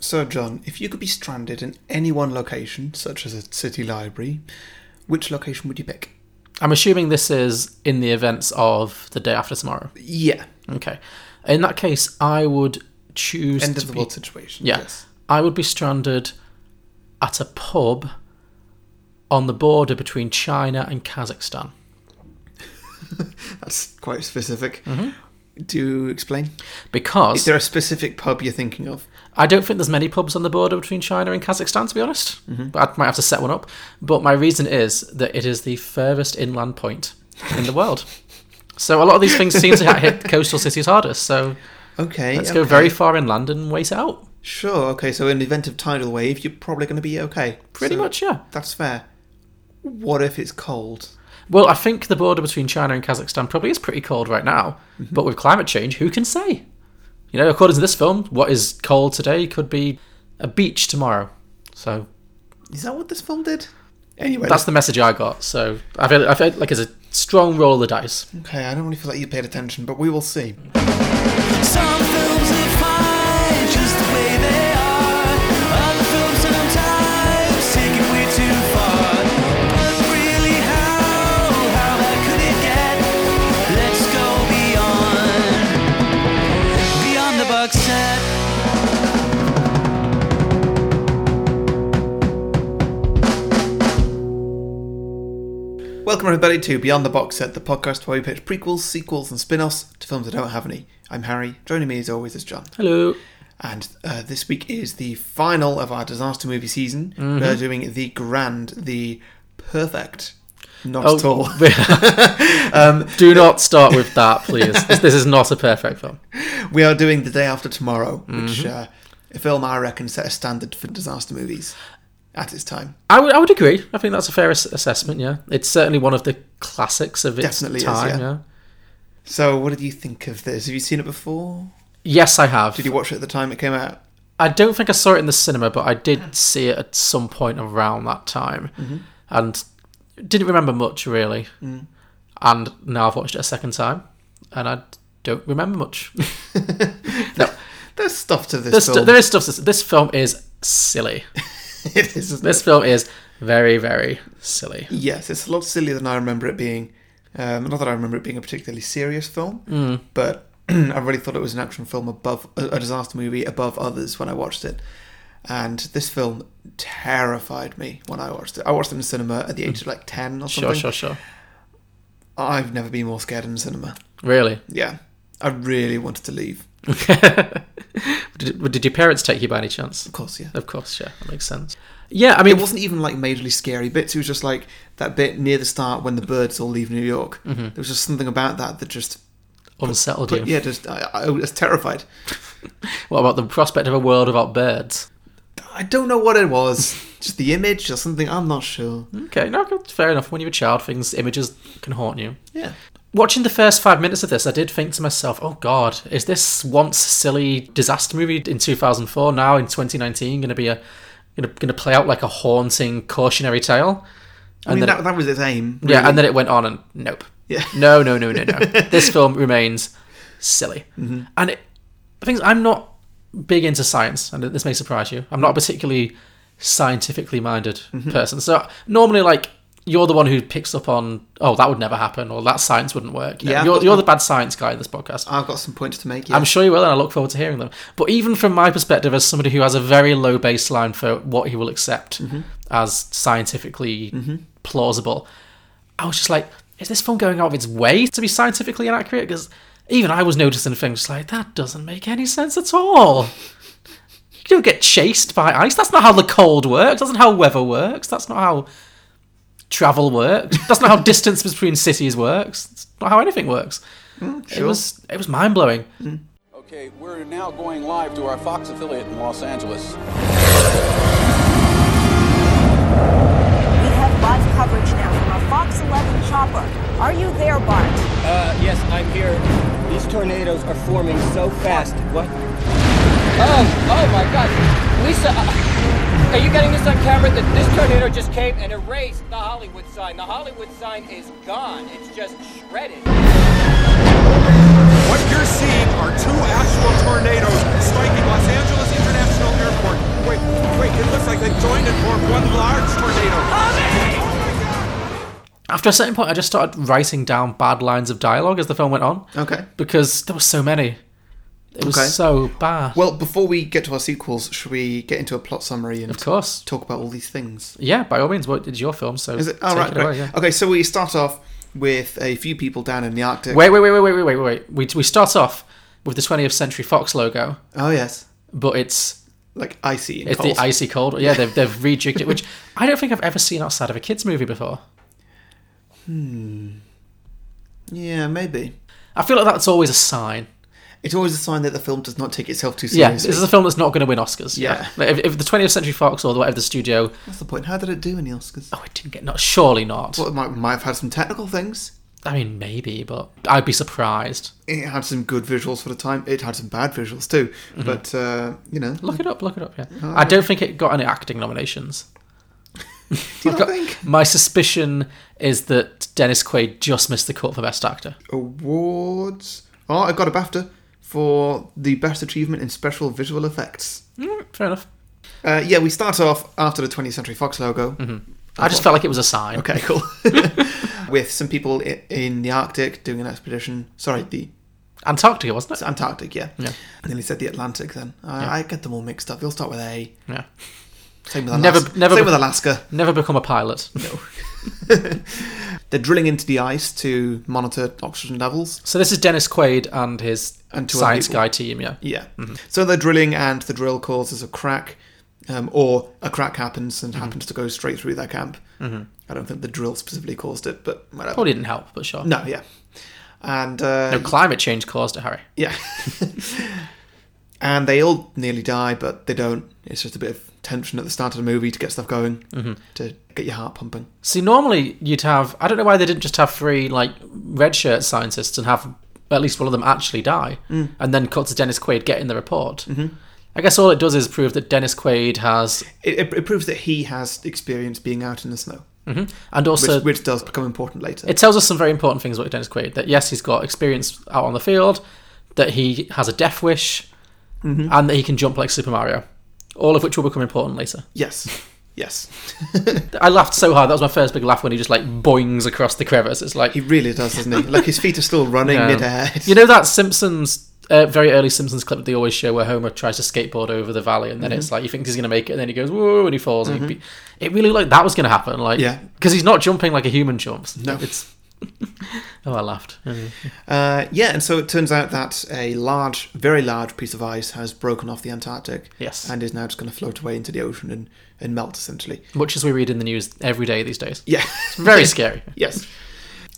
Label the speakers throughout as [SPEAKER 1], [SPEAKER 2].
[SPEAKER 1] Sir John, if you could be stranded in any one location, such as a city library, which location would you pick?
[SPEAKER 2] I'm assuming this is in the events of the day after tomorrow.
[SPEAKER 1] Yeah.
[SPEAKER 2] Okay. In that case, I would choose
[SPEAKER 1] End
[SPEAKER 2] to
[SPEAKER 1] of the
[SPEAKER 2] be-
[SPEAKER 1] world situation.
[SPEAKER 2] Yeah.
[SPEAKER 1] Yes.
[SPEAKER 2] I would be stranded at a pub on the border between China and Kazakhstan.
[SPEAKER 1] That's quite specific.
[SPEAKER 2] Mm-hmm.
[SPEAKER 1] Do explain. Is
[SPEAKER 2] Because
[SPEAKER 1] there a specific pub you're thinking of?
[SPEAKER 2] I don't think there's many pubs on the border between China and Kazakhstan, to be honest.
[SPEAKER 1] Mm-hmm.
[SPEAKER 2] But I might have to set one up. But my reason is that it is the furthest inland point in the world. So a lot of these things seem to hit coastal cities hardest. So
[SPEAKER 1] Okay.
[SPEAKER 2] let's go
[SPEAKER 1] okay.
[SPEAKER 2] very far inland and wait it out.
[SPEAKER 1] Sure. Okay. So in the event of tidal wave, you're probably going to be okay.
[SPEAKER 2] Pretty
[SPEAKER 1] So
[SPEAKER 2] much, yeah.
[SPEAKER 1] That's fair. What if it's cold?
[SPEAKER 2] Well, I think the border between China and Kazakhstan probably is pretty cold right now.
[SPEAKER 1] Mm-hmm.
[SPEAKER 2] But with climate change, who can say? You know, according to this film, what is cold today could be a beach tomorrow. So
[SPEAKER 1] Is that what this film did? Anyway,
[SPEAKER 2] that's the message I got. So I feel, I feel like it's a strong roll of the dice.
[SPEAKER 1] okay. I don't really feel like you paid attention, but we will see.
[SPEAKER 3] Some films are fine just the way they are. Other films sometimes take it way too far. But really, how, how bad could it get? Let's go beyond, beyond the box set.
[SPEAKER 1] Welcome everybody to Beyond the Box Set, the podcast where we pitch prequels, sequels, and spin-offs to films that don't have any. I'm Harry. Joining me as always is John.
[SPEAKER 2] Hello.
[SPEAKER 1] And uh, this week is the final of our disaster movie season.
[SPEAKER 2] Mm-hmm.
[SPEAKER 1] We're doing the grand, the perfect, not at all.
[SPEAKER 2] Oh, um, Do not start with that, please. this, this is not a perfect film.
[SPEAKER 1] We are doing the day after tomorrow,
[SPEAKER 2] Mm-hmm.
[SPEAKER 1] which uh, a film I reckon set a standard for disaster movies at its time.
[SPEAKER 2] I would, I would agree. I think that's a fair ass- assessment. Yeah, it's certainly one of the classics of its
[SPEAKER 1] Definitely is,
[SPEAKER 2] time.
[SPEAKER 1] yeah.
[SPEAKER 2] yeah.
[SPEAKER 1] So, what did you think of this? Have you seen it before?
[SPEAKER 2] Yes, I have.
[SPEAKER 1] Did you watch it at the time it came out?
[SPEAKER 2] I don't think I saw it in the cinema, but I did see it at some point around that time,
[SPEAKER 1] Mm-hmm.
[SPEAKER 2] and didn't remember much really.
[SPEAKER 1] Mm.
[SPEAKER 2] And now I've watched it a second time, and I don't remember much.
[SPEAKER 1] There's stuff to this
[SPEAKER 2] There's stu-
[SPEAKER 1] film.
[SPEAKER 2] there is stuff. This, this film is silly.
[SPEAKER 1] it is, isn't it?
[SPEAKER 2] This film is very, very silly.
[SPEAKER 1] Yes, it's a lot sillier than I remember it being. Um, not that I remember it being a particularly serious film,
[SPEAKER 2] Mm.
[SPEAKER 1] but I really thought it was an action film above a, a disaster movie above others when I watched it. And this film terrified me when I watched it. I watched it in the cinema at the age of like ten or
[SPEAKER 2] Sure,
[SPEAKER 1] something.
[SPEAKER 2] sure, sure.
[SPEAKER 1] I've never been more scared in the cinema.
[SPEAKER 2] Really.
[SPEAKER 1] Yeah, I really wanted to leave.
[SPEAKER 2] Did, did your parents take you by any chance?
[SPEAKER 1] Of course, yeah.
[SPEAKER 2] Of course, yeah, that makes sense. Yeah, I mean,
[SPEAKER 1] It wasn't even like majorly scary bits. It was just like that bit near the start when the birds all leave New York.
[SPEAKER 2] Mm-hmm.
[SPEAKER 1] There was just something about that that just,
[SPEAKER 2] unsettled you.
[SPEAKER 1] but yeah, just I, I was terrified.
[SPEAKER 2] What about the prospect of a world without birds?
[SPEAKER 1] I don't know what it was. Just the image or something. I'm not sure.
[SPEAKER 2] Okay, no, good, fair enough. When you're a child, things, images can haunt you.
[SPEAKER 1] Yeah.
[SPEAKER 2] Watching the first five minutes of this, I did think to myself, oh god, is this once silly disaster movie in 2004 now in 2019 going to be a going to play out like a haunting cautionary tale?
[SPEAKER 1] I mean,
[SPEAKER 2] then-
[SPEAKER 1] that, that was its aim.
[SPEAKER 2] Yeah, and then it went on and nope.
[SPEAKER 1] Yeah.
[SPEAKER 2] No, no, no, no, no. this film remains silly. And it, the thing is, I'm not big into science, and this may surprise you. I'm not a particularly scientifically minded person. So normally, like, you're the one who picks up on, oh, that would never happen, or that science wouldn't work.
[SPEAKER 1] Yeah,
[SPEAKER 2] Yeah,
[SPEAKER 1] I've
[SPEAKER 2] you're,
[SPEAKER 1] got-
[SPEAKER 2] you're the bad science guy in this podcast.
[SPEAKER 1] I've got some points to make. Yeah.
[SPEAKER 2] I'm sure you will, and I look forward to hearing them. But even from my perspective, as somebody who has a very low baseline for what he will accept as scientifically plausible, I was just like, is this film going out of its way to be scientifically inaccurate? Because even I was noticing things like that doesn't make any sense at all. You don't get chased by ice. That's not how the cold works. That's not how weather works. That's not how travel works. That's not how distance between cities works. It's not how anything works. It
[SPEAKER 1] sure.
[SPEAKER 2] was it was mind blowing.
[SPEAKER 4] Okay, we're now going live to our Fox affiliate in Los Angeles.
[SPEAKER 5] We have live coverage now from our Fox 11 chopper. Are you there, Bart?
[SPEAKER 6] Uh, yes, I'm here. These tornadoes are forming so fast. What? Oh, oh my God, Lisa, uh, are you getting this on camera? That this tornado just came and erased the Hollywood sign. The Hollywood sign is gone. It's just shredded. Uh,
[SPEAKER 7] What you're seeing are two actual tornadoes striking Los Angeles International Airport.
[SPEAKER 2] After a certain point, I just started writing down bad lines of dialogue as the film went on
[SPEAKER 1] Okay.
[SPEAKER 2] because there were so many. It was
[SPEAKER 1] Okay.
[SPEAKER 2] so bad.
[SPEAKER 1] Well, before we get to our sequels, should we get into a plot summary and
[SPEAKER 2] of course.
[SPEAKER 1] talk about all these things?
[SPEAKER 2] Yeah, by all means. What it's your film? So
[SPEAKER 1] Is it?
[SPEAKER 2] take
[SPEAKER 1] Oh, right,
[SPEAKER 2] it
[SPEAKER 1] great.
[SPEAKER 2] away. Yeah.
[SPEAKER 1] Okay, so we start off with a few people down in the Arctic.
[SPEAKER 2] Wait, wait, wait, wait, wait, wait, wait, wait. We we start off with the 20th Century Fox logo,
[SPEAKER 1] Oh, yes.
[SPEAKER 2] but it's
[SPEAKER 1] Like icy. And
[SPEAKER 2] it's
[SPEAKER 1] cold.
[SPEAKER 2] the icy cold. Yeah, they've they've rejigged it, which I don't think I've ever seen outside of a kids movie before.
[SPEAKER 1] Yeah, maybe.
[SPEAKER 2] I feel like that's always a sign.
[SPEAKER 1] It's always a sign that the film does not take itself too
[SPEAKER 2] Yeah, this
[SPEAKER 1] seriously.
[SPEAKER 2] is a film that's not going to win Oscars.
[SPEAKER 1] Yeah.
[SPEAKER 2] Like, if, if the 20th Century Fox or the whatever the studio,
[SPEAKER 1] That's the point. How did it do in the Oscars?
[SPEAKER 2] oh, it didn't get not surely not.
[SPEAKER 1] Well, it might, might have had some technical things.
[SPEAKER 2] I mean, maybe, but I'd be surprised.
[SPEAKER 1] It had some good visuals for the time. It had some bad visuals too.
[SPEAKER 2] Mm-hmm.
[SPEAKER 1] But uh, you know,
[SPEAKER 2] Look it up. Look it up. Yeah,
[SPEAKER 1] Oh,
[SPEAKER 2] I don't think it got any acting nominations.
[SPEAKER 1] do you not
[SPEAKER 2] I've got-
[SPEAKER 1] think
[SPEAKER 2] My suspicion is that Dennis Quaid just missed the cut for Best Actor.
[SPEAKER 1] awards? Oh, I got a BAFTA for the best achievement in special visual effects.
[SPEAKER 2] Mm, fair enough.
[SPEAKER 1] Uh, yeah, we start off after the 20th Century Fox logo.
[SPEAKER 2] Mm-hmm. I just felt like it was a sign.
[SPEAKER 1] Oh. Okay, cool. With some people i- in the Arctic doing an expedition. Sorry, the
[SPEAKER 2] Antarctica, wasn't
[SPEAKER 1] it's
[SPEAKER 2] it?
[SPEAKER 1] Antarctic. Yeah.
[SPEAKER 2] Yeah.
[SPEAKER 1] I nearly said the Atlantic. Then I, I get them all mixed up. You'll start with A.
[SPEAKER 2] Yeah.
[SPEAKER 1] Same with Alaska.
[SPEAKER 2] Never- never
[SPEAKER 1] Same
[SPEAKER 2] be-
[SPEAKER 1] with Alaska.
[SPEAKER 2] Never become a pilot.
[SPEAKER 1] They're drilling into the ice to monitor oxygen levels.
[SPEAKER 2] So this is Dennis Quaid and his
[SPEAKER 1] And two other
[SPEAKER 2] science
[SPEAKER 1] people.
[SPEAKER 2] guy team. Yeah.
[SPEAKER 1] Yeah.
[SPEAKER 2] Mm-hmm.
[SPEAKER 1] So they're drilling, and the drill causes a crack, um, or a crack happens
[SPEAKER 2] Mm-hmm.
[SPEAKER 1] and happens to go straight through their camp. Mm-hmm. I don't think the drill specifically caused it, but whatever.
[SPEAKER 2] Probably didn't help, but sure.
[SPEAKER 1] No, yeah. And uh,
[SPEAKER 2] No, climate change caused it, Harry.
[SPEAKER 1] yeah. and they all nearly die, but they don't. It's just a bit of tension at the start of the movie to get stuff going,
[SPEAKER 2] Mm-hmm.
[SPEAKER 1] to get your heart pumping.
[SPEAKER 2] See, normally you'd have. I don't know why they didn't just have three like red shirt scientists and have at least one of them actually die, and then cut to Dennis Quaid getting the report. Mm-hmm. I guess all it does is prove that Dennis Quaid has,
[SPEAKER 1] It, it, it proves that he has experience being out in the snow,
[SPEAKER 2] and also
[SPEAKER 1] which, which does become important later.
[SPEAKER 2] it tells us some very important things about Dennis Quaid. That yes, he's got experience out on the field, that he has a death wish, and that he can jump like Super Mario. All of which will become important later.
[SPEAKER 1] yes. Yes.
[SPEAKER 2] I laughed so hard. That was my first big laugh when he just like boings across the crevice. It's like
[SPEAKER 1] He really does, doesn't he? Like his feet are still running
[SPEAKER 2] Yeah.
[SPEAKER 1] midair.
[SPEAKER 2] You know that Simpsons, uh, very early Simpsons clip that they always show where Homer tries to skateboard over the valley, and then it's
[SPEAKER 1] Mm-hmm.
[SPEAKER 2] like you think he's going to make it, and then he goes whoa, and he falls. And he be- it really looked like that was going to happen, like
[SPEAKER 1] Yeah.
[SPEAKER 2] because he's not jumping like a human jumps.
[SPEAKER 1] No.
[SPEAKER 2] it's oh, I laughed.
[SPEAKER 1] Uh, yeah, and so it turns out that a large, very large piece of ice has broken off the Antarctic.
[SPEAKER 2] Yes.
[SPEAKER 1] And is now just going to float away into the ocean and, and melt, essentially.
[SPEAKER 2] Much as we read in the news every day these days,
[SPEAKER 1] Yeah.
[SPEAKER 2] very scary.
[SPEAKER 1] yes.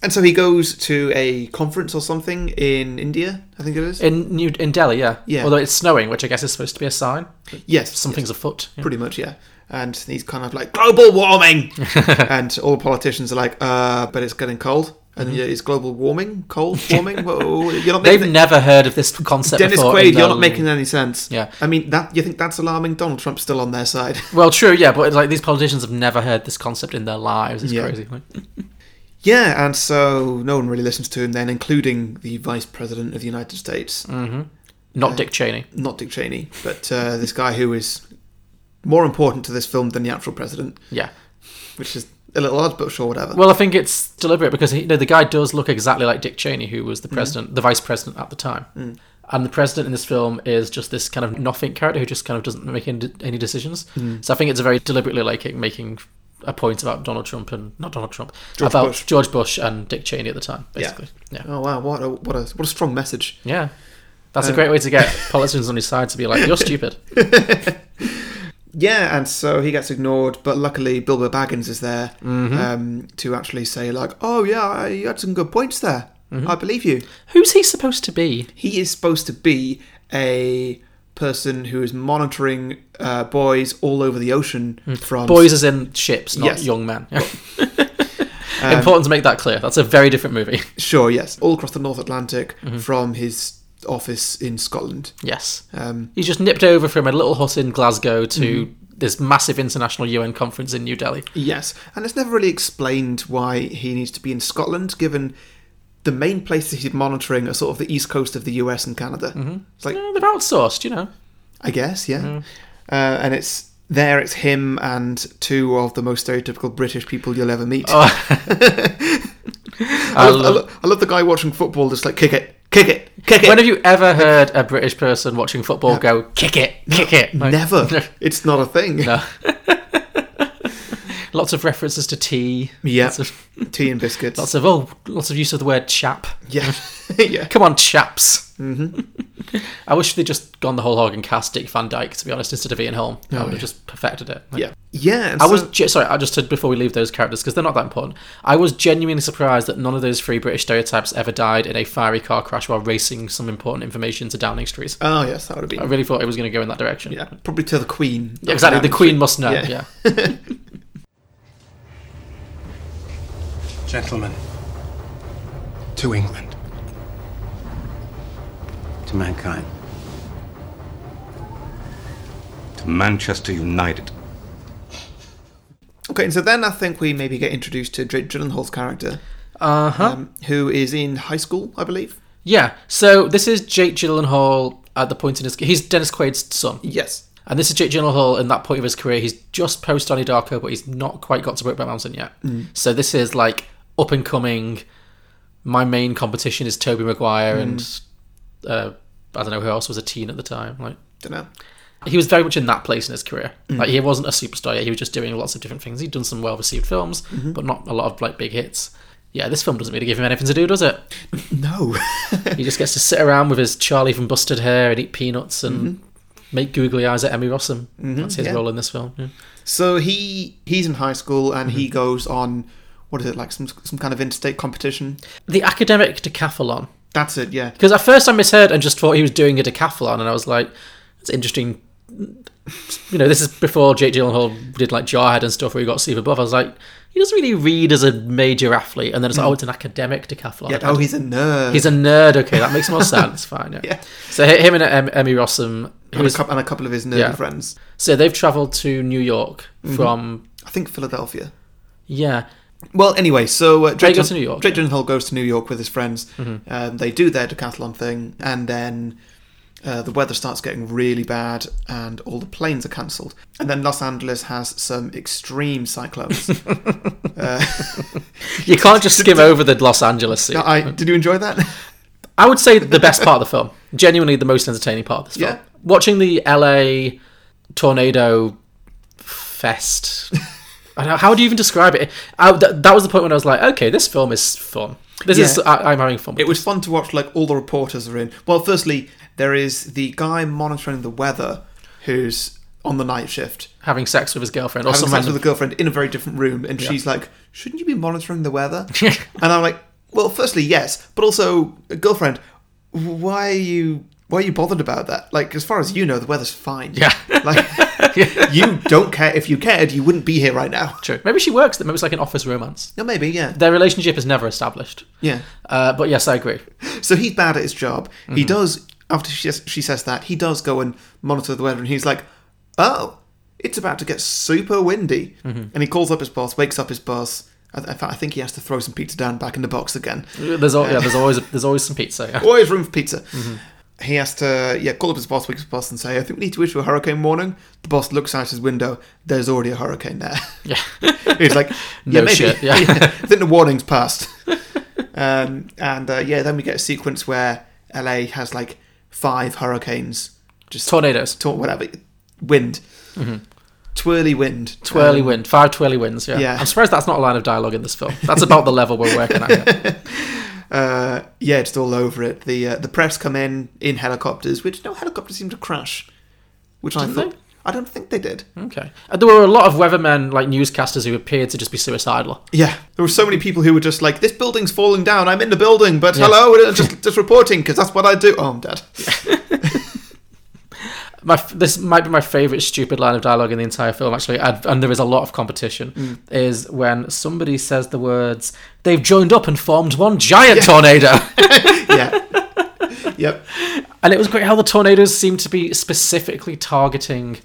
[SPEAKER 1] And so he goes to a conference or something in India, I think it is.
[SPEAKER 2] In New in Delhi, yeah.
[SPEAKER 1] Yeah.
[SPEAKER 2] Although it's snowing, which I guess is supposed to be a sign. that
[SPEAKER 1] yes.
[SPEAKER 2] Something's
[SPEAKER 1] yes,
[SPEAKER 2] afoot. Yeah.
[SPEAKER 1] Pretty much, yeah. And he's kind of like, global warming! and all the politicians are like, uh, but it's getting cold. And yeah, it's global warming, cold warming. Whoa, you're not
[SPEAKER 2] Mm-hmm. They've
[SPEAKER 1] making
[SPEAKER 2] never heard of this concept
[SPEAKER 1] Dennis
[SPEAKER 2] before.
[SPEAKER 1] Quaid,
[SPEAKER 2] in
[SPEAKER 1] you're
[SPEAKER 2] their
[SPEAKER 1] not making any sense.
[SPEAKER 2] Yeah.
[SPEAKER 1] I mean, that you think that's alarming? Donald Trump's still on their side.
[SPEAKER 2] Well, true, yeah, but like these politicians have never heard this concept in their lives. It's
[SPEAKER 1] Yeah.
[SPEAKER 2] crazy. Like,
[SPEAKER 1] Yeah, and so no one really listens to him then, including the Vice President of the United States.
[SPEAKER 2] Mm. not Dick Cheney.
[SPEAKER 1] Not Dick Cheney, but uh, this guy who is more important to this film than the actual president,
[SPEAKER 2] Yeah.
[SPEAKER 1] which is a little odd, but sure, whatever.
[SPEAKER 2] Well, I think it's deliberate because he, you know, the guy does look exactly like Dick Cheney, who
[SPEAKER 1] Mm.
[SPEAKER 2] was the president, the vice president at the time. And the president in this film is just this kind of nothing character who just kind of doesn't make any, any decisions.
[SPEAKER 1] Mm.
[SPEAKER 2] So I think it's very deliberately like it making a point about Donald Trump and not Donald Trump about
[SPEAKER 1] Bush.
[SPEAKER 2] George Bush and Dick Cheney at the time, basically. Yeah, yeah.
[SPEAKER 1] oh Uh, wow, what a what a what a strong message.
[SPEAKER 2] That's a great way to get politicians on his side to be like, "You're stupid."
[SPEAKER 1] Yeah, and so he gets ignored, but luckily Bilbo Baggins is there
[SPEAKER 2] Mm-hmm.
[SPEAKER 1] um, to actually say like, oh yeah, you had some good points there.
[SPEAKER 2] Mm-hmm.
[SPEAKER 1] I believe you.
[SPEAKER 2] Who's he supposed to be?
[SPEAKER 1] he is supposed to be a person who is monitoring uh, boys all over the ocean from
[SPEAKER 2] Mm. Boys as in ships, not
[SPEAKER 1] Yes. um,
[SPEAKER 2] young men. Important to make that clear. That's a very different movie.
[SPEAKER 1] sure yes all across the north atlantic
[SPEAKER 2] Mm-hmm.
[SPEAKER 1] from his office in scotland
[SPEAKER 2] Yes.
[SPEAKER 1] um, Mm-hmm.
[SPEAKER 2] He's just nipped over from a little hut in Glasgow to this massive international UN conference in New Delhi.
[SPEAKER 1] yes and it's never really explained why he needs to be in scotland given the main places he's monitoring are sort of the east coast of the
[SPEAKER 2] Mm-hmm.
[SPEAKER 1] us and canada it's like
[SPEAKER 2] Eh, They're outsourced, you know.
[SPEAKER 1] i guess yeah uh, and it's There, it's him and two of the most stereotypical British people you'll ever meet. I, love, I,
[SPEAKER 2] Oh. love-
[SPEAKER 1] lo- I love the guy watching football just like, kick it, kick it, kick it.
[SPEAKER 2] When have you ever heard a British person watching football go, kick it, kick it? Like,
[SPEAKER 1] Never. It's not a thing.
[SPEAKER 2] Lots of references to tea.
[SPEAKER 1] Yeah.
[SPEAKER 2] Lots of,
[SPEAKER 1] Tea and biscuits.
[SPEAKER 2] lots of, oh, lots of use of the word chap.
[SPEAKER 1] yeah. yeah.
[SPEAKER 2] Come on, chaps.
[SPEAKER 1] Mm-hmm.
[SPEAKER 2] I wish they'd just gone the whole hog and cast Dick Van Dyke, to be honest, instead of Ian Holm. I would have just perfected it. Like,
[SPEAKER 1] Oh, Yeah. Yeah. and
[SPEAKER 2] I
[SPEAKER 1] so-
[SPEAKER 2] was ge- sorry. I just said before we leave those characters because they're not that important. I was genuinely surprised that none of those three British stereotypes ever died in a fiery car crash while racing some important information to Downing Street.
[SPEAKER 1] Oh, yes, that would have
[SPEAKER 2] I
[SPEAKER 1] been.
[SPEAKER 2] really thought it was going to go in that direction.
[SPEAKER 1] Yeah. Probably to the Queen.
[SPEAKER 2] Yeah, exactly. The Queen must know.
[SPEAKER 1] Yeah.
[SPEAKER 2] Yeah.
[SPEAKER 7] Gentlemen, to England.
[SPEAKER 8] To mankind. To Manchester United.
[SPEAKER 1] Okay, and so then I think we maybe get introduced to Jake Gyllenhaal's character,
[SPEAKER 2] Uh huh.
[SPEAKER 1] um, who is in high school, I believe.
[SPEAKER 2] yeah. So this is Jake Gyllenhaal at the point in his he's Dennis Quaid's son,
[SPEAKER 1] Yes.
[SPEAKER 2] and this is Jake Gyllenhaal in that point of his career. He's just post Donnie Darko, but he's not quite got to Brokeback Mountain yet. So this is like up and coming. My main competition is Toby Maguire and uh, I don't know who else was a teen at the time. Like
[SPEAKER 1] Don't know.
[SPEAKER 2] he was very much in that place in his career. Like he wasn't a superstar yet. He was just doing lots of different things. He'd done some well received films, but not a lot of like big hits. Yeah, this film doesn't really give him anything to do, does it?
[SPEAKER 1] No.
[SPEAKER 2] He just gets to sit around with his Charlie from Busted Hair and eat peanuts and make googly eyes at Emmy Rossum. That's his
[SPEAKER 1] yeah.
[SPEAKER 2] role in this film. yeah.
[SPEAKER 1] so he he's in high school and he
[SPEAKER 2] Mm-hmm.
[SPEAKER 1] goes on what is it like some some kind of interstate competition.
[SPEAKER 2] The academic decathlon.
[SPEAKER 1] That's it. Yeah.
[SPEAKER 2] Because at first I misheard and just thought he was doing a decathlon, and I was like, "It's interesting." You know, this is before Jake Gyllenhaal did like Jarhead and stuff, where he got super buff. I was like, he doesn't really read as a major athlete, and then it's like, oh, it's an academic decathlon.
[SPEAKER 1] Mm. Yeah. Oh, he's a nerd.
[SPEAKER 2] He's a nerd. Okay, that makes more sense. Fine. Yeah.
[SPEAKER 1] Yeah.
[SPEAKER 2] So hi- him and em- Emmy Rossum, who
[SPEAKER 1] and a,
[SPEAKER 2] was,
[SPEAKER 1] couple, and a couple of his nerdy
[SPEAKER 2] Yeah.
[SPEAKER 1] friends.
[SPEAKER 2] so they've travelled to New York
[SPEAKER 1] Mm-hmm.
[SPEAKER 2] from
[SPEAKER 1] I think Philadelphia.
[SPEAKER 2] yeah.
[SPEAKER 1] Well, anyway, so uh, Drake
[SPEAKER 2] goes to New York,
[SPEAKER 1] Drake
[SPEAKER 2] yeah. Mm-hmm.
[SPEAKER 1] Gyllenhaal goes to New York with his friends. Um, they do their decathlon thing, and then uh, the weather starts getting really bad, and all the planes are cancelled. And then Los Angeles has some extreme cyclones.
[SPEAKER 2] You can't just skim over the Los Angeles scene.
[SPEAKER 1] I, did you enjoy that?
[SPEAKER 2] I would say the best part of the film, genuinely the most entertaining part of this
[SPEAKER 1] Yeah.
[SPEAKER 2] film. Watching the LA tornado fest. I don't know, how do you even describe it? I, that, that was the point when I was like, okay, this film is fun. This is
[SPEAKER 1] Yeah.
[SPEAKER 2] I, I'm having fun.
[SPEAKER 1] It was fun to watch. Like all the reporters are in. Well, firstly, there is the guy monitoring the weather, who's on the night shift.
[SPEAKER 2] having sex with his girlfriend or
[SPEAKER 1] having
[SPEAKER 2] some
[SPEAKER 1] sex with
[SPEAKER 2] random.
[SPEAKER 1] a girlfriend in a very different room, and she's like, "Shouldn't you be monitoring the weather?" and I'm like, "Well, firstly, yes, but also, girlfriend, why are you why are you bothered about that? Like, as far as you know, the weather's fine.
[SPEAKER 2] Yeah.
[SPEAKER 1] like you don't care. If you cared, you wouldn't be here right now.
[SPEAKER 2] True. Maybe she works. Maybe it's like an office romance.
[SPEAKER 1] No, maybe, yeah,
[SPEAKER 2] Their relationship is never established.
[SPEAKER 1] yeah.
[SPEAKER 2] Uh, but yes, I agree.
[SPEAKER 1] So he's bad at his job. He does after she says, she says that he does go and monitor the weather, and he's like, "Oh, it's about to get super windy," and he calls up his boss, wakes up his boss. I, in fact, I think he has to throw some pizza down back in the box again.
[SPEAKER 2] There's al- yeah, there's always there's always some pizza. yeah.
[SPEAKER 1] Always room for pizza. Mm-hmm. He has to yeah call up his boss, wake his boss, and say, "I think we need to issue a hurricane warning." The boss looks out his window. There's already a hurricane there.
[SPEAKER 2] Yeah.
[SPEAKER 1] He's like, yeah,
[SPEAKER 2] No
[SPEAKER 1] maybe.
[SPEAKER 2] shit, yeah.
[SPEAKER 1] I think the warning's passed. um, and uh, yeah, then we get a sequence where LA has like five hurricanes, just
[SPEAKER 2] Tornadoes.
[SPEAKER 1] tor- whatever, wind, twirly wind,
[SPEAKER 2] Mm-hmm. Twirly
[SPEAKER 1] Um,
[SPEAKER 2] wind, five twirly winds. Yeah.
[SPEAKER 1] yeah.
[SPEAKER 2] I'm surprised that's not a line of dialogue in this film. That's about the level we're working at. Here.
[SPEAKER 1] Uh, yeah, just all over it. The uh, the press come in in helicopters, which no helicopter seemed to crash, which I
[SPEAKER 2] Didn't
[SPEAKER 1] thought
[SPEAKER 2] they?
[SPEAKER 1] I don't think they did.
[SPEAKER 2] Okay. And there were a lot of weathermen, like newscasters, who appeared to just be suicidal.
[SPEAKER 1] Yeah, there were so many people who were just like, "This building's falling down. I'm in the building, but hello, just just reporting because that's what I do." Oh, I'm dead.
[SPEAKER 2] My f- this might be my favorite stupid line of dialogue in the entire film, actually, and, and there is a lot of competition. Is when somebody says the words, "They've joined up and formed one giant tornado,"
[SPEAKER 1] yeah. Yep.
[SPEAKER 2] and it was great how the tornadoes seemed to be specifically targeting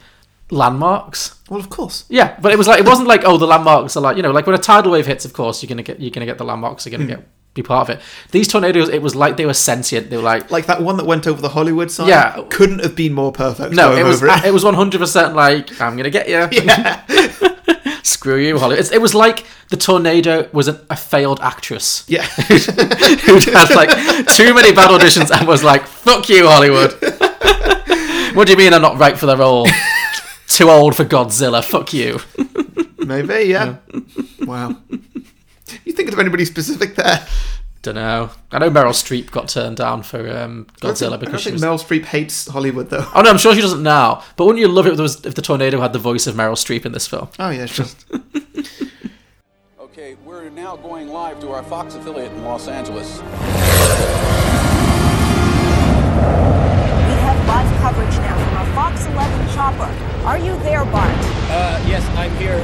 [SPEAKER 2] landmarks.
[SPEAKER 1] Well, of course.
[SPEAKER 2] Yeah, but it was like it wasn't like oh the landmarks are like you know like when a tidal wave hits, of course you're gonna get you're gonna get the landmarks are gonna get be part of it. These tornadoes, it was like they were sentient. They were like,
[SPEAKER 1] Like that one that went over the Hollywood sign.
[SPEAKER 2] Yeah.
[SPEAKER 1] couldn't have been more perfect.
[SPEAKER 2] no,
[SPEAKER 1] going
[SPEAKER 2] it was
[SPEAKER 1] over
[SPEAKER 2] it. was one hundred percent like I'm gonna get you. Screw you, Hollywood. It's, it was like the tornado was a, a failed actress
[SPEAKER 1] yeah,
[SPEAKER 2] who had like too many bad auditions and was like, "Fuck you, Hollywood." what do you mean I'm not right for the role? too old for Godzilla. Fuck you.
[SPEAKER 1] maybe. Yeah. wow. You think of anybody specific there?
[SPEAKER 2] Don't know. I know Meryl Streep got turned down for um,
[SPEAKER 1] I don't think-
[SPEAKER 2] Godzilla
[SPEAKER 1] I don't
[SPEAKER 2] because she
[SPEAKER 1] think
[SPEAKER 2] was.
[SPEAKER 1] Meryl Streep hates Hollywood though.
[SPEAKER 2] Oh no, I'm sure she doesn't now. But wouldn't you love it if, there was, if the tornado had the voice of Meryl Streep in this film?
[SPEAKER 1] Oh yeah, it's just
[SPEAKER 4] Okay, we're now going live to our Fox affiliate in Los Angeles.
[SPEAKER 5] We have live coverage now from a Fox 11 chopper. Are you there, Bart?
[SPEAKER 6] Uh, yes, I'm here.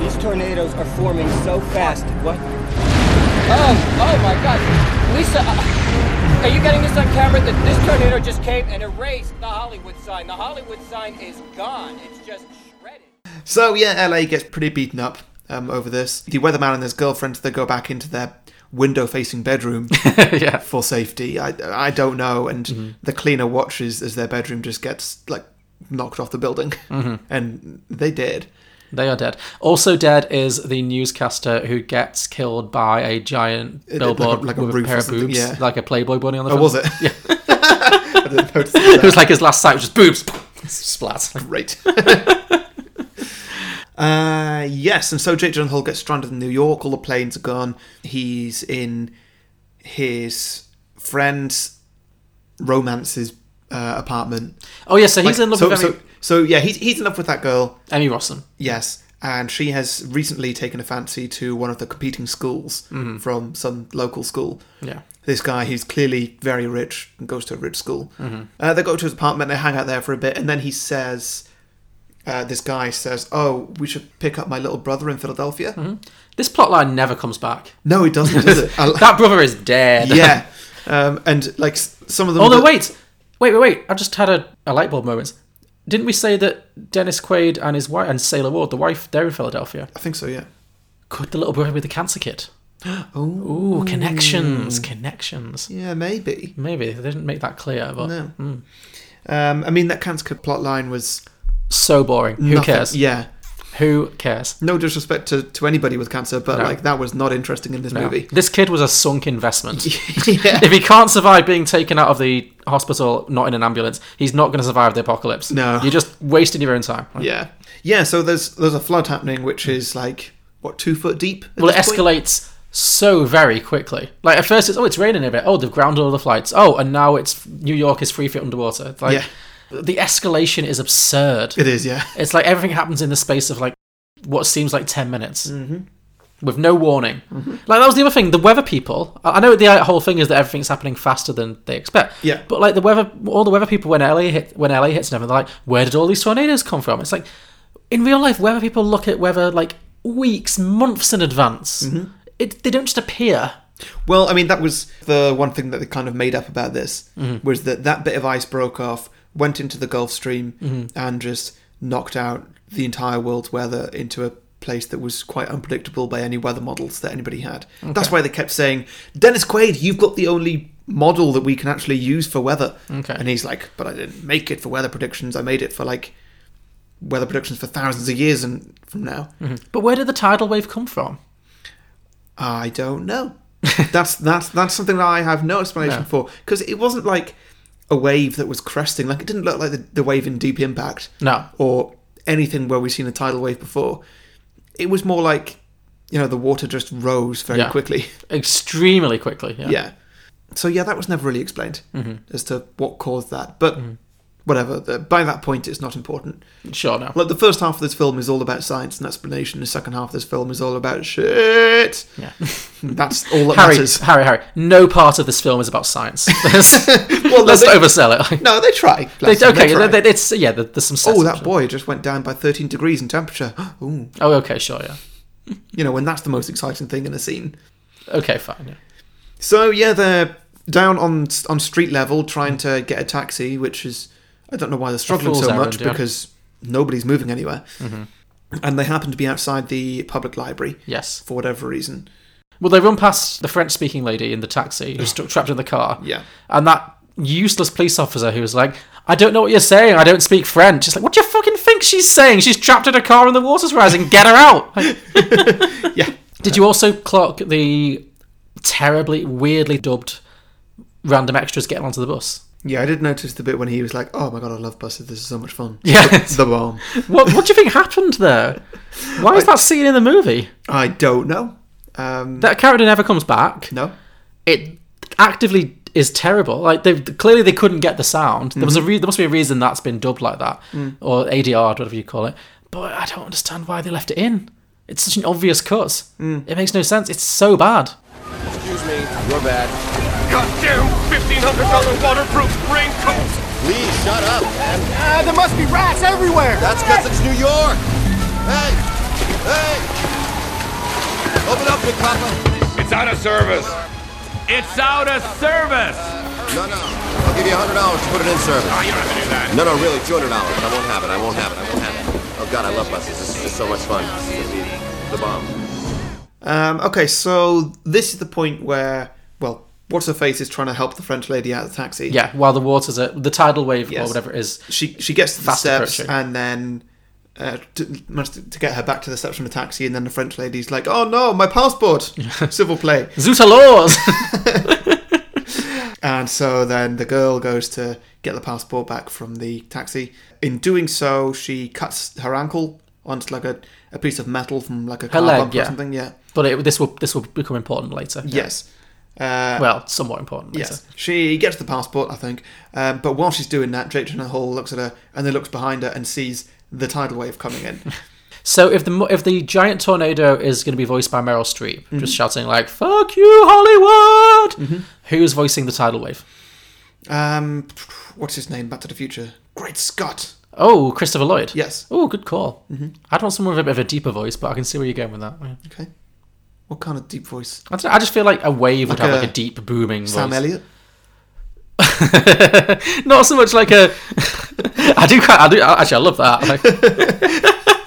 [SPEAKER 6] These tornadoes are forming so fast. What? Oh, oh my God, Lisa! Uh, are you getting this on camera? That this tornado just came and erased the Hollywood sign. The Hollywood sign is gone. It's just shredded.
[SPEAKER 1] so yeah. LA gets pretty beaten up um, over this. The weatherman and his girlfriend they go back into their window-facing bedroom
[SPEAKER 2] yeah.
[SPEAKER 1] for safety. I I don't know. And
[SPEAKER 2] Mm-hmm.
[SPEAKER 1] the cleaner watches as their bedroom just gets like knocked off the building,
[SPEAKER 2] Mm-hmm.
[SPEAKER 1] and they did.
[SPEAKER 2] They are dead. Also dead is the newscaster who gets killed by a giant
[SPEAKER 1] It-
[SPEAKER 2] billboard
[SPEAKER 1] like a- like a
[SPEAKER 2] with
[SPEAKER 1] roof
[SPEAKER 2] a pair
[SPEAKER 1] or
[SPEAKER 2] of
[SPEAKER 1] something,
[SPEAKER 2] boobs,
[SPEAKER 1] yeah.
[SPEAKER 2] like a Playboy bunny on the.
[SPEAKER 1] Oh, was
[SPEAKER 2] front.
[SPEAKER 1] it?
[SPEAKER 2] Yeah,
[SPEAKER 1] I didn't notice
[SPEAKER 2] it
[SPEAKER 1] that.
[SPEAKER 2] was like his last sight was just boobs. Splat.
[SPEAKER 1] Great. uh, yes, and so Jake Gyllenhaal gets stranded in New York. All the planes are gone. He's in his friend's romance's uh, apartment.
[SPEAKER 2] Oh yeah, so he's
[SPEAKER 1] Like,
[SPEAKER 2] in love
[SPEAKER 1] so,
[SPEAKER 2] with Emmy,
[SPEAKER 1] so, so yeah, he's he's in love with that girl.
[SPEAKER 2] Emmy Rossum.
[SPEAKER 1] Yes, and she has recently taken a fancy to one of the competing schools from some local school.
[SPEAKER 2] Mm-hmm. Yeah.
[SPEAKER 1] This guy who's clearly very rich and goes to a rich school.
[SPEAKER 2] Mm-hmm.
[SPEAKER 1] Uh, they go to his apartment, they hang out there for a bit, and then he says, uh, This guy says, Oh, we should pick up my little brother in Philadelphia.
[SPEAKER 2] Mm-hmm. This plotline never comes back.
[SPEAKER 1] No, he doesn't, does it? I-
[SPEAKER 2] That brother is dead.
[SPEAKER 1] yeah. Um, and like s- some of them.
[SPEAKER 2] Although wait, wait, wait, wait! I just had a, a light bulb moment. Didn't we say that Dennis Quaid and his wife and Sailor Ward, the wife, they're in Philadelphia?
[SPEAKER 1] I think so, yeah.
[SPEAKER 2] Could the little brother be the cancer kid? Oh, connections, connections.
[SPEAKER 1] Yeah, maybe.
[SPEAKER 2] Maybe they didn't make that clear, but mm,
[SPEAKER 1] No. Um, I mean, that cancer plot line was.
[SPEAKER 2] so boring. Who
[SPEAKER 1] nothing-
[SPEAKER 2] cares?
[SPEAKER 1] Yeah.
[SPEAKER 2] Who cares?
[SPEAKER 1] No disrespect to, to anybody with cancer, but
[SPEAKER 2] No.
[SPEAKER 1] like that was not interesting in this
[SPEAKER 2] No.
[SPEAKER 1] movie.
[SPEAKER 2] This kid was a sunk investment.
[SPEAKER 1] yeah.
[SPEAKER 2] if he can't survive being taken out of the hospital, not in an ambulance, he's not going to survive the apocalypse.
[SPEAKER 1] No.
[SPEAKER 2] you're just wasting your own time.
[SPEAKER 1] Yeah, yeah. So there's there's a flood happening, which is like what two foot deep. at
[SPEAKER 2] Well, it
[SPEAKER 1] this point?
[SPEAKER 2] escalates so very quickly. Like at first, it's oh, it's raining a bit. Oh, they've grounded all the flights. Oh, and now it's New York is three feet underwater. It's Like
[SPEAKER 1] Yeah.
[SPEAKER 2] the escalation is absurd.
[SPEAKER 1] It is, yeah.
[SPEAKER 2] It's like everything happens in the space of like what seems like ten minutes. With no warning, like that was the other thing. The weather people. I I know the uh, whole thing is that everything's happening faster than they expect.
[SPEAKER 1] Yeah.
[SPEAKER 2] But like the weather, all the weather people when LA hit when LA hits and everything, they're like, where did all these tornadoes come from? It's like in real life, weather people look at weather like weeks, months in advance. It, they don't just appear.
[SPEAKER 1] Well, I mean, that was the one thing that they kind of made up about this was that that bit of ice broke off, went into the Gulf Stream, and just knocked out the entire world's weather into a place that was quite unpredictable by any weather models that anybody had. That's why they kept saying, "Dennis Quaid, you've got the only." model that we can actually use for weather
[SPEAKER 2] Okay.
[SPEAKER 1] and he's like but i didn't make it for weather predictions i made it for like weather predictions for thousands of years and from now
[SPEAKER 2] But where did the tidal wave come from?
[SPEAKER 1] I don't know. that's that's that's something that I have no explanation
[SPEAKER 2] No.
[SPEAKER 1] for because it wasn't like a wave that was cresting. Like it didn't look like the, the wave in Deep Impact.
[SPEAKER 2] No.
[SPEAKER 1] or anything where we've seen a tidal wave before. It was more like you know the water just rose very
[SPEAKER 2] Yeah.
[SPEAKER 1] quickly.
[SPEAKER 2] Extremely quickly. Yeah.
[SPEAKER 1] Yeah. So yeah, that was never really explained
[SPEAKER 2] Mm-hmm.
[SPEAKER 1] as to what caused that, but. Whatever. the- By that point, it's not important.
[SPEAKER 2] Sure. No.
[SPEAKER 1] Like the first half of this film is all about science and explanation. The second half of this film is all about shit.
[SPEAKER 2] Yeah.
[SPEAKER 1] That's all that
[SPEAKER 2] Harry,
[SPEAKER 1] matters.
[SPEAKER 2] Harry, Harry. No part of this film is about science. Let's,
[SPEAKER 1] Well,
[SPEAKER 2] let's
[SPEAKER 1] they-
[SPEAKER 2] not oversell it.
[SPEAKER 1] No, they try.
[SPEAKER 2] They-
[SPEAKER 1] Bless them,
[SPEAKER 2] okay,
[SPEAKER 1] they try.
[SPEAKER 2] they- they- it's yeah. there- There's some.
[SPEAKER 1] oh,
[SPEAKER 2] sets
[SPEAKER 1] that
[SPEAKER 2] of-
[SPEAKER 1] boy just went down by 13 degrees in temperature. Ooh.
[SPEAKER 2] Oh, okay, sure, yeah.
[SPEAKER 1] You know, when that's the most exciting thing in a scene.
[SPEAKER 2] Okay, fine. Yeah.
[SPEAKER 1] So, yeah, they're down on on street level trying to get a taxi, which is, I don't know why they're struggling
[SPEAKER 2] fool's
[SPEAKER 1] so
[SPEAKER 2] errand,
[SPEAKER 1] much
[SPEAKER 2] yeah.
[SPEAKER 1] because nobody's moving Mm-hmm. anywhere. And they happen to be outside the public library
[SPEAKER 2] Yes.
[SPEAKER 1] for whatever reason.
[SPEAKER 2] Well, they run past the French speaking lady in the taxi who's stuck trapped in the car.
[SPEAKER 1] Yeah.
[SPEAKER 2] And that useless police officer who was like, I don't know what you're saying. I don't speak French. It's like, what do you fucking think she's saying? She's trapped in a car and the water's rising. Get her out. Like-
[SPEAKER 1] Yeah.
[SPEAKER 2] Did you also clock the terribly, weirdly dubbed random extras getting onto the bus?
[SPEAKER 1] Yeah, I did notice the bit when he was like, "Oh my god, I love buses. This is so much fun."
[SPEAKER 2] Yes.
[SPEAKER 1] the bomb.
[SPEAKER 2] What, what do you think happened there? Why is that scene in the movie?
[SPEAKER 1] I don't know. Um,
[SPEAKER 2] That character never comes back.
[SPEAKER 1] no.
[SPEAKER 2] It actively is terrible. Like they clearly they couldn't get the sound. There
[SPEAKER 1] Mhm.
[SPEAKER 2] was a re- there must be a reason that's been dubbed like that
[SPEAKER 1] Mm.
[SPEAKER 2] or ADR, whatever you call it. But I don't understand why they left it in. It's such an obvious cut.
[SPEAKER 1] Mm.
[SPEAKER 2] It makes no sense. It's so bad.
[SPEAKER 4] Excuse me, you're bad.
[SPEAKER 9] Goddamn $1,500 waterproof raincoats!
[SPEAKER 10] Please shut up.
[SPEAKER 6] Ah, there must be rats everywhere!
[SPEAKER 10] That's because it's New York. Hey, hey. Open up, big papa.
[SPEAKER 9] It's out of service! It's out of service!
[SPEAKER 10] No, no. I'll give you hundred dollars to put it in service.
[SPEAKER 9] Oh, you don't have to do that.
[SPEAKER 10] No, no, really, two hundred dollars. I won't have it. I won't have it. I won't have it. Oh God, I love buses. This is just so much fun. This is the- The bomb.
[SPEAKER 1] Um, okay, so this is the point where, well, what's her face is trying to help the French lady out of the taxi.
[SPEAKER 2] Yeah, while the water's at the tidal wave
[SPEAKER 1] Yes.
[SPEAKER 2] or whatever it is.
[SPEAKER 1] She she gets to the
[SPEAKER 2] Fast
[SPEAKER 1] steps
[SPEAKER 2] approaching.
[SPEAKER 1] and then. Uh, to, managed to, to get her back to the steps from the taxi, and then the French lady's like, "Oh no, my passport!" Civil play,
[SPEAKER 2] Zoot a laws!
[SPEAKER 1] and so then the girl goes to get the passport back from the taxi. In doing so, she cuts her ankle onto like a, a piece of metal from like a car
[SPEAKER 2] leg,
[SPEAKER 1] bump
[SPEAKER 2] yeah.
[SPEAKER 1] or something. Yeah,
[SPEAKER 2] But it, this will this will become important later.
[SPEAKER 1] yes. Uh,
[SPEAKER 2] Well, somewhat important later.
[SPEAKER 1] Yes, she gets the passport, I think. Um, but while she's doing that, Jake Gyllenhaal Hall looks at her and then looks behind her and sees the tidal wave coming in.
[SPEAKER 2] So if the mo- if the giant tornado is going to be voiced by Meryl Streep,
[SPEAKER 1] Mm-hmm.
[SPEAKER 2] just shouting like "fuck you Hollywood," who's voicing the tidal wave?
[SPEAKER 1] um, what's his name? Back to the Future. Great Scott.
[SPEAKER 2] Oh, Christopher Lloyd.
[SPEAKER 1] Yes. Mm-hmm.
[SPEAKER 2] Oh, good call. I'd want someone with a bit of a deeper voice, but I can see where you're going with that. Yeah.
[SPEAKER 1] Okay. What kind of deep voice?
[SPEAKER 2] I, don't know, I just feel like a wave would
[SPEAKER 1] Like
[SPEAKER 2] have like
[SPEAKER 1] a
[SPEAKER 2] a deep booming
[SPEAKER 1] Sam
[SPEAKER 2] voice.
[SPEAKER 1] Elliott.
[SPEAKER 2] Not so much like a. I do quite. I do actually. I love that.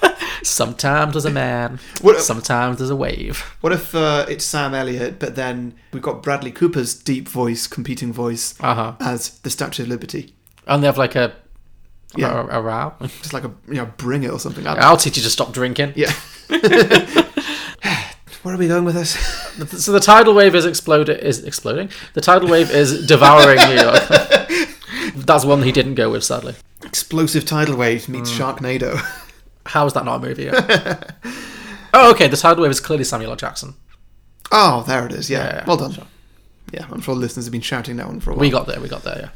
[SPEAKER 2] Like- sometimes there's a man.
[SPEAKER 1] What- uh,
[SPEAKER 2] sometimes there's a wave.
[SPEAKER 1] What if uh, it's Sam Elliott, but then we've got Bradley Cooper's deep voice, competing voice
[SPEAKER 2] Uh-huh.
[SPEAKER 1] as the Statue of Liberty?
[SPEAKER 2] And they have like a.
[SPEAKER 1] Yeah.
[SPEAKER 2] A, a row.
[SPEAKER 1] Just like a you know, bring it or something. I don't
[SPEAKER 2] I'll teach you to stop drinking.
[SPEAKER 1] Yeah. Where are we going with this?
[SPEAKER 2] So the tidal wave is exploding. Is exploding. The tidal wave is devouring New York. That's one he didn't go with, sadly.
[SPEAKER 1] Explosive tidal wave meets Sharknado.
[SPEAKER 2] How is that not a movie? yet? oh, okay. The tidal wave is clearly Samuel L. Jackson.
[SPEAKER 1] Oh, there it is. Yeah,
[SPEAKER 2] Yeah, yeah,
[SPEAKER 1] well done.
[SPEAKER 2] sure.
[SPEAKER 1] Yeah, I'm sure listeners have been shouting that one for a while.
[SPEAKER 2] We got there. We got there. Yeah.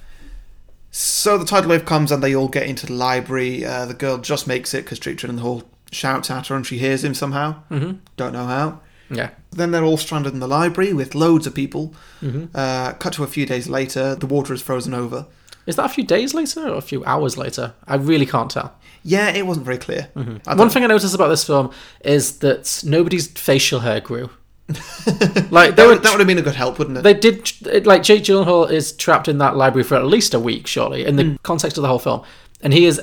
[SPEAKER 1] so the tidal wave comes and they all get into the library. Uh, the girl just makes it because Treacher in the hall shouts at her and she hears him somehow. Mm-hmm. Don't know how.
[SPEAKER 2] Yeah.
[SPEAKER 1] Then they're all stranded in the library with loads of people.
[SPEAKER 2] Mm-hmm.
[SPEAKER 1] Uh, cut to a few days later, the water is frozen over.
[SPEAKER 2] Is that a few days later or a few hours later? I really can't tell.
[SPEAKER 1] Yeah, it wasn't very clear. Mm-hmm.
[SPEAKER 2] One thing I noticed about this film is that nobody's facial hair grew. like they
[SPEAKER 1] That
[SPEAKER 2] were,
[SPEAKER 1] would, that would have been a good help, wouldn't it?
[SPEAKER 2] they did it- like Jake Gyllenhaal is trapped in that library for at least a week, surely, in the
[SPEAKER 1] Mm.
[SPEAKER 2] context of the whole film. And he is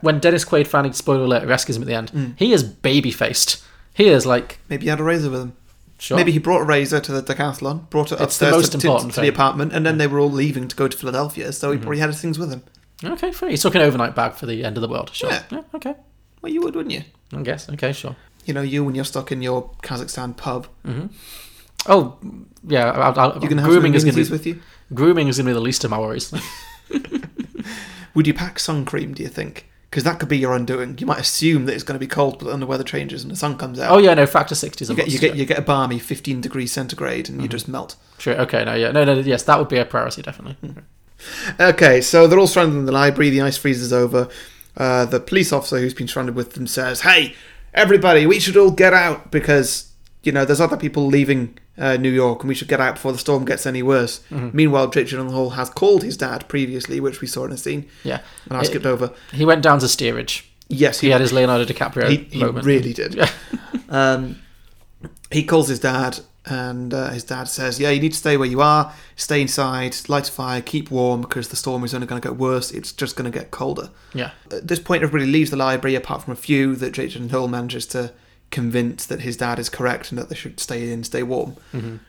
[SPEAKER 2] when Dennis Quaid finally spoiler alert rescues him at the end.
[SPEAKER 1] Mm.
[SPEAKER 2] He is baby faced. He is like
[SPEAKER 1] Maybe he had a razor with him.
[SPEAKER 2] sure.
[SPEAKER 1] Maybe he brought a razor to the decathlon, brought it
[SPEAKER 2] It's the
[SPEAKER 1] upstairs
[SPEAKER 2] most
[SPEAKER 1] to, to-
[SPEAKER 2] important
[SPEAKER 1] to the
[SPEAKER 2] thing. Mm-hmm.
[SPEAKER 1] apartment, and then they were all leaving to go to Philadelphia, so he probably had his things with him.
[SPEAKER 2] okay. Fair. He took an overnight bag for the end of the world. Sure.
[SPEAKER 1] Yeah.
[SPEAKER 2] Yeah. okay.
[SPEAKER 1] Well, you would, wouldn't you?
[SPEAKER 2] I guess. Okay. Sure.
[SPEAKER 1] You know, you when you're stuck in your Kazakhstan pub,
[SPEAKER 2] Oh yeah. I, I,
[SPEAKER 1] you're gonna have
[SPEAKER 2] Mm. grooming is
[SPEAKER 1] some
[SPEAKER 2] going to
[SPEAKER 1] Yeezys
[SPEAKER 2] be
[SPEAKER 1] with you.
[SPEAKER 2] grooming is going to be the least of my worries.
[SPEAKER 1] Would you pack sun cream? Do you think? Because that could be your undoing. You might assume that it's going to be cold, but then the weather changes and the sun comes out.
[SPEAKER 2] oh yeah. No. Factor sixties.
[SPEAKER 1] you get you get you get a balmy 15 degrees centigrade, and you just melt.
[SPEAKER 2] Sure. Okay. No. Yeah. No. No. Yes. That would be a priority. Definitely.
[SPEAKER 1] Hmm. Okay, so they're all stranded in the library. The ice freezes over. Uh, the police officer who's been stranded with them says, "Hey, everybody, we should all get out because you know there's other people leaving uh, New York, and we should get out before the storm gets any worse."
[SPEAKER 2] Mm-hmm.
[SPEAKER 1] Meanwhile, Jake Gyllenhaal has called his dad previously, which we saw in a scene.
[SPEAKER 2] Yeah.
[SPEAKER 1] and I
[SPEAKER 2] It-
[SPEAKER 1] skipped over.
[SPEAKER 2] He went down to steerage.
[SPEAKER 1] Yes,
[SPEAKER 2] He had his Leonardo DiCaprio
[SPEAKER 1] he, he
[SPEAKER 2] moment.
[SPEAKER 1] really did. um, he calls his dad, and uh, his dad says, "Yeah, you need to stay where you are. Stay inside, light a fire, keep warm because the storm is only going to get worse. It's just going to get colder."
[SPEAKER 2] Yeah.
[SPEAKER 1] At this point, everybody leaves the library apart from a few that Jake and Hill manages to convinced that his dad is correct and that they should stay in, stay warm,
[SPEAKER 2] Mhm.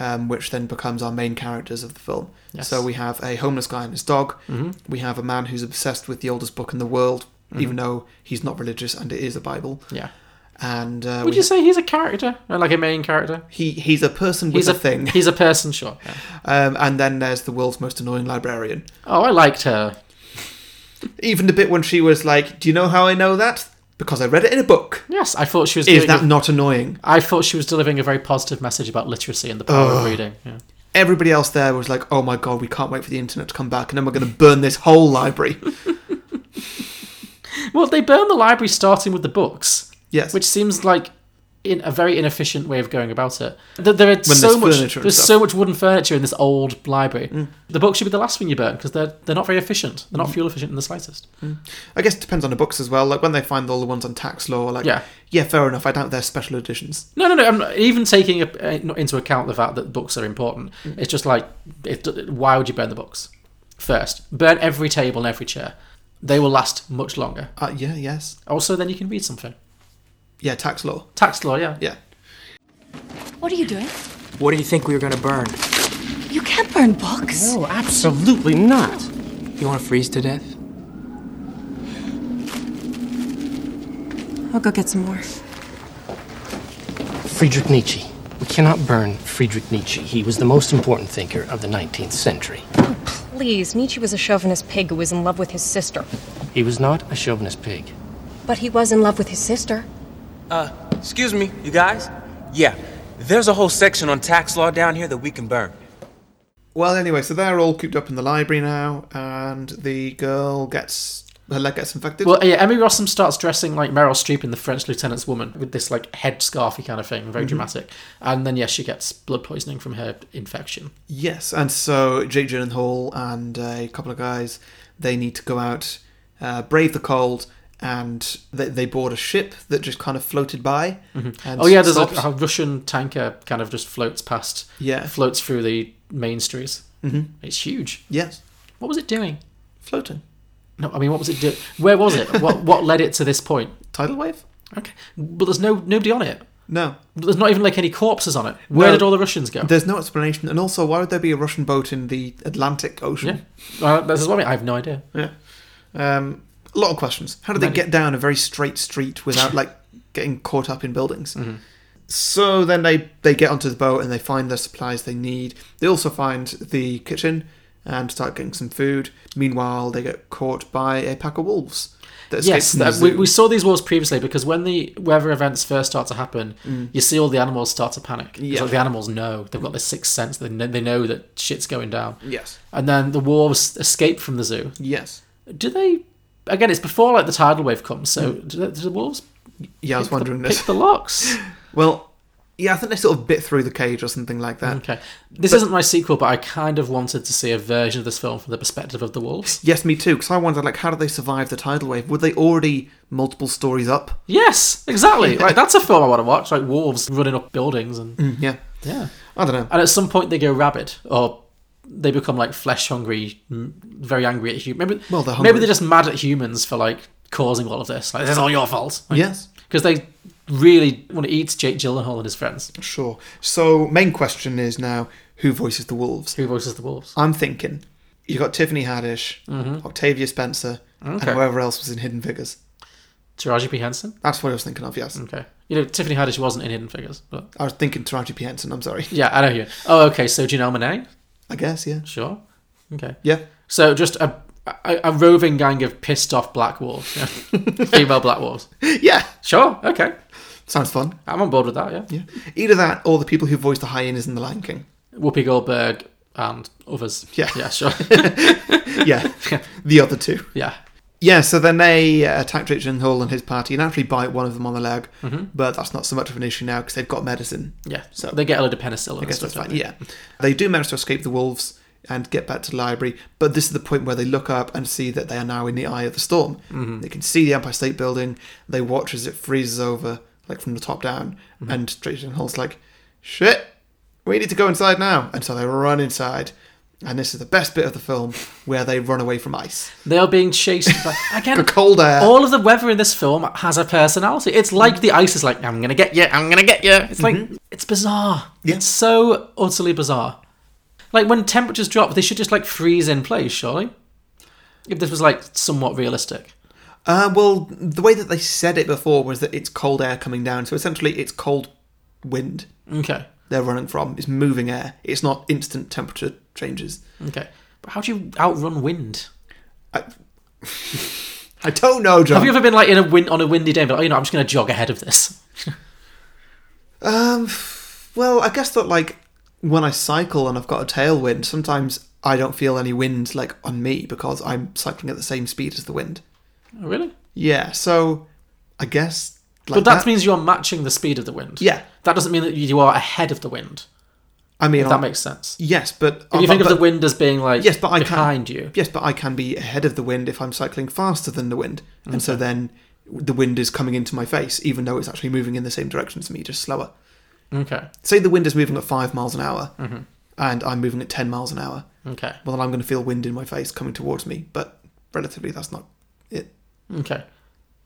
[SPEAKER 1] um, which then becomes our main characters of the film.
[SPEAKER 2] Yes.
[SPEAKER 1] So we have a homeless guy and his dog.
[SPEAKER 2] Mhm.
[SPEAKER 1] We have a man who's obsessed with the oldest book in the world, even
[SPEAKER 2] Mhm.
[SPEAKER 1] though he's not religious and it is a Bible.
[SPEAKER 2] Yeah.
[SPEAKER 1] And uh,
[SPEAKER 2] Would
[SPEAKER 1] we-
[SPEAKER 2] you say he's a character, or like a main character?
[SPEAKER 1] he he's a person with
[SPEAKER 2] He's
[SPEAKER 1] a,
[SPEAKER 2] a
[SPEAKER 1] thing?
[SPEAKER 2] He's a person, sure. yeah.
[SPEAKER 1] Um, and then there's the world's most annoying librarian.
[SPEAKER 2] Oh, I liked her.
[SPEAKER 1] Even the bit when she was like, "Do you know how I know that? Because I read it in a book."
[SPEAKER 2] Yes, I thought she was.
[SPEAKER 1] Is
[SPEAKER 2] Doing
[SPEAKER 1] that
[SPEAKER 2] a-
[SPEAKER 1] not annoying?
[SPEAKER 2] I thought she was delivering a very positive message about literacy and the power of
[SPEAKER 1] Ugh.
[SPEAKER 2] reading. Yeah.
[SPEAKER 1] Everybody else there was like, "Oh my god, we can't wait for the internet to come back, and then we're going to burn this whole library."
[SPEAKER 2] Well, they burn the library starting with the books,
[SPEAKER 1] Yes,
[SPEAKER 2] which seems like in a very inefficient way of going about it. There, there are so
[SPEAKER 1] there's
[SPEAKER 2] much
[SPEAKER 1] furniture and
[SPEAKER 2] there's
[SPEAKER 1] stuff. Mm.
[SPEAKER 2] so much wooden furniture in this old library. The books should be the last thing you burn because they're they're not very efficient. They're not
[SPEAKER 1] Mm-hmm.
[SPEAKER 2] fuel efficient in the slightest.
[SPEAKER 1] I guess it depends on the books as well. Like when they find all the ones on tax law, like
[SPEAKER 2] Yeah.
[SPEAKER 1] yeah, fair enough. I doubt they're special editions.
[SPEAKER 2] No, no, no. I'm not, even taking a, uh, not into account the fact that books are important,
[SPEAKER 1] Mm-hmm.
[SPEAKER 2] it's just like, it, why would you burn the books first? Burn every table and every chair. They will last much longer.
[SPEAKER 1] Uh, yeah, yes,
[SPEAKER 2] Also, then you can read something.
[SPEAKER 1] yeah, tax law.
[SPEAKER 2] Tax law, yeah.
[SPEAKER 1] Yeah,
[SPEAKER 11] What are you doing?
[SPEAKER 6] What do you think we were gonna burn?
[SPEAKER 11] You can't burn books.
[SPEAKER 6] No, absolutely not. You wanna freeze to death?
[SPEAKER 11] I'll go get some more.
[SPEAKER 12] Friedrich Nietzsche. We cannot burn Friedrich Nietzsche. He was the most important thinker of the 19th century.
[SPEAKER 11] Please, Nietzsche was a chauvinist pig who was in love with his sister.
[SPEAKER 12] He was not a chauvinist pig.
[SPEAKER 11] But he was in love with his sister.
[SPEAKER 13] Excuse me, you guys? Yeah, there's a whole section on tax law down here that we can burn.
[SPEAKER 1] Well, anyway, so they're all cooped up in the library now, and the girl gets her leg gets infected.
[SPEAKER 2] Well, uh, yeah, Emmy Rossum starts dressing like Meryl Streep in The French Lieutenant's Woman with this like head scarfy kind of thing, very
[SPEAKER 1] Mhm.
[SPEAKER 2] dramatic. And then, yes, she gets blood poisoning from her infection.
[SPEAKER 1] Yes, and so Jake Gyllenhaal and a couple of guys, they need to go out, uh, brave the cold, and they, they board a ship that just kind of floated by. and
[SPEAKER 2] oh, yeah, there's a,
[SPEAKER 1] stops.
[SPEAKER 2] a Russian tanker kind of just floats past,
[SPEAKER 1] Yeah.
[SPEAKER 2] floats through the main streets.
[SPEAKER 1] Mhm.
[SPEAKER 2] It's huge.
[SPEAKER 1] Yes,
[SPEAKER 2] What was it doing?
[SPEAKER 1] floating.
[SPEAKER 2] No, I mean, what was it? Do- Where was it? What what led it to this point?
[SPEAKER 1] Tidal wave?
[SPEAKER 2] Okay, but there's no nobody on it.
[SPEAKER 1] No.
[SPEAKER 2] There's not even like any corpses on it. Where
[SPEAKER 1] No.
[SPEAKER 2] did all the Russians go?
[SPEAKER 1] There's no explanation, and also, why would there be a Russian boat in the Atlantic
[SPEAKER 2] yeah,
[SPEAKER 1] Ocean?
[SPEAKER 2] uh, this is what I mean. I have no idea.
[SPEAKER 1] Yeah. Um, a lot of questions. How did they
[SPEAKER 2] Many.
[SPEAKER 1] get down a very straight street without like getting caught up in buildings?
[SPEAKER 2] Mm-hmm.
[SPEAKER 1] So then they they get onto the boat and they find the supplies they need. They also find the kitchen and start getting some food. Meanwhile, they get caught by a pack of wolves. That escape
[SPEAKER 2] Yes,
[SPEAKER 1] from the
[SPEAKER 2] that, we,
[SPEAKER 1] zoo.
[SPEAKER 2] we saw these wars previously because when the weather events first start to happen,
[SPEAKER 1] Mm.
[SPEAKER 2] you see all the animals start to panic. It's
[SPEAKER 1] Yeah.
[SPEAKER 2] like the animals know they've got this sixth sense. They know, they know that shit's going down.
[SPEAKER 1] Yes.
[SPEAKER 2] And then the wolves escape from the zoo.
[SPEAKER 1] Yes.
[SPEAKER 2] Do they? Again, it's before like the tidal wave comes. So do, the, do the wolves
[SPEAKER 1] Yeah, Mm. I was wondering
[SPEAKER 2] pick
[SPEAKER 1] this.
[SPEAKER 2] the locks?
[SPEAKER 1] Well, yeah, I think they sort of bit through the cage or something like that.
[SPEAKER 2] Okay. This
[SPEAKER 1] But-
[SPEAKER 2] isn't my sequel, but I kind of wanted to see a version of this film from the perspective of the wolves.
[SPEAKER 1] Yes, me too. Because I wondered, like, how did they survive the tidal wave? Were they already multiple stories up?
[SPEAKER 2] Yes, exactly. Like that's a film I want to watch. Like wolves running up buildings and
[SPEAKER 1] Mm, yeah,
[SPEAKER 2] yeah.
[SPEAKER 1] I don't know.
[SPEAKER 2] And at some point they go rabid or they become like flesh hungry, m- very angry at humans. Maybe
[SPEAKER 1] Well, they're hungry.
[SPEAKER 2] maybe they're just mad at humans for like causing all of this. Like this is all your fault. Like,
[SPEAKER 1] Yes.
[SPEAKER 2] Because they really want to eat Jake Gyllenhaal and his friends.
[SPEAKER 1] Sure. So, main question is now who voices the wolves?
[SPEAKER 2] Who voices the wolves?
[SPEAKER 1] I'm thinking you got Tiffany Haddish, Octavia Spencer,
[SPEAKER 2] Okay.
[SPEAKER 1] and whoever else was in Hidden Figures.
[SPEAKER 2] Taraji P Henson.
[SPEAKER 1] That's what I was thinking of, yes.
[SPEAKER 2] Okay. You know Tiffany Haddish wasn't in Hidden Figures, but
[SPEAKER 1] I was thinking Taraji P. Henson, I'm sorry.
[SPEAKER 2] yeah, I know you. Oh, okay. So Janelle Monae.
[SPEAKER 1] I guess, yeah.
[SPEAKER 2] Sure. Okay.
[SPEAKER 1] Yeah.
[SPEAKER 2] So just a, a a roving gang of pissed off black wolves, yeah. female black wolves.
[SPEAKER 1] Yeah.
[SPEAKER 2] Sure. Okay.
[SPEAKER 1] Sounds fun.
[SPEAKER 2] I'm on board with that. Yeah.
[SPEAKER 1] Yeah. Either that or the people who voiced the hyenas in The Lion King.
[SPEAKER 2] Whoopi Goldberg and others.
[SPEAKER 1] Yeah.
[SPEAKER 2] Yeah. Sure.
[SPEAKER 1] Yeah. the other two.
[SPEAKER 2] yeah.
[SPEAKER 1] Yeah, so then they uh, attack Jake Hall and his party and actually bite one of them on the leg, but that's not so much of an issue now because they've got medicine.
[SPEAKER 2] Yeah.
[SPEAKER 1] So-
[SPEAKER 2] So they get a load of penicillin.
[SPEAKER 1] I
[SPEAKER 2] and
[SPEAKER 1] guess
[SPEAKER 2] stuff,
[SPEAKER 1] that's fine.
[SPEAKER 2] don't they?
[SPEAKER 1] Yeah, they do manage to escape the wolves and get back to the library. But this is the point where they look up and see that they are now in the eye of the storm. They can see the Empire State Building. They watch as it freezes over, like from the top down. And Straight and Hall's like, "Shit, we need to go inside now." And so they run inside, and this is the best bit of the film where they run away from ice.
[SPEAKER 2] They are being chased by again
[SPEAKER 1] cold air.
[SPEAKER 2] All of the weather in this film has a personality. It's like the ice is like, I'm gonna get you, I'm gonna get you. It's like
[SPEAKER 1] Mm-hmm.
[SPEAKER 2] it's bizarre. It's so utterly bizarre. Like when temperatures drop, they should just like freeze in place, surely. If this was like somewhat realistic.
[SPEAKER 1] Uh, well, the way that they said it before was that it's cold air coming down. So essentially, it's cold wind.
[SPEAKER 2] Okay.
[SPEAKER 1] They're running from. It's moving air. It's not instant temperature changes.
[SPEAKER 2] Okay. But how do you outrun wind?
[SPEAKER 1] I don't know, John.
[SPEAKER 2] Have you ever been like in a wind on a windy day and be like, oh you know, I'm just gonna jog ahead of this?
[SPEAKER 1] Um, well, I guess that like when I cycle and I've got a tailwind, sometimes I don't feel any wind like on me because I'm cycling at the same speed as the wind.
[SPEAKER 2] Oh, really?
[SPEAKER 1] Yeah, so I guess. Like
[SPEAKER 2] but that,
[SPEAKER 1] that
[SPEAKER 2] means you're matching the speed of the wind.
[SPEAKER 1] Yeah.
[SPEAKER 2] That doesn't mean that you are ahead of the wind.
[SPEAKER 1] I mean,
[SPEAKER 2] If that
[SPEAKER 1] I-
[SPEAKER 2] makes sense.
[SPEAKER 1] Yes, but
[SPEAKER 2] If you think
[SPEAKER 1] but-
[SPEAKER 2] of the wind as being like
[SPEAKER 1] yes, but I
[SPEAKER 2] behind
[SPEAKER 1] can,
[SPEAKER 2] you.
[SPEAKER 1] Yes, but I can be ahead of the wind if I'm cycling faster than the wind, and so
[SPEAKER 2] Okay.
[SPEAKER 1] then the wind is coming into my face, even though it's actually moving in the same direction as me, just slower.
[SPEAKER 2] Okay.
[SPEAKER 1] Say the wind is moving at five miles an hour,
[SPEAKER 2] Mhm.
[SPEAKER 1] and I'm moving at ten miles an hour.
[SPEAKER 2] Okay.
[SPEAKER 1] Well, then I'm going to feel wind in my face coming towards me, but relatively, that's not it.
[SPEAKER 2] Okay.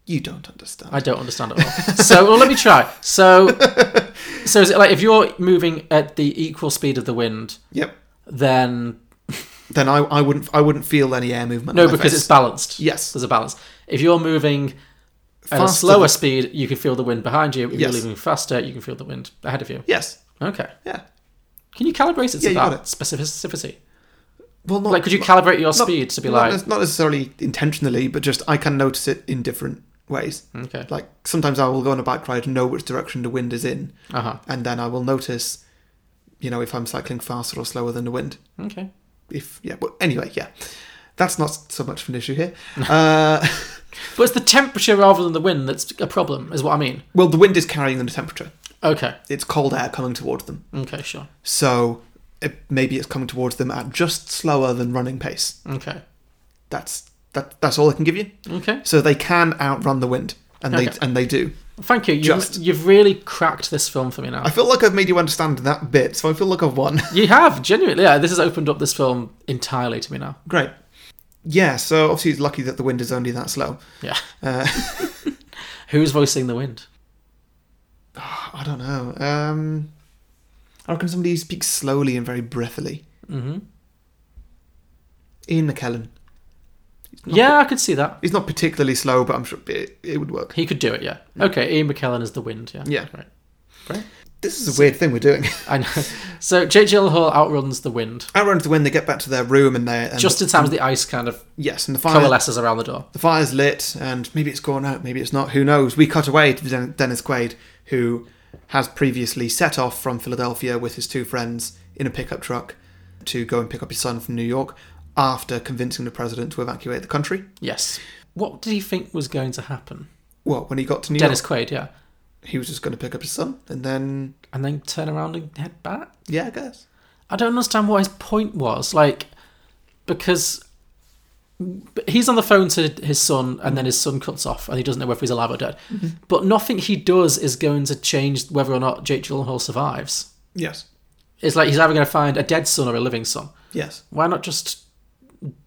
[SPEAKER 1] You don't understand.
[SPEAKER 2] I don't understand at all. so well, let me try. So, so is it like if you're moving at the equal speed of the wind?
[SPEAKER 1] Yep.
[SPEAKER 2] Then
[SPEAKER 1] Then I, I wouldn't I wouldn't feel any air movement.
[SPEAKER 2] no,
[SPEAKER 1] on my
[SPEAKER 2] because
[SPEAKER 1] face.
[SPEAKER 2] it's balanced.
[SPEAKER 1] Yes.
[SPEAKER 2] there's a balance. If you're moving at a
[SPEAKER 1] Faster
[SPEAKER 2] slower
[SPEAKER 1] than-
[SPEAKER 2] speed, you can feel the wind behind you. If
[SPEAKER 1] Yes.
[SPEAKER 2] you're moving faster, you can feel the wind ahead of you.
[SPEAKER 1] Yes.
[SPEAKER 2] Okay.
[SPEAKER 1] Yeah.
[SPEAKER 2] Can you calibrate it
[SPEAKER 1] Yeah,
[SPEAKER 2] to
[SPEAKER 1] you got
[SPEAKER 2] that specificity?
[SPEAKER 1] Well, not
[SPEAKER 2] Like, could you
[SPEAKER 1] not-
[SPEAKER 2] calibrate your
[SPEAKER 1] not-
[SPEAKER 2] speed to be
[SPEAKER 1] not
[SPEAKER 2] like-
[SPEAKER 1] nec- not necessarily intentionally, but just I can notice it in different ways.
[SPEAKER 2] Okay.
[SPEAKER 1] Like sometimes I will go on a bike ride and know which direction the wind is in,
[SPEAKER 2] Uh-huh.
[SPEAKER 1] and then I will notice, you know, if I'm cycling faster or slower than the wind.
[SPEAKER 2] Okay.
[SPEAKER 1] If yeah, but anyway, yeah, that's not so much of an issue here. uh,
[SPEAKER 2] But it's the temperature rather than the wind that's a problem, is what I mean.
[SPEAKER 1] well, the wind is carrying the temperature.
[SPEAKER 2] Okay.
[SPEAKER 1] It's cold air coming towards them,
[SPEAKER 2] Okay, sure.
[SPEAKER 1] so it, maybe it's coming towards them at just slower than running pace.
[SPEAKER 2] Okay.
[SPEAKER 1] That's that. That's all I can give you.
[SPEAKER 2] Okay.
[SPEAKER 1] So they can outrun the wind, and they
[SPEAKER 2] Okay.
[SPEAKER 1] and they do.
[SPEAKER 2] Thank you. You've,
[SPEAKER 1] Just-
[SPEAKER 2] you've really cracked this film for me now.
[SPEAKER 1] I feel like I've made you understand that bit, so I feel like I've won.
[SPEAKER 2] you have, genuinely. Yeah, this has opened up this film entirely to me now.
[SPEAKER 1] Great. Yeah. So obviously, it's lucky that the wind is only that slow.
[SPEAKER 2] Yeah.
[SPEAKER 1] Uh,
[SPEAKER 2] Who's voicing the wind?
[SPEAKER 1] I don't know. Um, I reckon somebody who speaks slowly and very breathily.
[SPEAKER 2] Mhm.
[SPEAKER 1] Ian McKellen. He's not-
[SPEAKER 2] Yeah, I could see that.
[SPEAKER 1] He's not particularly slow, but I'm sure it, it would work.
[SPEAKER 2] He could do it, yeah. Okay, Ian McKellen is the wind, yeah.
[SPEAKER 1] Yeah.
[SPEAKER 2] Right.
[SPEAKER 1] This is a weird thing we're doing.
[SPEAKER 2] I know. So Jake Gyllenhaal outruns the wind.
[SPEAKER 1] Outruns the wind. They get back to their room and they and
[SPEAKER 2] Just in time as the ice kind of
[SPEAKER 1] yes, and the fire
[SPEAKER 2] coalesces around the door.
[SPEAKER 1] The fire's lit, and maybe it's gone out, maybe it's not. Who knows? We cut away to Den- Dennis Quaid, who has previously set off from Philadelphia with his two friends in a pickup truck to go and pick up his son from New York after convincing the president to evacuate the country.
[SPEAKER 2] Yes. What did he think was going to happen?
[SPEAKER 1] What, when he got to New
[SPEAKER 2] Dennis
[SPEAKER 1] York,
[SPEAKER 2] Quaid, yeah.
[SPEAKER 1] he was just going to pick up his son, and then,
[SPEAKER 2] And then turn around and head back?
[SPEAKER 1] yeah, I guess.
[SPEAKER 2] I don't understand what his point was. Like, because he's on the phone to his son, and then his son cuts off, and he doesn't know whether he's alive or dead. But nothing he does is going to change whether or not Jake Gyllenhaal survives.
[SPEAKER 1] Yes.
[SPEAKER 2] It's like he's either going to find a dead son or a living son.
[SPEAKER 1] Yes.
[SPEAKER 2] Why not just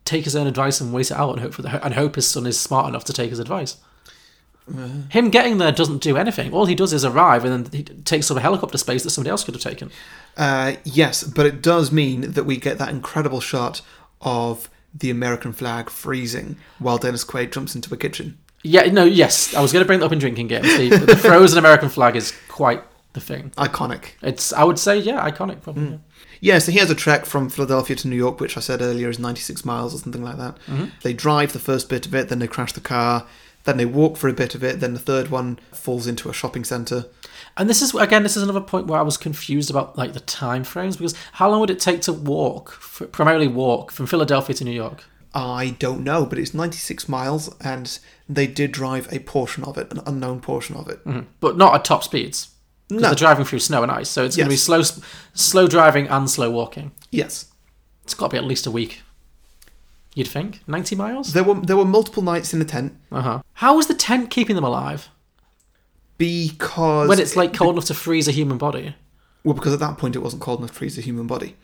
[SPEAKER 2] take his own advice and wait it out and hope for the, and hope his son is smart enough to take his advice? Him getting there doesn't do anything. All he does is arrive, and then he takes up a helicopter space that somebody else could have taken.
[SPEAKER 1] Uh, yes, but it does mean that we get that incredible shot of the American flag freezing while Dennis Quaid jumps into a kitchen.
[SPEAKER 2] Yeah, no, yes. I was going to bring that up in drinking games. The, the frozen American flag is quite the thing.
[SPEAKER 1] Iconic.
[SPEAKER 2] It's, I would say, yeah, iconic, probably.
[SPEAKER 1] Yeah, so he has a trek from Philadelphia to New York, which I said earlier is 96 miles or something like that.
[SPEAKER 2] Mhm.
[SPEAKER 1] They drive the first bit of it, then they crash the car, then they walk for a bit of it, then the third one falls into a shopping centre.
[SPEAKER 2] And this is again, this is another point where I was confused about like the time frames because how long would it take to walk, f primarily walk from Philadelphia to New York?
[SPEAKER 1] I don't know, but it's 96 miles, and they did drive a portion of it, an unknown portion of it.
[SPEAKER 2] Mhm. but not at top speeds. 'Cause
[SPEAKER 1] No.
[SPEAKER 2] they're driving through snow and ice, so it's going to be
[SPEAKER 1] Yes.
[SPEAKER 2] slow, s- slow driving and slow walking.
[SPEAKER 1] Yes.
[SPEAKER 2] It's got to be at least a week. You'd think ninety miles.
[SPEAKER 1] There were, there were multiple nights in the tent
[SPEAKER 2] Uh huh. How was the tent keeping them alive
[SPEAKER 1] because.
[SPEAKER 2] when it's like cold enough to freeze a human body?
[SPEAKER 1] Well, because at that point it wasn't cold enough to freeze a human body.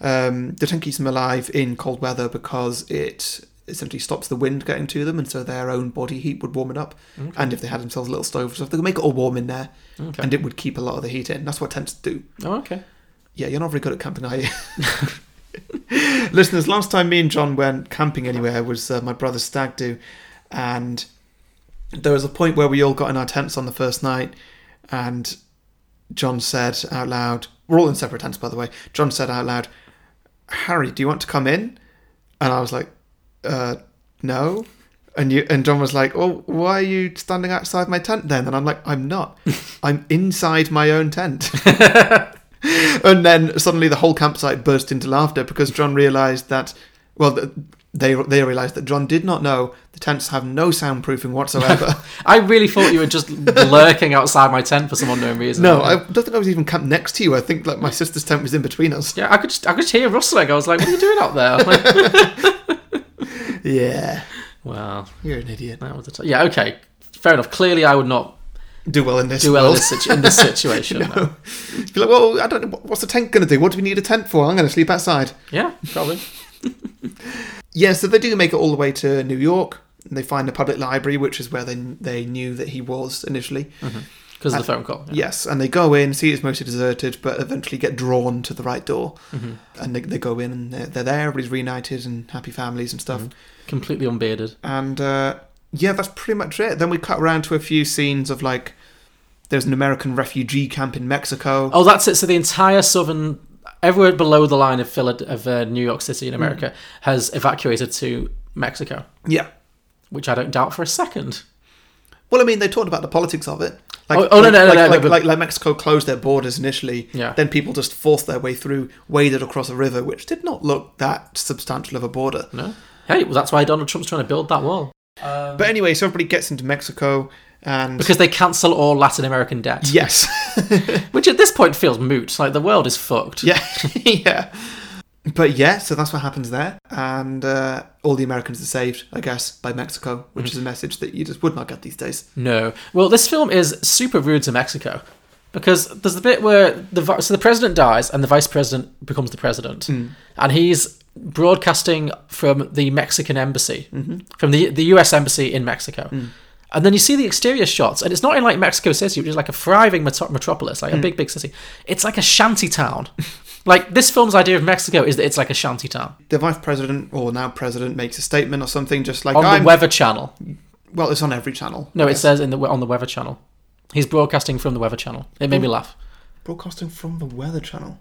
[SPEAKER 1] Um, the tank keeps them alive in cold weather because it essentially stops the wind getting to them, and so their own body heat would warm it up.
[SPEAKER 2] Okay.
[SPEAKER 1] And if they had themselves a little stove or stuff, they could make it all warm in there,
[SPEAKER 2] Okay.
[SPEAKER 1] and it would keep a lot of the heat in. That's what tents do.
[SPEAKER 2] Oh, okay.
[SPEAKER 1] Yeah, you're not very good at camping, are you? Listeners, last time me and John went camping anywhere was uh, my brother's stag do, and there was a point where we all got in our tents on the first night, and John said out loud, "We're all in separate tents, by the way." John said out loud, "Harry, do you want to come in?" And I was like, "Uh, no." And you and John was like, "Oh, why are you standing outside my tent then?" And I'm like, "I'm not. I'm inside my own tent." and then suddenly the whole campsite burst into laughter because John realised that, well, th- they they realised that John did not know the tents have no soundproofing whatsoever.
[SPEAKER 2] I really thought you were just lurking outside my tent for some unknown reason.
[SPEAKER 1] no, I don't think I was even camped next to you. I think like my sister's tent was in between us.
[SPEAKER 2] Yeah, I could just, I could just hear rustling. I was like, "What are you doing out there?"
[SPEAKER 1] Yeah.
[SPEAKER 2] Well,
[SPEAKER 1] You're an idiot.
[SPEAKER 2] That was a t- yeah. Okay, fair enough. Clearly, I would not
[SPEAKER 1] do well in this
[SPEAKER 2] do well in
[SPEAKER 1] world.
[SPEAKER 2] this, situ- in this situation.
[SPEAKER 1] No.
[SPEAKER 2] no.
[SPEAKER 1] Be like, well, I don't know what's the tent going to do. What do we need a tent for? I'm going to sleep outside.
[SPEAKER 2] Yeah, probably.
[SPEAKER 1] Yeah, so they do make it all the way to New York. And they find the public library, which is where they they knew that he was initially,
[SPEAKER 2] 'Cause of the
[SPEAKER 1] And-
[SPEAKER 2] phone call, yeah.
[SPEAKER 1] Yes, and they go in, see it's mostly deserted, but eventually get drawn to the right door,
[SPEAKER 2] Mhm.
[SPEAKER 1] and they, they go in and they're, they're there. Everybody's reunited and happy families and stuff.
[SPEAKER 2] Mm-hmm. Completely unbearded.
[SPEAKER 1] And uh, yeah, that's pretty much it. Then we cut around to a few scenes of like there's an American refugee camp in Mexico.
[SPEAKER 2] Oh, that's it. So the entire southern, everywhere below the line of Philad- of uh, New York City in America has evacuated to Mexico.
[SPEAKER 1] Yeah.
[SPEAKER 2] which I don't doubt for a second.
[SPEAKER 1] Well, I mean, they talked about the politics of it.
[SPEAKER 2] Oh, oh, no,
[SPEAKER 1] like,
[SPEAKER 2] no, no,
[SPEAKER 1] like,
[SPEAKER 2] no,
[SPEAKER 1] like,
[SPEAKER 2] but-
[SPEAKER 1] like, like Mexico closed their borders initially.
[SPEAKER 2] Yeah.
[SPEAKER 1] Then people just forced their way through, waded across a river, which did not look that substantial of a border.
[SPEAKER 2] No. Hey, well, that's why Donald Trump's trying to build that wall
[SPEAKER 1] but anyway, so everybody gets into Mexico, and
[SPEAKER 2] because they cancel all Latin American debt.
[SPEAKER 1] Yes,
[SPEAKER 2] which at this point feels moot. Like the world is fucked.
[SPEAKER 1] Yeah, yeah. But yeah, so that's what happens there, and uh, all the Americans are saved, I guess, by Mexico, which is a message that you just would not get these days.
[SPEAKER 2] No. Well, this film is super rude to Mexico because there's the bit where the vi- so the president dies and the vice president becomes the president, and he's broadcasting from the Mexican embassy,
[SPEAKER 3] Mhm.
[SPEAKER 2] from the the U.S. embassy in Mexico. And then you see the exterior shots, and it's not in like Mexico City, which is like a thriving meto- metropolis, like a
[SPEAKER 3] Mm.
[SPEAKER 2] big, big city. It's like a shanty town. like this film's idea of Mexico is that it's like a shanty town
[SPEAKER 1] The vice president, or now president, makes a statement or something, just like
[SPEAKER 2] on
[SPEAKER 1] I'm.
[SPEAKER 2] the Weather Channel.
[SPEAKER 1] well, it's on every channel. I
[SPEAKER 2] No, it
[SPEAKER 1] guess.
[SPEAKER 2] says in the on the Weather Channel. He's broadcasting from the Weather Channel. It made me laugh.
[SPEAKER 1] broadcasting from the Weather Channel.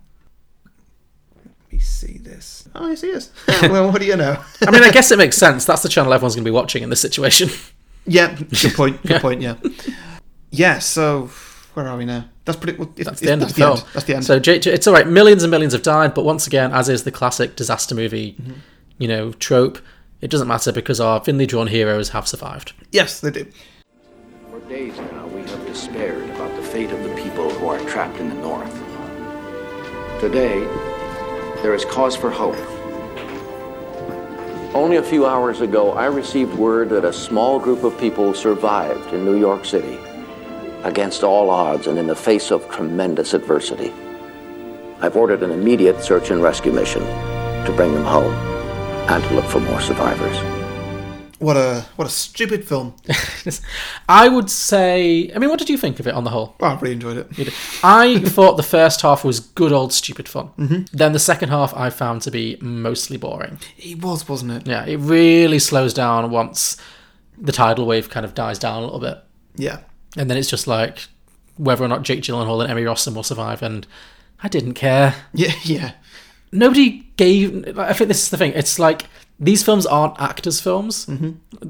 [SPEAKER 1] Let me see this. Oh, I see it. well, what do you know?
[SPEAKER 2] I mean, I guess it makes sense. That's the channel everyone's going to be watching in this situation.
[SPEAKER 1] Yeah, good point. Good point. Yeah. Yeah. So where are we now? That's pretty. Well, it's,
[SPEAKER 2] That's the end
[SPEAKER 1] that's
[SPEAKER 2] of the film.
[SPEAKER 1] That's the end.
[SPEAKER 2] So J- J- it's all right. Millions and millions have died, but once again, as is the classic disaster movie, you know, trope, it doesn't matter because our thinly drawn heroes have survived.
[SPEAKER 1] yes, they do.
[SPEAKER 14] For days now, we have despaired about the fate of the people who are trapped in the North. Today, there is cause for hope.
[SPEAKER 15] Only a few hours ago, I received word that a small group of people survived in New York City against all odds and in the face of tremendous adversity. I've ordered an immediate search and rescue mission to bring them home and to look for more survivors.
[SPEAKER 1] What a what a stupid film.
[SPEAKER 2] I would say. I mean, what did you think of it on the whole?
[SPEAKER 1] Well, I really enjoyed it.
[SPEAKER 2] I thought the first half was good old stupid fun.
[SPEAKER 1] Mhm.
[SPEAKER 2] Then the second half I found to be mostly boring.
[SPEAKER 1] It was, wasn't it?
[SPEAKER 2] Yeah, it really slows down once the tidal wave kind of dies down a little bit.
[SPEAKER 1] Yeah.
[SPEAKER 2] And then it's just like whether or not Jake Gyllenhaal and Emmy Rossum will survive, and I didn't care.
[SPEAKER 1] Yeah, yeah.
[SPEAKER 2] Nobody gave. I think this is the thing. It's like these films aren't actors' films,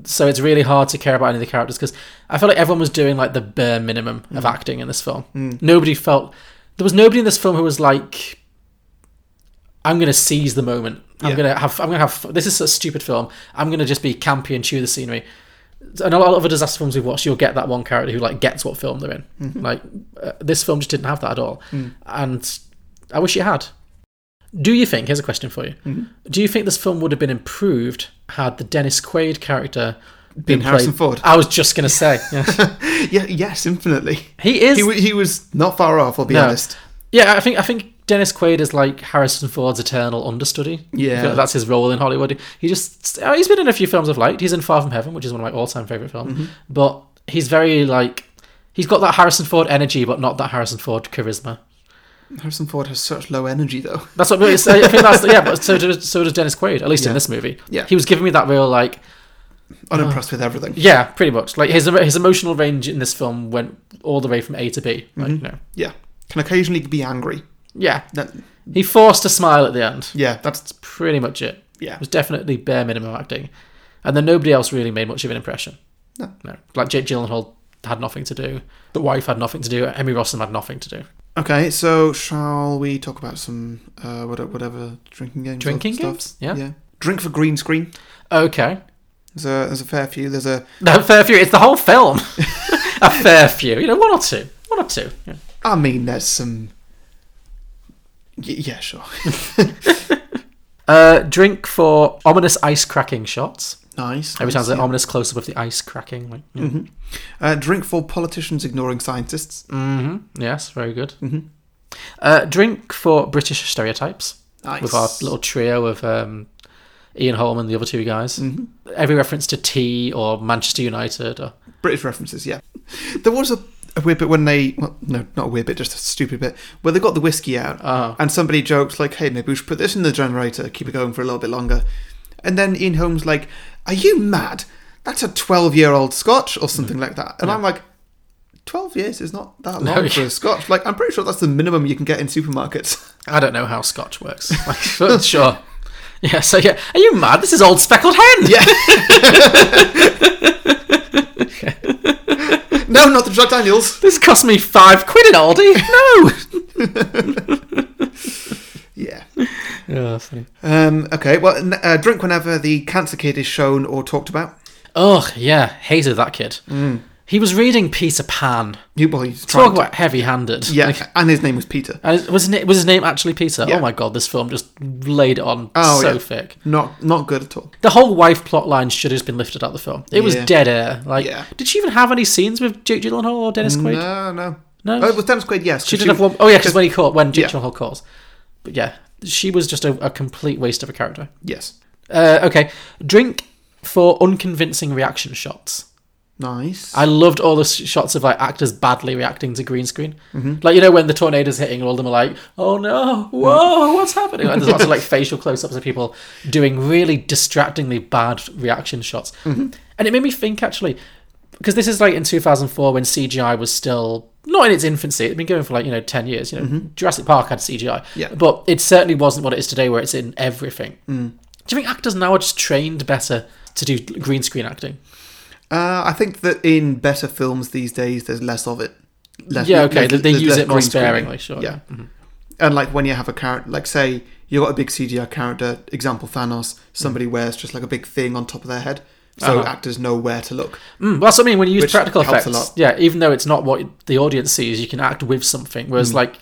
[SPEAKER 2] so it's really hard to care about any of the characters because I felt like everyone was doing like the bare minimum of
[SPEAKER 3] Mhm.
[SPEAKER 2] acting in this film.
[SPEAKER 3] Mm.
[SPEAKER 2] Nobody felt there was nobody in this film who was like, "I'm gonna seize the moment. I'm
[SPEAKER 3] Yeah.
[SPEAKER 2] gonna have. I'm gonna have. This is a stupid film. I'm gonna just be campy and chew the scenery." And a lot of other disaster films we've watched, you'll get that one character who like gets what film they're in.
[SPEAKER 3] Mhm.
[SPEAKER 2] Like uh, this film just didn't have that at all,
[SPEAKER 3] Mm.
[SPEAKER 2] and I wish it had. Do you think? Here's a question for you.
[SPEAKER 1] Mhm.
[SPEAKER 2] Do you think this film would have been improved had the Dennis Quaid character
[SPEAKER 1] Been Harrison Ford.
[SPEAKER 2] I was just gonna say. Yeah.
[SPEAKER 1] Yeah. Yes, infinitely.
[SPEAKER 2] He is.
[SPEAKER 1] He, wa- he was not far off. I'll be
[SPEAKER 2] No.
[SPEAKER 1] honest.
[SPEAKER 2] Yeah, I think I think Dennis Quaid is like Harrison Ford's eternal understudy.
[SPEAKER 1] Yeah.
[SPEAKER 2] Because that's his role in Hollywood. He just oh, he's been in a few films I've liked. He's in Far From Heaven, which is one of my all-time favorite films.
[SPEAKER 1] Mhm.
[SPEAKER 2] But he's very like he's got that Harrison Ford energy, but not that Harrison Ford charisma.
[SPEAKER 1] Harrison Ford has such low energy, though.
[SPEAKER 2] That's what really, I think that's yeah. But so does so does Dennis Quaid, at least
[SPEAKER 1] Yeah.
[SPEAKER 2] in this movie.
[SPEAKER 1] Yeah.
[SPEAKER 2] he was giving me that real like uh,
[SPEAKER 1] Unimpressed with everything.
[SPEAKER 2] Yeah, pretty much. Like his his emotional range in this film went all the way from A to B. Like
[SPEAKER 1] Mhm.
[SPEAKER 2] no,
[SPEAKER 1] Yeah. Can occasionally be angry.
[SPEAKER 2] yeah,
[SPEAKER 1] That-
[SPEAKER 2] he forced a smile at the end.
[SPEAKER 1] Yeah, that's
[SPEAKER 2] pretty much it.
[SPEAKER 1] Yeah.
[SPEAKER 2] it was definitely bare minimum acting, and then nobody else really made much of an impression.
[SPEAKER 1] No.
[SPEAKER 2] no. Like Jake Gyllenhaal had nothing to do. The wife had nothing to do. Emmy Rossum had nothing to do.
[SPEAKER 1] Okay, so shall we talk about some uh, what- whatever drinking games? or
[SPEAKER 2] Drinking
[SPEAKER 1] stuff?
[SPEAKER 2] games? Yeah.
[SPEAKER 1] yeah. Drink for green screen.
[SPEAKER 2] Okay.
[SPEAKER 1] There's a there's a fair few. There's a
[SPEAKER 2] No, fair few. It's the whole film. a fair few. You know, one or two. One or two. Yeah.
[SPEAKER 1] I mean, there's some. Y- yeah, sure.
[SPEAKER 2] Uh, drink for ominous ice cracking shots.
[SPEAKER 1] Nice,
[SPEAKER 2] Every time
[SPEAKER 1] nice,
[SPEAKER 2] there's an
[SPEAKER 1] yeah.
[SPEAKER 2] ominous close up of the ice cracking. Like, yeah.
[SPEAKER 1] Mhm. Uh, drink for politicians ignoring scientists.
[SPEAKER 2] hmm Yes, very good.
[SPEAKER 1] Mhm.
[SPEAKER 2] Uh, drink for British stereotypes.
[SPEAKER 1] Nice.
[SPEAKER 2] With our little trio of um, Ian Holm and the other two guys.
[SPEAKER 1] Mhm.
[SPEAKER 2] Every reference to tea or Manchester United or
[SPEAKER 1] British references, yeah. There was a, a weird bit when they, well, no, not a weird bit, just a stupid bit, where they got the whiskey out
[SPEAKER 2] Ah.
[SPEAKER 1] and somebody joked, like, hey, maybe we should put this in the generator, keep it going for a little bit longer. And then Ian Holmes, like, are you mad? That's a 12 year old scotch or something like that. And I'm like, 12 years is not that
[SPEAKER 2] No,
[SPEAKER 1] long for
[SPEAKER 2] yeah.
[SPEAKER 1] a scotch. Like, I'm pretty sure that's the minimum you can get in supermarkets.
[SPEAKER 2] I don't know how Scotch works. Like, sure. Yeah, so yeah. Are you mad? This is old speckled hen!
[SPEAKER 1] Yeah. no, not the Jack Daniels.
[SPEAKER 2] This cost me five quid in Aldi. No!
[SPEAKER 1] Yeah.
[SPEAKER 2] yeah, that's funny.
[SPEAKER 1] Um, okay, well, n- uh, drink whenever the cancer kid is shown or talked about.
[SPEAKER 2] Ugh, yeah, hated that kid. He was reading Peter Pan.
[SPEAKER 1] You well, he's
[SPEAKER 2] Mm. Talk
[SPEAKER 1] trying to-
[SPEAKER 2] about heavy-handed.
[SPEAKER 1] Yeah,
[SPEAKER 2] Like,
[SPEAKER 1] and his name was Peter.
[SPEAKER 2] and was his, na- was his name actually Peter?
[SPEAKER 1] Yeah.
[SPEAKER 2] Oh my god, this film just laid it on
[SPEAKER 1] Oh,
[SPEAKER 2] so
[SPEAKER 1] yeah.
[SPEAKER 2] thick.
[SPEAKER 1] Not not good at all.
[SPEAKER 2] The whole wife plot line should have just been lifted out of the film. It was
[SPEAKER 1] Yeah.
[SPEAKER 2] dead air. Like,
[SPEAKER 1] Yeah.
[SPEAKER 2] did she even have any scenes with Jake Gyllenhaal or Dennis Quaid?
[SPEAKER 1] No, no,
[SPEAKER 2] No?
[SPEAKER 1] Oh, it was Dennis Quaid. Yes,
[SPEAKER 2] She
[SPEAKER 1] 'cause
[SPEAKER 2] did have one oh yeah, because when he caught when Jake
[SPEAKER 1] Yeah.
[SPEAKER 2] Gyllenhaal calls, but yeah, she was just a, a complete waste of a character.
[SPEAKER 1] Yes,
[SPEAKER 2] Uh, okay, drink for unconvincing reaction shots.
[SPEAKER 1] nice.
[SPEAKER 2] I loved all the sh- shots of like actors badly reacting to green screen.
[SPEAKER 1] Mhm.
[SPEAKER 2] Like you know when the tornado's hitting, all of them are like, "Oh no,
[SPEAKER 1] Mm-hmm.
[SPEAKER 2] whoa, what's happening?" And there's lots of like facial close-ups of people doing really distractingly bad reaction shots,
[SPEAKER 1] Mhm.
[SPEAKER 2] and it made me think actually because this is like in 2004 when CGI was still not in its infancy. It'd been going for like you know 10 years. You know,
[SPEAKER 1] Mhm.
[SPEAKER 2] Jurassic Park had CGI,
[SPEAKER 1] Yeah.
[SPEAKER 2] but it certainly wasn't what it is today, where it's in everything.
[SPEAKER 1] Mm.
[SPEAKER 2] Do you think actors now are just trained better to do green screen acting?
[SPEAKER 1] Uh, I think that in better films these days, there's less of it. Less,
[SPEAKER 2] Yeah, okay, they- they
[SPEAKER 1] there's
[SPEAKER 2] use
[SPEAKER 1] less
[SPEAKER 2] it more
[SPEAKER 1] green screening.
[SPEAKER 2] sparingly, sure,
[SPEAKER 1] Yeah.
[SPEAKER 2] yeah. Mhm.
[SPEAKER 1] And like when you have a character, like say you got a big CGI character, example Thanos, somebody wears just like a big thing on top of their head, so
[SPEAKER 2] Mm. Uh-huh.
[SPEAKER 1] actors know where to look.
[SPEAKER 2] Mm, well, that's what I mean. When you use
[SPEAKER 1] Which
[SPEAKER 2] practical
[SPEAKER 1] helps
[SPEAKER 2] effects,
[SPEAKER 1] a lot.
[SPEAKER 2] yeah, even though it's not what the audience sees, you can act with something. Whereas,
[SPEAKER 1] Mm.
[SPEAKER 2] like,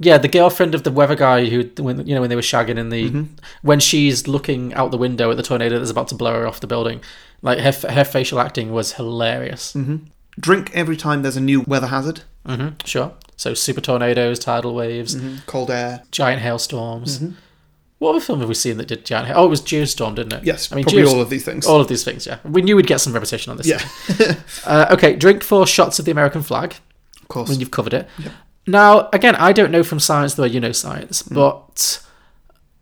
[SPEAKER 2] yeah, the girlfriend of the weather guy who, when you know, when they were shagging in the,
[SPEAKER 1] Mhm.
[SPEAKER 2] when she's looking out the window at the tornado that's about to blow her off the building, like her her facial acting was hilarious.
[SPEAKER 1] hmm Drink every time there's a new weather hazard,
[SPEAKER 2] hmm Sure. So super tornadoes, tidal waves,
[SPEAKER 1] cold air.
[SPEAKER 2] giant hailstorms.
[SPEAKER 1] Mhm.
[SPEAKER 2] What other film have we seen that did giant? hail? Oh, it was Geostorm, didn't it?
[SPEAKER 1] Yes, probably
[SPEAKER 2] Geos-
[SPEAKER 1] all of these things.
[SPEAKER 2] All of these things. Yeah, we knew we'd get some repetition on this.
[SPEAKER 1] Yeah.
[SPEAKER 2] uh, okay, drink four shots of the American flag.
[SPEAKER 1] Of course.
[SPEAKER 2] When you've covered it.
[SPEAKER 1] Yeah.
[SPEAKER 2] Now, again, I don't know from science the way you know science,
[SPEAKER 1] Mm.
[SPEAKER 2] but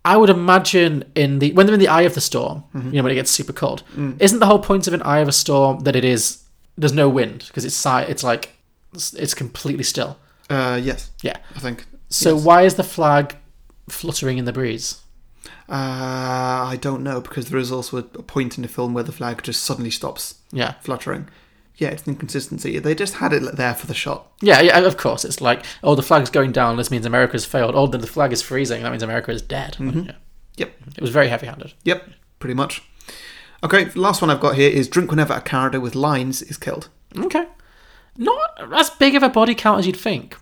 [SPEAKER 2] I would imagine in the when they're in the eye of the storm,
[SPEAKER 1] Mhm.
[SPEAKER 2] you know, when it gets super cold,
[SPEAKER 1] Mm.
[SPEAKER 2] isn't the whole point of an eye of a storm that it is there's no wind because it's si- it's like it's, it's completely still.
[SPEAKER 1] Uh, yes,
[SPEAKER 2] Yeah.
[SPEAKER 1] I think.
[SPEAKER 2] So
[SPEAKER 1] Yes.
[SPEAKER 2] why is the flag fluttering in the breeze?
[SPEAKER 1] Uh, I don't know because there is also a a point in the film where the flag just suddenly stops
[SPEAKER 2] Yeah.
[SPEAKER 1] fluttering. Yeah, it's an inconsistency. They just had it there for the shot.
[SPEAKER 2] Yeah, yeah, of course. It's like, oh, the flag's going down. This means America's failed. Oh, then the flag is freezing. That means America is dead.
[SPEAKER 1] Mhm.
[SPEAKER 2] Yeah.
[SPEAKER 1] Yep.
[SPEAKER 2] It was very heavy-handed.
[SPEAKER 1] Yep, pretty much. Okay, the last one I've got here is drink whenever a character with lines is killed.
[SPEAKER 2] Okay. Not as big of a body count as you'd think.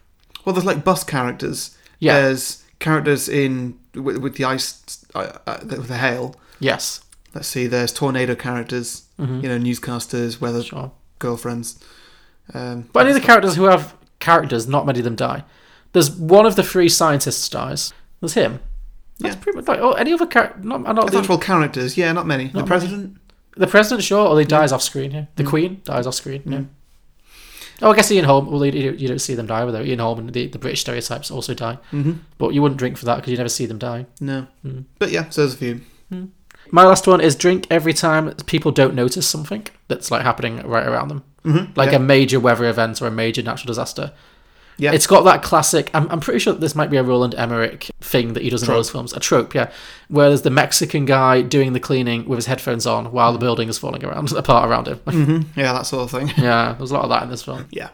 [SPEAKER 1] Well, there's like bus characters.
[SPEAKER 2] Yeah.
[SPEAKER 1] There's characters in with, with the ice, uh, uh, with the hail.
[SPEAKER 2] Yes.
[SPEAKER 1] Let's see. There's tornado characters.
[SPEAKER 2] Mhm.
[SPEAKER 1] You know, newscasters, weather
[SPEAKER 2] Sure.
[SPEAKER 1] girlfriends. Um,
[SPEAKER 2] But any of the characters who have characters, not many of them die. There's one of the three scientists dies. There's him. That's pretty much like oh any other character. Not, not the,
[SPEAKER 1] Actual characters, yeah, not many. the
[SPEAKER 2] Not
[SPEAKER 1] president,
[SPEAKER 2] the president, sure, or he dies off screen. Yeah, Mm. the queen dies off screen. Yeah. Oh, I guess Ian Holm. Well, you, don't- you don't see them die though. Ian Holm and the, the British stereotypes also die.
[SPEAKER 1] Mhm.
[SPEAKER 2] But you wouldn't drink for that because you never see them die.
[SPEAKER 1] no,
[SPEAKER 2] Mm.
[SPEAKER 1] but yeah, so there's a few.
[SPEAKER 2] My last one is drink every time people don't notice something that's like happening right around them,
[SPEAKER 1] Mhm,
[SPEAKER 2] like
[SPEAKER 1] yeah.
[SPEAKER 2] a major weather event or a major natural disaster.
[SPEAKER 1] Yeah.
[SPEAKER 2] it's got that classic. I'm, I'm pretty sure this might be a Roland Emmerich thing that he does in all his films, a trope, yeah. Where there's the Mexican guy doing the cleaning with his headphones on while
[SPEAKER 1] Mm-hmm.
[SPEAKER 2] the building is falling around apart around him.
[SPEAKER 1] Mhm, Yeah, that sort of thing.
[SPEAKER 2] yeah, there's a lot of that in this film.
[SPEAKER 1] Yeah.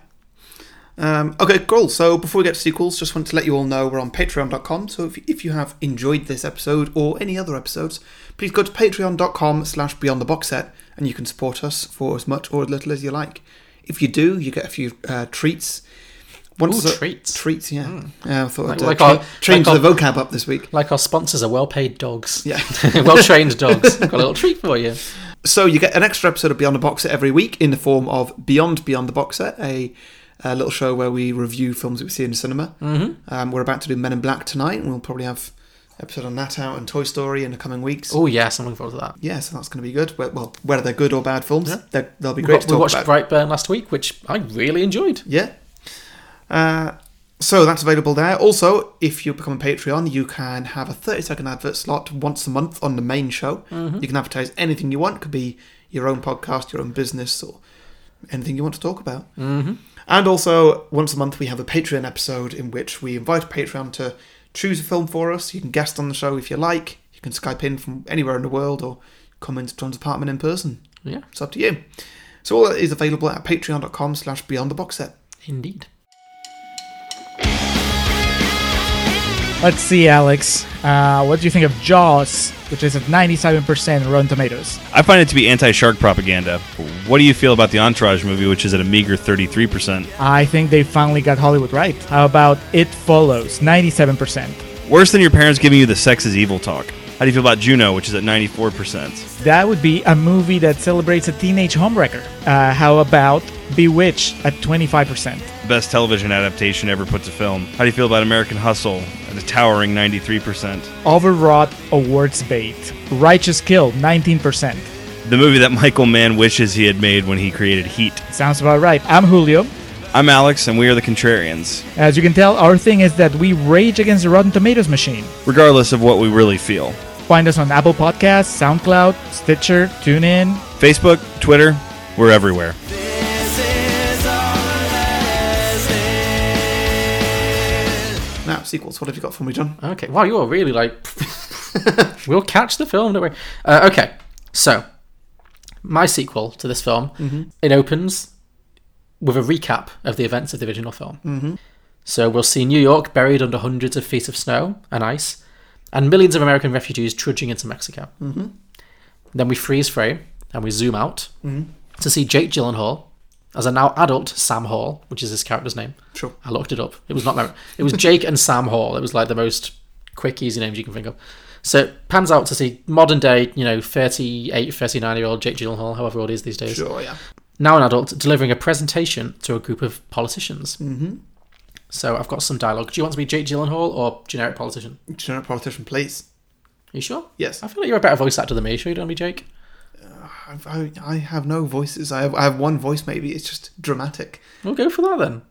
[SPEAKER 1] Um, okay, cool. So before we get to sequels, just want to let you all know we're on patreon.com. So if, if you have enjoyed this episode or any other episodes, please go to patreon.com slash beyond the box set and you can support us for as much or as little as you like. If you do, you get a few uh, treats.
[SPEAKER 2] Ooh,
[SPEAKER 1] so-
[SPEAKER 2] treats. Hmm.
[SPEAKER 1] Treats, yeah. Uh, I thought
[SPEAKER 2] Like-
[SPEAKER 1] I'd uh,
[SPEAKER 2] like
[SPEAKER 1] cha-
[SPEAKER 2] our-
[SPEAKER 1] change
[SPEAKER 2] like
[SPEAKER 1] the
[SPEAKER 2] our-
[SPEAKER 1] vocab up this week.
[SPEAKER 2] Like our sponsors are well paid dogs.
[SPEAKER 1] Yeah.
[SPEAKER 2] well trained dogs. Got a little treat for you.
[SPEAKER 1] So you get an extra episode of Beyond the Box Set every week in the form of Beyond Beyond the Box Set, a, a little show where we review films that we see in the cinema.
[SPEAKER 2] Mhm.
[SPEAKER 1] Um, we're about to do Men in Black tonight, and we'll probably have episode on that out and Toy Story in the coming weeks.
[SPEAKER 2] Oh, yes, I'm looking forward to that.
[SPEAKER 1] Yeah, so that's going to be good. Well- Well, whether they're good or bad films, they're- they'll be
[SPEAKER 2] We
[SPEAKER 1] great
[SPEAKER 2] got-
[SPEAKER 1] to
[SPEAKER 2] we
[SPEAKER 1] talk
[SPEAKER 2] watched
[SPEAKER 1] about.
[SPEAKER 2] Brightburn last week, which I really enjoyed.
[SPEAKER 1] Yeah. Uh, so that's available there. Also, if you become a Patreon, you can have a 30 second advert slot once a month on the main show.
[SPEAKER 2] Mhm.
[SPEAKER 1] You can advertise anything you want, could be your own podcast, your own business, or anything you want to talk about.
[SPEAKER 2] Mhm.
[SPEAKER 1] And also, once a month, we have a Patreon episode in which we invite Patreon to choose a film for us. You can guest on the show if you like. You can Skype in from anywhere in the world or come into John's apartment in person.
[SPEAKER 2] Yeah.
[SPEAKER 1] It's up to you. So all that is available at patreon.com slash beyond the box set.
[SPEAKER 2] Indeed.
[SPEAKER 16] Let's see, Alex. Uh, what do you think of Jaws, which is at 97% Rotten Tomatoes?
[SPEAKER 17] I find it to be anti shark propaganda. What do you feel about the Entourage movie, which is at a meager 33%?
[SPEAKER 16] I think they finally got Hollywood right. How about It Follows, 97%?
[SPEAKER 17] Worse than your parents giving you the sex is evil talk. How do you feel about Juno, which is at 94%?
[SPEAKER 16] That would be a movie that celebrates a teenage homewrecker. Uh, how about Bewitched at 25%?
[SPEAKER 17] Best television adaptation ever put to film. How do you feel about American Hustle at a towering 93%?
[SPEAKER 16] Overwrought Awards Bait, Righteous Kill, 19%.
[SPEAKER 17] The movie that Michael Mann wishes he had made when he created Heat.
[SPEAKER 16] Sounds about right. I'm Julio.
[SPEAKER 17] I'm Alex, and we are the Contrarians,
[SPEAKER 16] As you can tell, our thing is that we rage against the Rotten Tomatoes machine.
[SPEAKER 17] regardless of what we really feel.
[SPEAKER 16] Find us on Apple Podcasts, SoundCloud, Stitcher, TuneIn.
[SPEAKER 17] Facebook, Twitter, we're everywhere.
[SPEAKER 1] Now, sequels. What have you got for me, John?
[SPEAKER 2] Okay. Wow, you are really like. we'll catch the film, don't worry. Uh, okay. So, my sequel to this film,
[SPEAKER 3] Mhm.
[SPEAKER 2] it opens with a recap of the events of the original film.
[SPEAKER 1] Mm-hmm.
[SPEAKER 3] Mhm.
[SPEAKER 2] So we'll see New York buried under hundreds of feet of snow and ice, and millions of American refugees trudging into Mexico.
[SPEAKER 1] Mm-hmm.
[SPEAKER 3] Mhm.
[SPEAKER 2] Then we freeze frame and we zoom out
[SPEAKER 1] Mm-hmm.
[SPEAKER 3] Mhm.
[SPEAKER 2] to see Jake Gyllenhaal as a now adult Sam Hall, which is his character's name.
[SPEAKER 1] Sure.
[SPEAKER 2] I looked it up. It was not Mer- It was Jake and Sam Hall. It was like the most quick, easy names you can think of. So pans out to see modern day, you know, 38, 39 year old Jake Gyllenhaal, however old he is these days.
[SPEAKER 1] Sure, yeah.
[SPEAKER 2] Now an adult, delivering a presentation to a group of politicians.
[SPEAKER 1] Mhm.
[SPEAKER 2] So I've got some dialogue. Do you want to be Jake Gyllenhaal or generic politician?
[SPEAKER 1] Generic politician, please.
[SPEAKER 2] you sure?
[SPEAKER 1] Yes.
[SPEAKER 2] I feel like you're a better voice actor than me. Are you sure you don't want to be Jake?
[SPEAKER 1] I, I, I have no voices. I have, I have one voice, maybe. It's just dramatic.
[SPEAKER 2] We'll go for that then.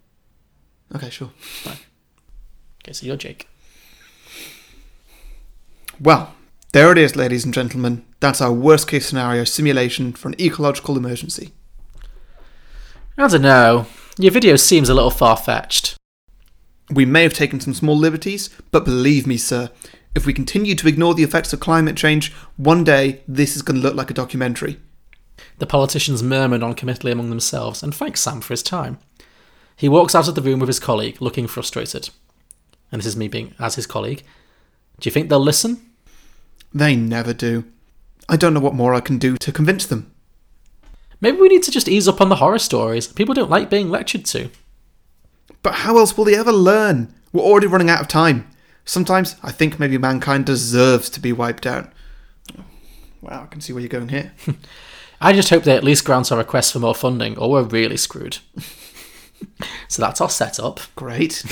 [SPEAKER 1] Okay, sure.
[SPEAKER 2] Okay, so you're Jake.
[SPEAKER 1] Well, there it is, ladies and gentlemen. That's our worst case scenario simulation for an ecological emergency.
[SPEAKER 2] I don't know. Your video seems a little far fetched.
[SPEAKER 1] We may have taken some small liberties, but believe me, sir, if we continue to ignore the effects of climate change, one day this is going to look like a documentary.
[SPEAKER 2] The politicians murmur noncommittally among themselves and thank Sam for his time. He walks out of the room with his colleague, looking frustrated. And this is me being as his colleague. Do you think they'll listen?
[SPEAKER 1] They never do. I don't know what more I can do to convince them.
[SPEAKER 2] Maybe we need to just ease up on the horror stories. People don't like being lectured to.
[SPEAKER 1] But how else will they ever learn? We're already running out of time. Sometimes I think maybe mankind deserves to be wiped out. Wow, I can see where you're going here.
[SPEAKER 2] I just hope they at least grant our request for more funding, or we're really screwed. so that's our setup.
[SPEAKER 1] Great.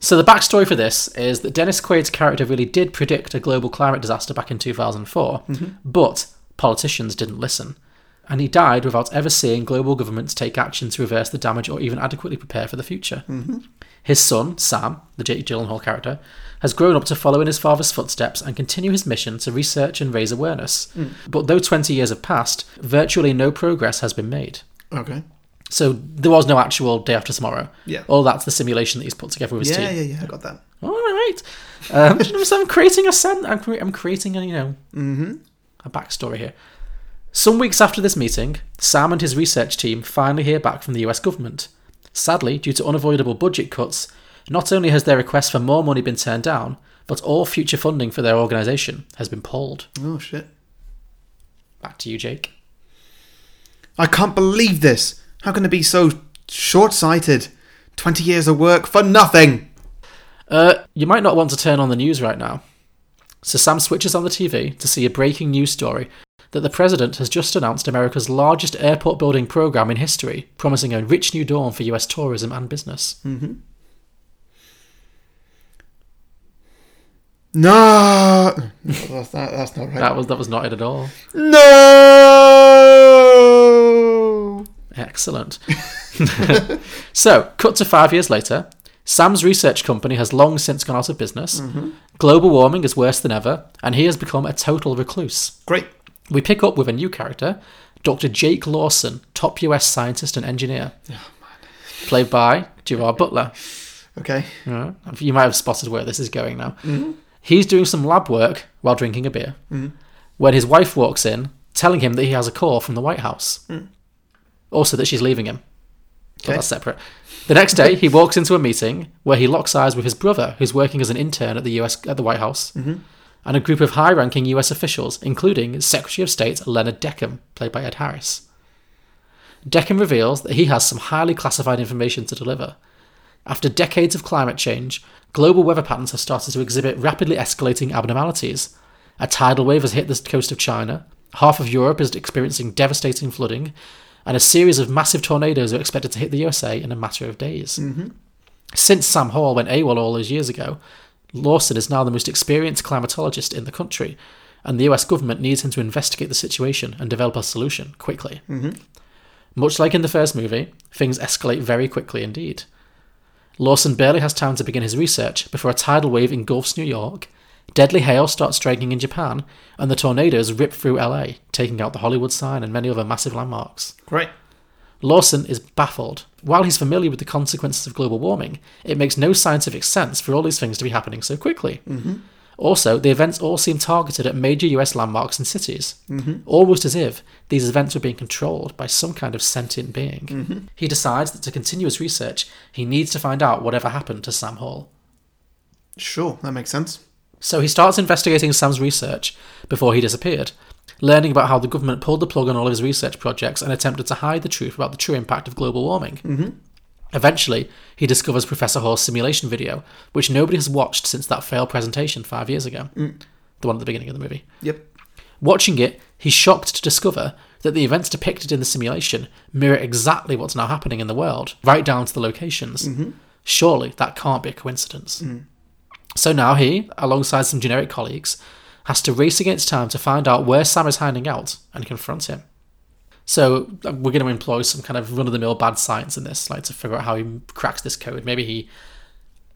[SPEAKER 2] So the backstory for this is that Dennis Quaid's character really did predict a global climate disaster back in 2004,
[SPEAKER 18] Mhm.
[SPEAKER 1] Mm-hmm.
[SPEAKER 2] but politicians didn't listen. And he died without ever seeing global governments take action to reverse the damage or even adequately prepare for the future.
[SPEAKER 1] Mm-hmm.
[SPEAKER 18] Mhm.
[SPEAKER 2] His son, Sam, the Jake Gyllenhaal character, has grown up to follow in his father's footsteps and continue his mission to research and raise awareness.
[SPEAKER 1] Mm.
[SPEAKER 2] But though 20 years have passed, virtually no progress has been made.
[SPEAKER 1] Okay.
[SPEAKER 2] So there was no actual day after tomorrow.
[SPEAKER 1] Yeah.
[SPEAKER 2] All that's the simulation that he's put together with his
[SPEAKER 1] Yeah,
[SPEAKER 2] team.
[SPEAKER 1] yeah, yeah. I got that.
[SPEAKER 2] All right. Um, so I'm creating a sen- I'm, cre- I'm creating a you know
[SPEAKER 1] Mhm.
[SPEAKER 2] a backstory here. Some weeks after this meeting, Sam and his research team finally hear back from the U.S. government. Sadly, due to unavoidable budget cuts, not only has their request for more money been turned down, but all future funding for their organisation has been pulled.
[SPEAKER 1] Oh shit!
[SPEAKER 2] Back to you, Jake.
[SPEAKER 1] I can't believe this. How can it be so short-sighted? Twenty years of work for nothing.
[SPEAKER 2] Uh, you might not want to turn on the news right now. So Sam switches on the TV to see a breaking news story that the president has just announced America's largest airport building program in history, promising a rich new dawn for US tourism and business.
[SPEAKER 1] Mm-hmm. No, that's not, that's not right.
[SPEAKER 2] That was that was not it at all.
[SPEAKER 1] No.
[SPEAKER 2] Excellent. so, cut to five years later. Sam's research company has long since gone out of business.
[SPEAKER 1] Mhm.
[SPEAKER 2] Global warming is worse than ever, and he has become a total recluse.
[SPEAKER 1] Great.
[SPEAKER 2] We pick up with a new character, Dr. Jake Lawson, top US scientist and engineer. Played by Gerard Butler.
[SPEAKER 1] Okay.
[SPEAKER 2] You might have spotted where this is going now.
[SPEAKER 1] Mhm.
[SPEAKER 2] He's doing some lab work while drinking a beer
[SPEAKER 1] Mhm.
[SPEAKER 2] when his wife walks in telling him that he has a call from the White House.
[SPEAKER 1] Mm.
[SPEAKER 2] Also, that she's leaving him. But
[SPEAKER 1] Okay.
[SPEAKER 2] that's separate. The next day, he walks into a meeting where he locks eyes with his brother, who's working as an intern at the US at the White House,
[SPEAKER 1] Mhm.
[SPEAKER 2] and a group of high-ranking US officials, including Secretary of State Leonard Deckham, played by Ed Harris. Deckham reveals that he has some highly classified information to deliver. After decades of climate change, global weather patterns have started to exhibit rapidly escalating abnormalities. A tidal wave has hit the coast of China, half of Europe is experiencing devastating flooding, and a series of massive tornadoes are expected to hit the USA in a matter of days.
[SPEAKER 1] Mhm.
[SPEAKER 2] Since Sam Hall went AWOL all those years ago, Lawson is now the most experienced climatologist in the country, and the US government needs him to investigate the situation and develop a solution quickly.
[SPEAKER 1] Mhm.
[SPEAKER 2] Much like in the first movie, things escalate very quickly indeed. Lawson barely has time to begin his research before a tidal wave engulfs New York, deadly hail starts striking in Japan, and the tornadoes rip through LA, taking out the Hollywood sign and many other massive landmarks.
[SPEAKER 1] Great.
[SPEAKER 2] Lawson is baffled. While he's familiar with the consequences of global warming, it makes no scientific sense for all these things to be happening so quickly.
[SPEAKER 1] Mhm.
[SPEAKER 2] Also, the events all seem targeted at major US landmarks and cities,
[SPEAKER 1] Mhm.
[SPEAKER 2] almost as if these events were being controlled by some kind of sentient being.
[SPEAKER 1] Mhm.
[SPEAKER 2] He decides that to continue his research, he needs to find out whatever happened to Sam Hall.
[SPEAKER 1] Sure, that makes sense.
[SPEAKER 2] So he starts investigating Sam's research before he disappeared, learning about how the government pulled the plug on all of his research projects and attempted to hide the truth about the true impact of global warming.
[SPEAKER 1] Mhm.
[SPEAKER 2] Eventually, he discovers Professor Hall's simulation video, which nobody has watched since that failed presentation five years ago.
[SPEAKER 1] Mm.
[SPEAKER 2] The one at the beginning of the movie.
[SPEAKER 1] Yep.
[SPEAKER 2] Watching it, he's shocked to discover that the events depicted in the simulation mirror exactly what's now happening in the world, right down to the locations.
[SPEAKER 1] Mhm.
[SPEAKER 2] Surely that can't be a coincidence. So now he, alongside some generic colleagues, has to race against time to find out where Sam is hiding out and confront him. So uh, we're going to employ some kind of run-of-the-mill bad science in this, like to figure out how he cracks this code. Maybe he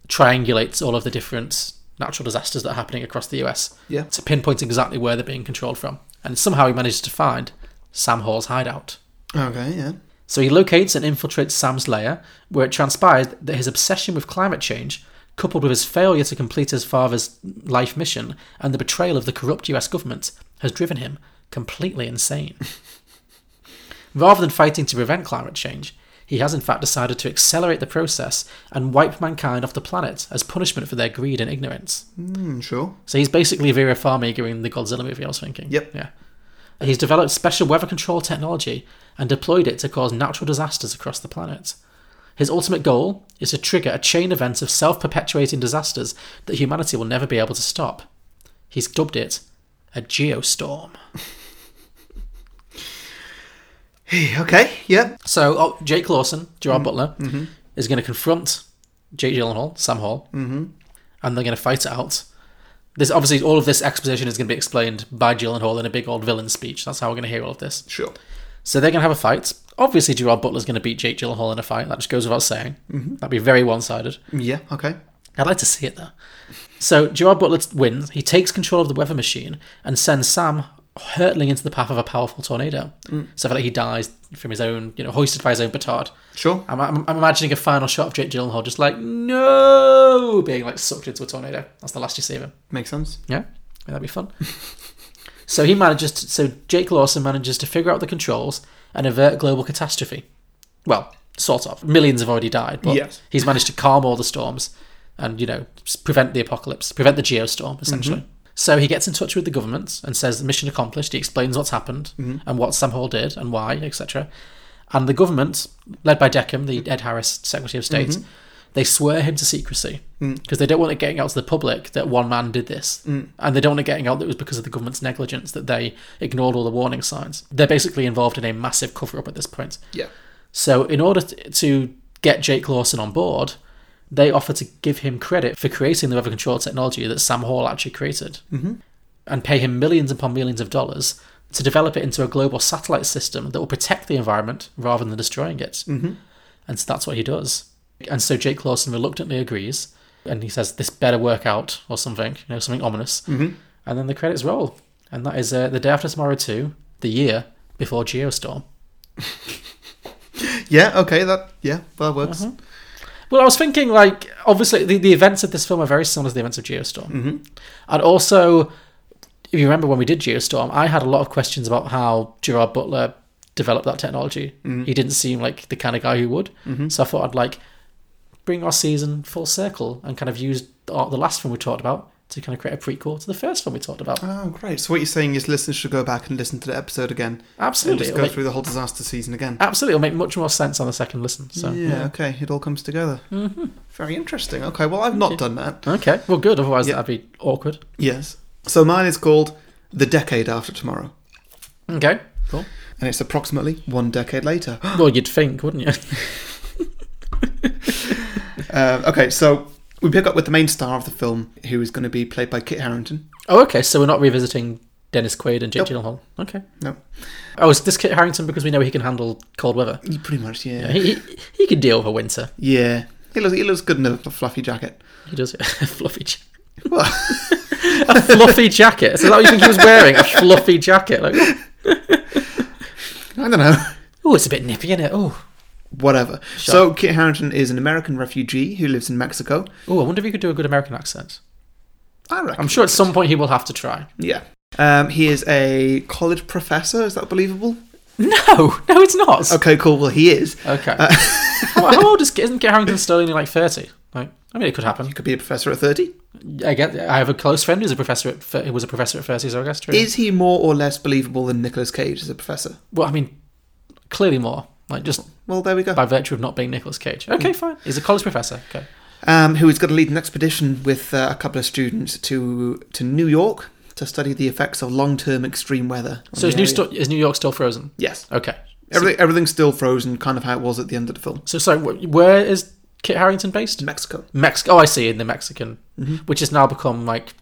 [SPEAKER 2] triangulates all of the different natural disasters that are happening across the US
[SPEAKER 1] Yeah.
[SPEAKER 2] to pinpoint exactly where they're being controlled from. And somehow he manages to find Sam Hall's hideout.
[SPEAKER 1] Okay, yeah.
[SPEAKER 2] So he locates and infiltrates Sam's lair, where it transpires that his obsession with climate change, coupled with his failure to complete his father's life mission and the betrayal of the corrupt US government, has driven him completely insane. Rather than fighting to prevent climate change, he has in fact decided to accelerate the process and wipe mankind off the planet as punishment for their greed and ignorance.
[SPEAKER 1] Mm, sure.
[SPEAKER 2] So he's basically Vera Farmiga in the Godzilla movie, I was thinking.
[SPEAKER 1] Yep.
[SPEAKER 2] Yeah. He's developed special weather control technology and deployed it to cause natural disasters across the planet. His ultimate goal is to trigger a chain event of self perpetuating disasters that humanity will never be able to stop. He's dubbed it a geostorm.
[SPEAKER 1] Okay, yeah.
[SPEAKER 2] So oh, Jake Lawson, Gerard
[SPEAKER 1] Mm,
[SPEAKER 2] Butler,
[SPEAKER 1] mhm.
[SPEAKER 2] is going to confront Jake Gyllenhaal, Sam Hall,
[SPEAKER 1] Mhm.
[SPEAKER 2] and they're going to fight it out. This obviously all of this exposition is going to be explained by Gyllenhaal in a big old villain speech. That's how we're going to hear all of this.
[SPEAKER 1] Sure.
[SPEAKER 2] So they're going to have a fight. Obviously, Gerard Butler's going to beat Jake Gyllenhaal in a fight. That just goes without saying.
[SPEAKER 1] Mhm.
[SPEAKER 2] That'd be very one-sided.
[SPEAKER 1] Yeah, okay.
[SPEAKER 2] I'd like to see it though. So Gerard Butler wins. He takes control of the weather machine and sends Sam hurtling into the path of a powerful tornado.
[SPEAKER 1] Mm.
[SPEAKER 2] So that he dies from his own, you know, hoisted by his own petard.
[SPEAKER 1] Sure.
[SPEAKER 2] I'm, I'm, I'm imagining a final shot of Jake Gyllenhaal just like no, being like sucked into a tornado. That's the last you see of him.
[SPEAKER 1] Makes sense.
[SPEAKER 2] Yeah, that'd be fun. so he manages. To, so Jake Lawson manages to figure out the controls and avert global catastrophe. Well, sort of. Millions have already died, but
[SPEAKER 1] Yes.
[SPEAKER 2] he's managed to calm all the storms and you know s- prevent the apocalypse, prevent the geostorm essentially.
[SPEAKER 1] Mhm.
[SPEAKER 2] So he gets in touch with the government and says mission accomplished. He explains what's happened
[SPEAKER 1] Mhm.
[SPEAKER 2] and what Sam Hall did and why, etc. And the government, led by Deckham, the Ed Harris Secretary of State,
[SPEAKER 1] Mhm.
[SPEAKER 2] they swear him to secrecy
[SPEAKER 1] Mm.
[SPEAKER 2] because they don't want it getting out to the public that one man did this,
[SPEAKER 1] Mm.
[SPEAKER 2] and they don't want it getting out that it was because of the government's negligence that they ignored all the warning signs. They're basically involved in a massive cover up at this point.
[SPEAKER 1] Yeah.
[SPEAKER 2] So in order t- to get Jake Lawson on board, they offer to give him credit for creating the weather control technology that Sam Hall actually created
[SPEAKER 1] Mhm.
[SPEAKER 2] and pay him millions upon millions of dollars to develop it into a global satellite system that will protect the environment rather than destroying it.
[SPEAKER 1] Mhm.
[SPEAKER 2] And so that's what he does. And so Jake Lawson reluctantly agrees and he says, This better work out or something, you know, something ominous.
[SPEAKER 1] Mhm.
[SPEAKER 2] And then the credits roll. And that is uh, The Day After Tomorrow 2, the year before Geostorm.
[SPEAKER 1] Yeah, okay, that yeah, that works.
[SPEAKER 2] Mhm. Well, I was thinking, like, obviously, the, the events of this film are very similar to the events of Geostorm.
[SPEAKER 1] Mhm.
[SPEAKER 2] And also, if you remember when we did Geostorm, I had a lot of questions about how Gerard Butler developed that technology.
[SPEAKER 1] Mhm.
[SPEAKER 2] He didn't seem like the kind of guy who would.
[SPEAKER 1] Mhm.
[SPEAKER 2] So I thought I'd, like, bring our season full circle and kind of use the the last film we talked about to kind of create a prequel to the first film we talked about.
[SPEAKER 1] Oh, great. So what you're saying is listeners should go back and listen to the episode again.
[SPEAKER 2] Absolutely.
[SPEAKER 1] And just
[SPEAKER 2] It'll
[SPEAKER 1] go
[SPEAKER 2] make-
[SPEAKER 1] through the whole disaster season again.
[SPEAKER 2] Absolutely. It'll make much more sense on the second listen. So,
[SPEAKER 1] yeah, okay. It all comes together. Mm-hmm. Very interesting. Okay, well, I've not done that.
[SPEAKER 2] Okay. Well, good. Otherwise, that'd be awkward.
[SPEAKER 1] Yes. So mine is called The Decade After Tomorrow.
[SPEAKER 2] Okay. Cool.
[SPEAKER 1] And it's approximately one decade later.
[SPEAKER 2] well, you'd think, wouldn't you?
[SPEAKER 1] Uh, okay, so we pick up with the main star of the film, who is going to be played by Kit Harrington.
[SPEAKER 2] Oh, okay. So we're not revisiting Dennis Quaid and Jake Gyllenhaal. Okay.
[SPEAKER 1] No.
[SPEAKER 2] Oh, is this Kit Harrington because we know he can handle cold weather?
[SPEAKER 1] Pretty much, yeah.
[SPEAKER 2] he, he, he could deal with a winter.
[SPEAKER 1] Yeah. He looks, he looks good in a fluffy jacket.
[SPEAKER 2] He does. A fluffy jacket.
[SPEAKER 1] What?
[SPEAKER 2] a fluffy jacket. So is that what you think he was wearing? A fluffy jacket. Like,
[SPEAKER 1] I don't know.
[SPEAKER 2] oh, it's a bit nippy, isn't it? Oh.
[SPEAKER 1] Whatever.
[SPEAKER 2] Sure.
[SPEAKER 1] So Kit Harrington is an American refugee who lives in Mexico.
[SPEAKER 2] Oh, I wonder if he could do a good American accent.
[SPEAKER 1] I reckon.
[SPEAKER 2] I'm sure at some point he will have to try.
[SPEAKER 1] Yeah. Um, he is a college professor. Is that believable?
[SPEAKER 2] No, no, it's not. Uh,
[SPEAKER 1] Okay, cool. Well, he is.
[SPEAKER 2] Okay. how, how old is isn't Kit Harrington still only like thirty? Like, I mean, it could happen. You
[SPEAKER 1] could be a professor at thirty.
[SPEAKER 2] I get. I have a close friend who's a professor at thir- who was a professor at thirty. So I guess true.
[SPEAKER 1] Is he more or less believable than Nicolas Cage as a professor?
[SPEAKER 2] well, I mean, clearly more. Like just
[SPEAKER 1] well, there we go.
[SPEAKER 2] By virtue of not being Nicolas Cage. Okay, fine. He's a college professor. Okay.
[SPEAKER 1] Um, who is going to lead an expedition with uh, a couple of students to to New York to study the effects of long term extreme weather. on
[SPEAKER 2] So is
[SPEAKER 1] the
[SPEAKER 2] New
[SPEAKER 1] area.
[SPEAKER 2] sto- is New York still frozen?
[SPEAKER 1] Yes.
[SPEAKER 2] Okay. So-
[SPEAKER 1] Everything, everything's still frozen, kind of how it was at the end of the film.
[SPEAKER 2] So sorry, wh- where is Kit Harrington based?
[SPEAKER 1] Mexico.
[SPEAKER 2] Mexico. Oh, I see. In the Mexican,
[SPEAKER 1] Mhm.
[SPEAKER 2] which has now become like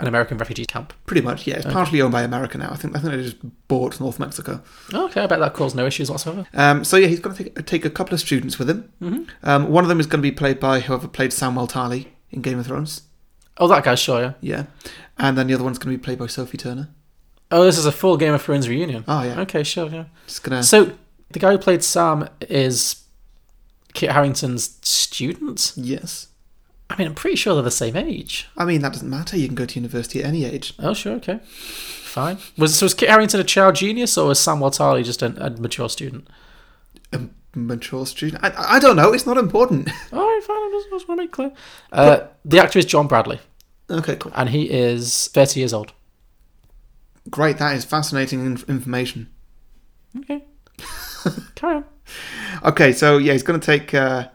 [SPEAKER 2] an American refugee camp.
[SPEAKER 1] Pretty much, yeah. It's
[SPEAKER 2] Okay.
[SPEAKER 1] partially owned by America now. I think I think they just bought North Mexico.
[SPEAKER 2] Okay, I bet that caused no issues whatsoever.
[SPEAKER 1] Um, so yeah, he's going to take, take a couple of students with him.
[SPEAKER 2] Mhm.
[SPEAKER 1] Um, one of them is going to be played by whoever played Samuel Tarly in Game of Thrones.
[SPEAKER 2] Oh, that guy's sure, yeah.
[SPEAKER 1] Yeah, and then the other one's going to be played by Sophie Turner.
[SPEAKER 2] Oh, this is a full Game of Thrones reunion.
[SPEAKER 1] Oh, yeah.
[SPEAKER 2] Okay, sure, yeah.
[SPEAKER 1] Just gonna-
[SPEAKER 2] So the guy who played Sam is Kit Harrington's student?
[SPEAKER 1] Yes.
[SPEAKER 2] I mean, I'm pretty sure they're the same age.
[SPEAKER 1] I mean, that doesn't matter. You can go to university at any age.
[SPEAKER 2] Oh, sure, okay. Fine. Was so was Kit Harrington a child genius or was Sam Watali just an, a mature student?
[SPEAKER 1] Mature student. I, I don't know. It's not important.
[SPEAKER 2] All right, fine. I just, just want to make clear. Uh, the actor is John Bradley.
[SPEAKER 1] Okay, cool.
[SPEAKER 2] And he is 30 years old.
[SPEAKER 1] Great. That is fascinating inf- information.
[SPEAKER 2] Okay. Carry on.
[SPEAKER 1] Okay, so yeah, he's going to take uh,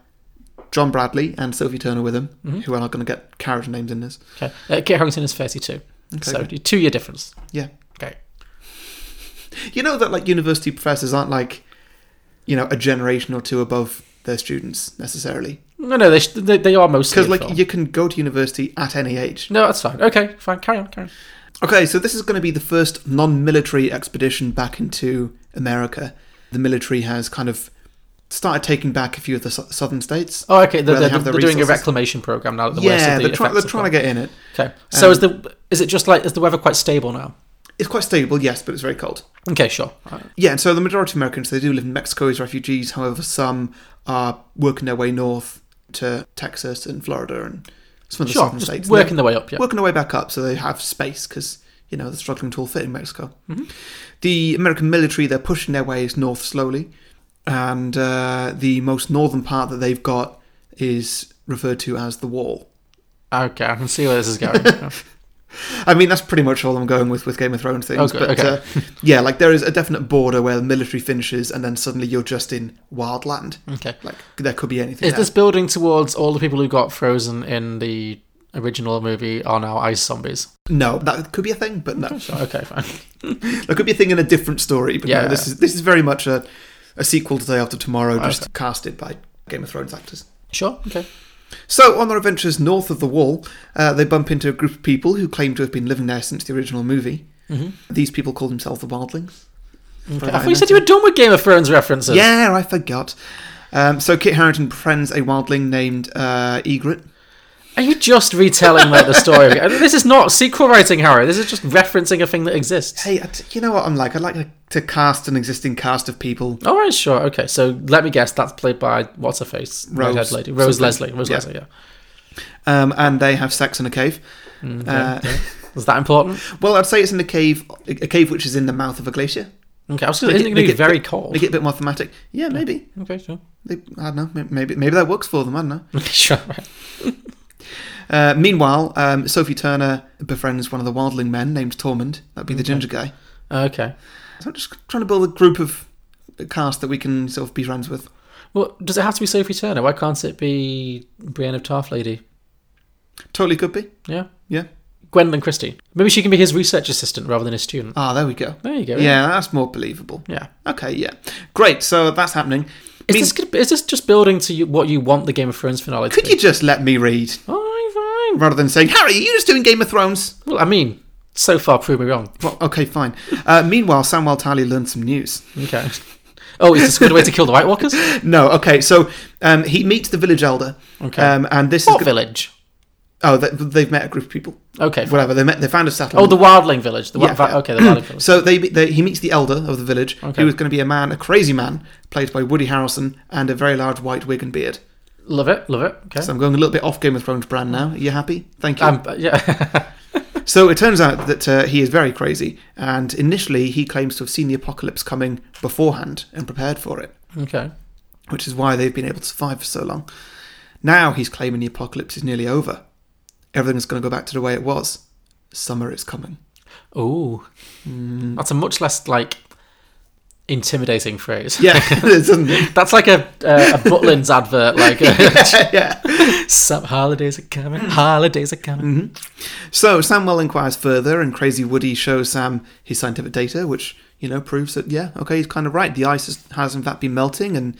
[SPEAKER 1] John Bradley and Sophie Turner with him,
[SPEAKER 2] Mhm.
[SPEAKER 1] who are not going to get character names in this.
[SPEAKER 2] Okay. Uh, Kit Harrington is 32.
[SPEAKER 1] Okay,
[SPEAKER 2] so,
[SPEAKER 1] good.
[SPEAKER 2] two year difference.
[SPEAKER 1] Yeah.
[SPEAKER 2] Okay.
[SPEAKER 1] You know that like university professors aren't like, you know, a generation or two above their students necessarily.
[SPEAKER 2] No, no, they sh- they, they are mostly
[SPEAKER 1] Because
[SPEAKER 2] a
[SPEAKER 1] like
[SPEAKER 2] film.
[SPEAKER 1] you can go to university at any age.
[SPEAKER 2] No, that's fine. Okay, fine. Carry on. Carry on.
[SPEAKER 1] Okay, so this is going to be the first non-military expedition back into America. The military has kind of started taking back a few of the su- southern states.
[SPEAKER 2] Oh, okay. They're,
[SPEAKER 1] where
[SPEAKER 2] they're,
[SPEAKER 1] have the
[SPEAKER 2] they're doing a
[SPEAKER 1] resources.
[SPEAKER 2] reclamation program now. That the worst
[SPEAKER 1] yeah,
[SPEAKER 2] of the
[SPEAKER 1] they're, try- they're
[SPEAKER 2] effects have
[SPEAKER 1] trying to
[SPEAKER 2] gone.
[SPEAKER 1] get in it.
[SPEAKER 2] Okay. So
[SPEAKER 1] Um,
[SPEAKER 2] is the is it just like is the weather quite stable now?
[SPEAKER 1] It's quite stable, yes, but it's very cold.
[SPEAKER 2] Okay, sure. Right.
[SPEAKER 1] Yeah, and so the majority of Americans they do live in Mexico as refugees. However, some are working their way north to Texas and Florida and some of the
[SPEAKER 2] Sure,
[SPEAKER 1] southern
[SPEAKER 2] just
[SPEAKER 1] states. They're
[SPEAKER 2] working their way up, yeah.
[SPEAKER 1] working their way back up, so they have space because you know they're struggling to all fit in Mexico.
[SPEAKER 2] Mm-hmm.
[SPEAKER 1] The American military they're pushing their ways north slowly, and uh, the most northern part that they've got is referred to as the Wall.
[SPEAKER 2] Okay, I can see where this is going.
[SPEAKER 1] I mean, that's pretty much all I'm going with with Game of Thrones things.
[SPEAKER 2] Okay,
[SPEAKER 1] but
[SPEAKER 2] okay.
[SPEAKER 1] Uh, yeah, like there is a definite border where the military finishes, and then suddenly you're just in wildland.
[SPEAKER 2] Okay.
[SPEAKER 1] like there could be anything.
[SPEAKER 2] Is
[SPEAKER 1] there.
[SPEAKER 2] this building towards all the people who got frozen in the original movie are now ice zombies?
[SPEAKER 1] No, that could be a thing, but no.
[SPEAKER 2] Okay, fine.
[SPEAKER 1] There could be a thing in a different story, but
[SPEAKER 2] Yeah.
[SPEAKER 1] no, this is this is very much a, a sequel to Day After Tomorrow, just
[SPEAKER 2] Okay.
[SPEAKER 1] casted by Game of Thrones actors.
[SPEAKER 2] Sure. Okay.
[SPEAKER 1] So, on their adventures north of the Wall, uh, they bump into a group of people who claim to have been living there since the original movie.
[SPEAKER 2] Mhm.
[SPEAKER 1] These people call themselves the Wildlings.
[SPEAKER 2] I thought you said you were done with Game of Thrones references.
[SPEAKER 1] Yeah, I forgot. Um, so Kit Harrington befriends a wildling named uh, Egret.
[SPEAKER 2] Are you just retelling like the story? This is not sequel writing, Harry. This is just referencing a thing that exists.
[SPEAKER 1] Hey, I t- you know what I'm like? I'd like to- to cast an existing cast of people.
[SPEAKER 2] All right, sure, okay. So let me guess, that's played by what's her face,
[SPEAKER 1] Rose
[SPEAKER 2] Redhead lady, Rose
[SPEAKER 1] something.
[SPEAKER 2] Leslie, Rose
[SPEAKER 1] Yeah.
[SPEAKER 2] Leslie. Yeah.
[SPEAKER 1] Um, and they have sex in a cave.
[SPEAKER 2] yeah,
[SPEAKER 1] Uh,
[SPEAKER 2] yeah. Is that important?
[SPEAKER 1] well, I'd say it's in a cave, a a cave which is in the mouth of a glacier.
[SPEAKER 2] Okay, I was gonna.
[SPEAKER 1] Make it-
[SPEAKER 2] Isn't it going
[SPEAKER 1] make
[SPEAKER 2] to be
[SPEAKER 1] it-
[SPEAKER 2] very cold?
[SPEAKER 1] Make it a bit more thematic. Yeah, maybe.
[SPEAKER 2] Okay, sure.
[SPEAKER 1] They, I don't know. may- Maybe maybe that works for them. I don't know.
[SPEAKER 2] sure. right.
[SPEAKER 1] Uh, meanwhile, um, Sophie Turner befriends one of the wildling men named Tormund. That'd be the ginger guy.
[SPEAKER 2] Okay.
[SPEAKER 1] So I'm just trying to build a group of a cast that we can sort of be friends with.
[SPEAKER 2] Well, does it have to be Sophie Turner? Why can't it be Brienne of Tarth Lady?
[SPEAKER 1] Totally could be.
[SPEAKER 2] Yeah.
[SPEAKER 1] Yeah.
[SPEAKER 2] Gwendolyn Christie. Maybe she can be his research assistant rather than his student.
[SPEAKER 1] Ah, there we go.
[SPEAKER 2] There you go.
[SPEAKER 1] Yeah, that's more believable.
[SPEAKER 2] Yeah.
[SPEAKER 1] Okay, yeah. Great, so that's happening.
[SPEAKER 2] Is,
[SPEAKER 1] Mean-
[SPEAKER 2] this, gonna- is this just building to you, what you want the Game of Thrones finale to
[SPEAKER 1] Could
[SPEAKER 2] be?
[SPEAKER 1] you just let me read?
[SPEAKER 2] Fine, fine.
[SPEAKER 1] Rather than saying, Harry, are you just doing Game of Thrones?
[SPEAKER 2] Well, I mean, so far prove me wrong.
[SPEAKER 1] Well, okay, fine. Uh, meanwhile, Samwell Tally learned some news.
[SPEAKER 2] Okay. Oh, is this a good way to kill the White Walkers?
[SPEAKER 1] No, okay, so um, he meets the village elder.
[SPEAKER 2] Okay.
[SPEAKER 1] Um, and this is
[SPEAKER 2] What
[SPEAKER 1] go-
[SPEAKER 2] village?
[SPEAKER 1] Oh, they, they've met a group of people.
[SPEAKER 2] Okay. fine.
[SPEAKER 1] Whatever, they met, they found a settlement.
[SPEAKER 2] Oh, the Wildling village. The wi-
[SPEAKER 1] Yeah.
[SPEAKER 2] Okay, the Wildling village.
[SPEAKER 1] So they, they he meets the elder of the village,
[SPEAKER 2] Okay.
[SPEAKER 1] who is going to be a man, a crazy man, played by Woody Harrelson, and a very large white wig and beard.
[SPEAKER 2] Love it, love it. Okay.
[SPEAKER 1] So I'm going a little bit off Game of Thrones brand now. Are you happy? Thank you.
[SPEAKER 2] Um, but yeah.
[SPEAKER 1] So it turns out that uh, he is very crazy, and initially he claims to have seen the apocalypse coming beforehand and prepared for it,
[SPEAKER 2] okay.
[SPEAKER 1] which is why they've been able to survive for so long. Now he's claiming the apocalypse is nearly over. Everything's going to go back to the way it was. Summer is coming.
[SPEAKER 2] Ooh.
[SPEAKER 1] Hmm.
[SPEAKER 2] That's a much less, like, intimidating phrase.
[SPEAKER 1] Yeah, doesn't it?
[SPEAKER 2] That's like a, uh, a Butlins advert, like,
[SPEAKER 1] yeah. Mm-hmm.
[SPEAKER 2] some holidays are coming, holidays are coming.
[SPEAKER 1] So Samwell inquires further, and Crazy Woody shows Sam his scientific data, which you know proves that yeah, okay, he's kind of right. The ice has, has in fact been melting, and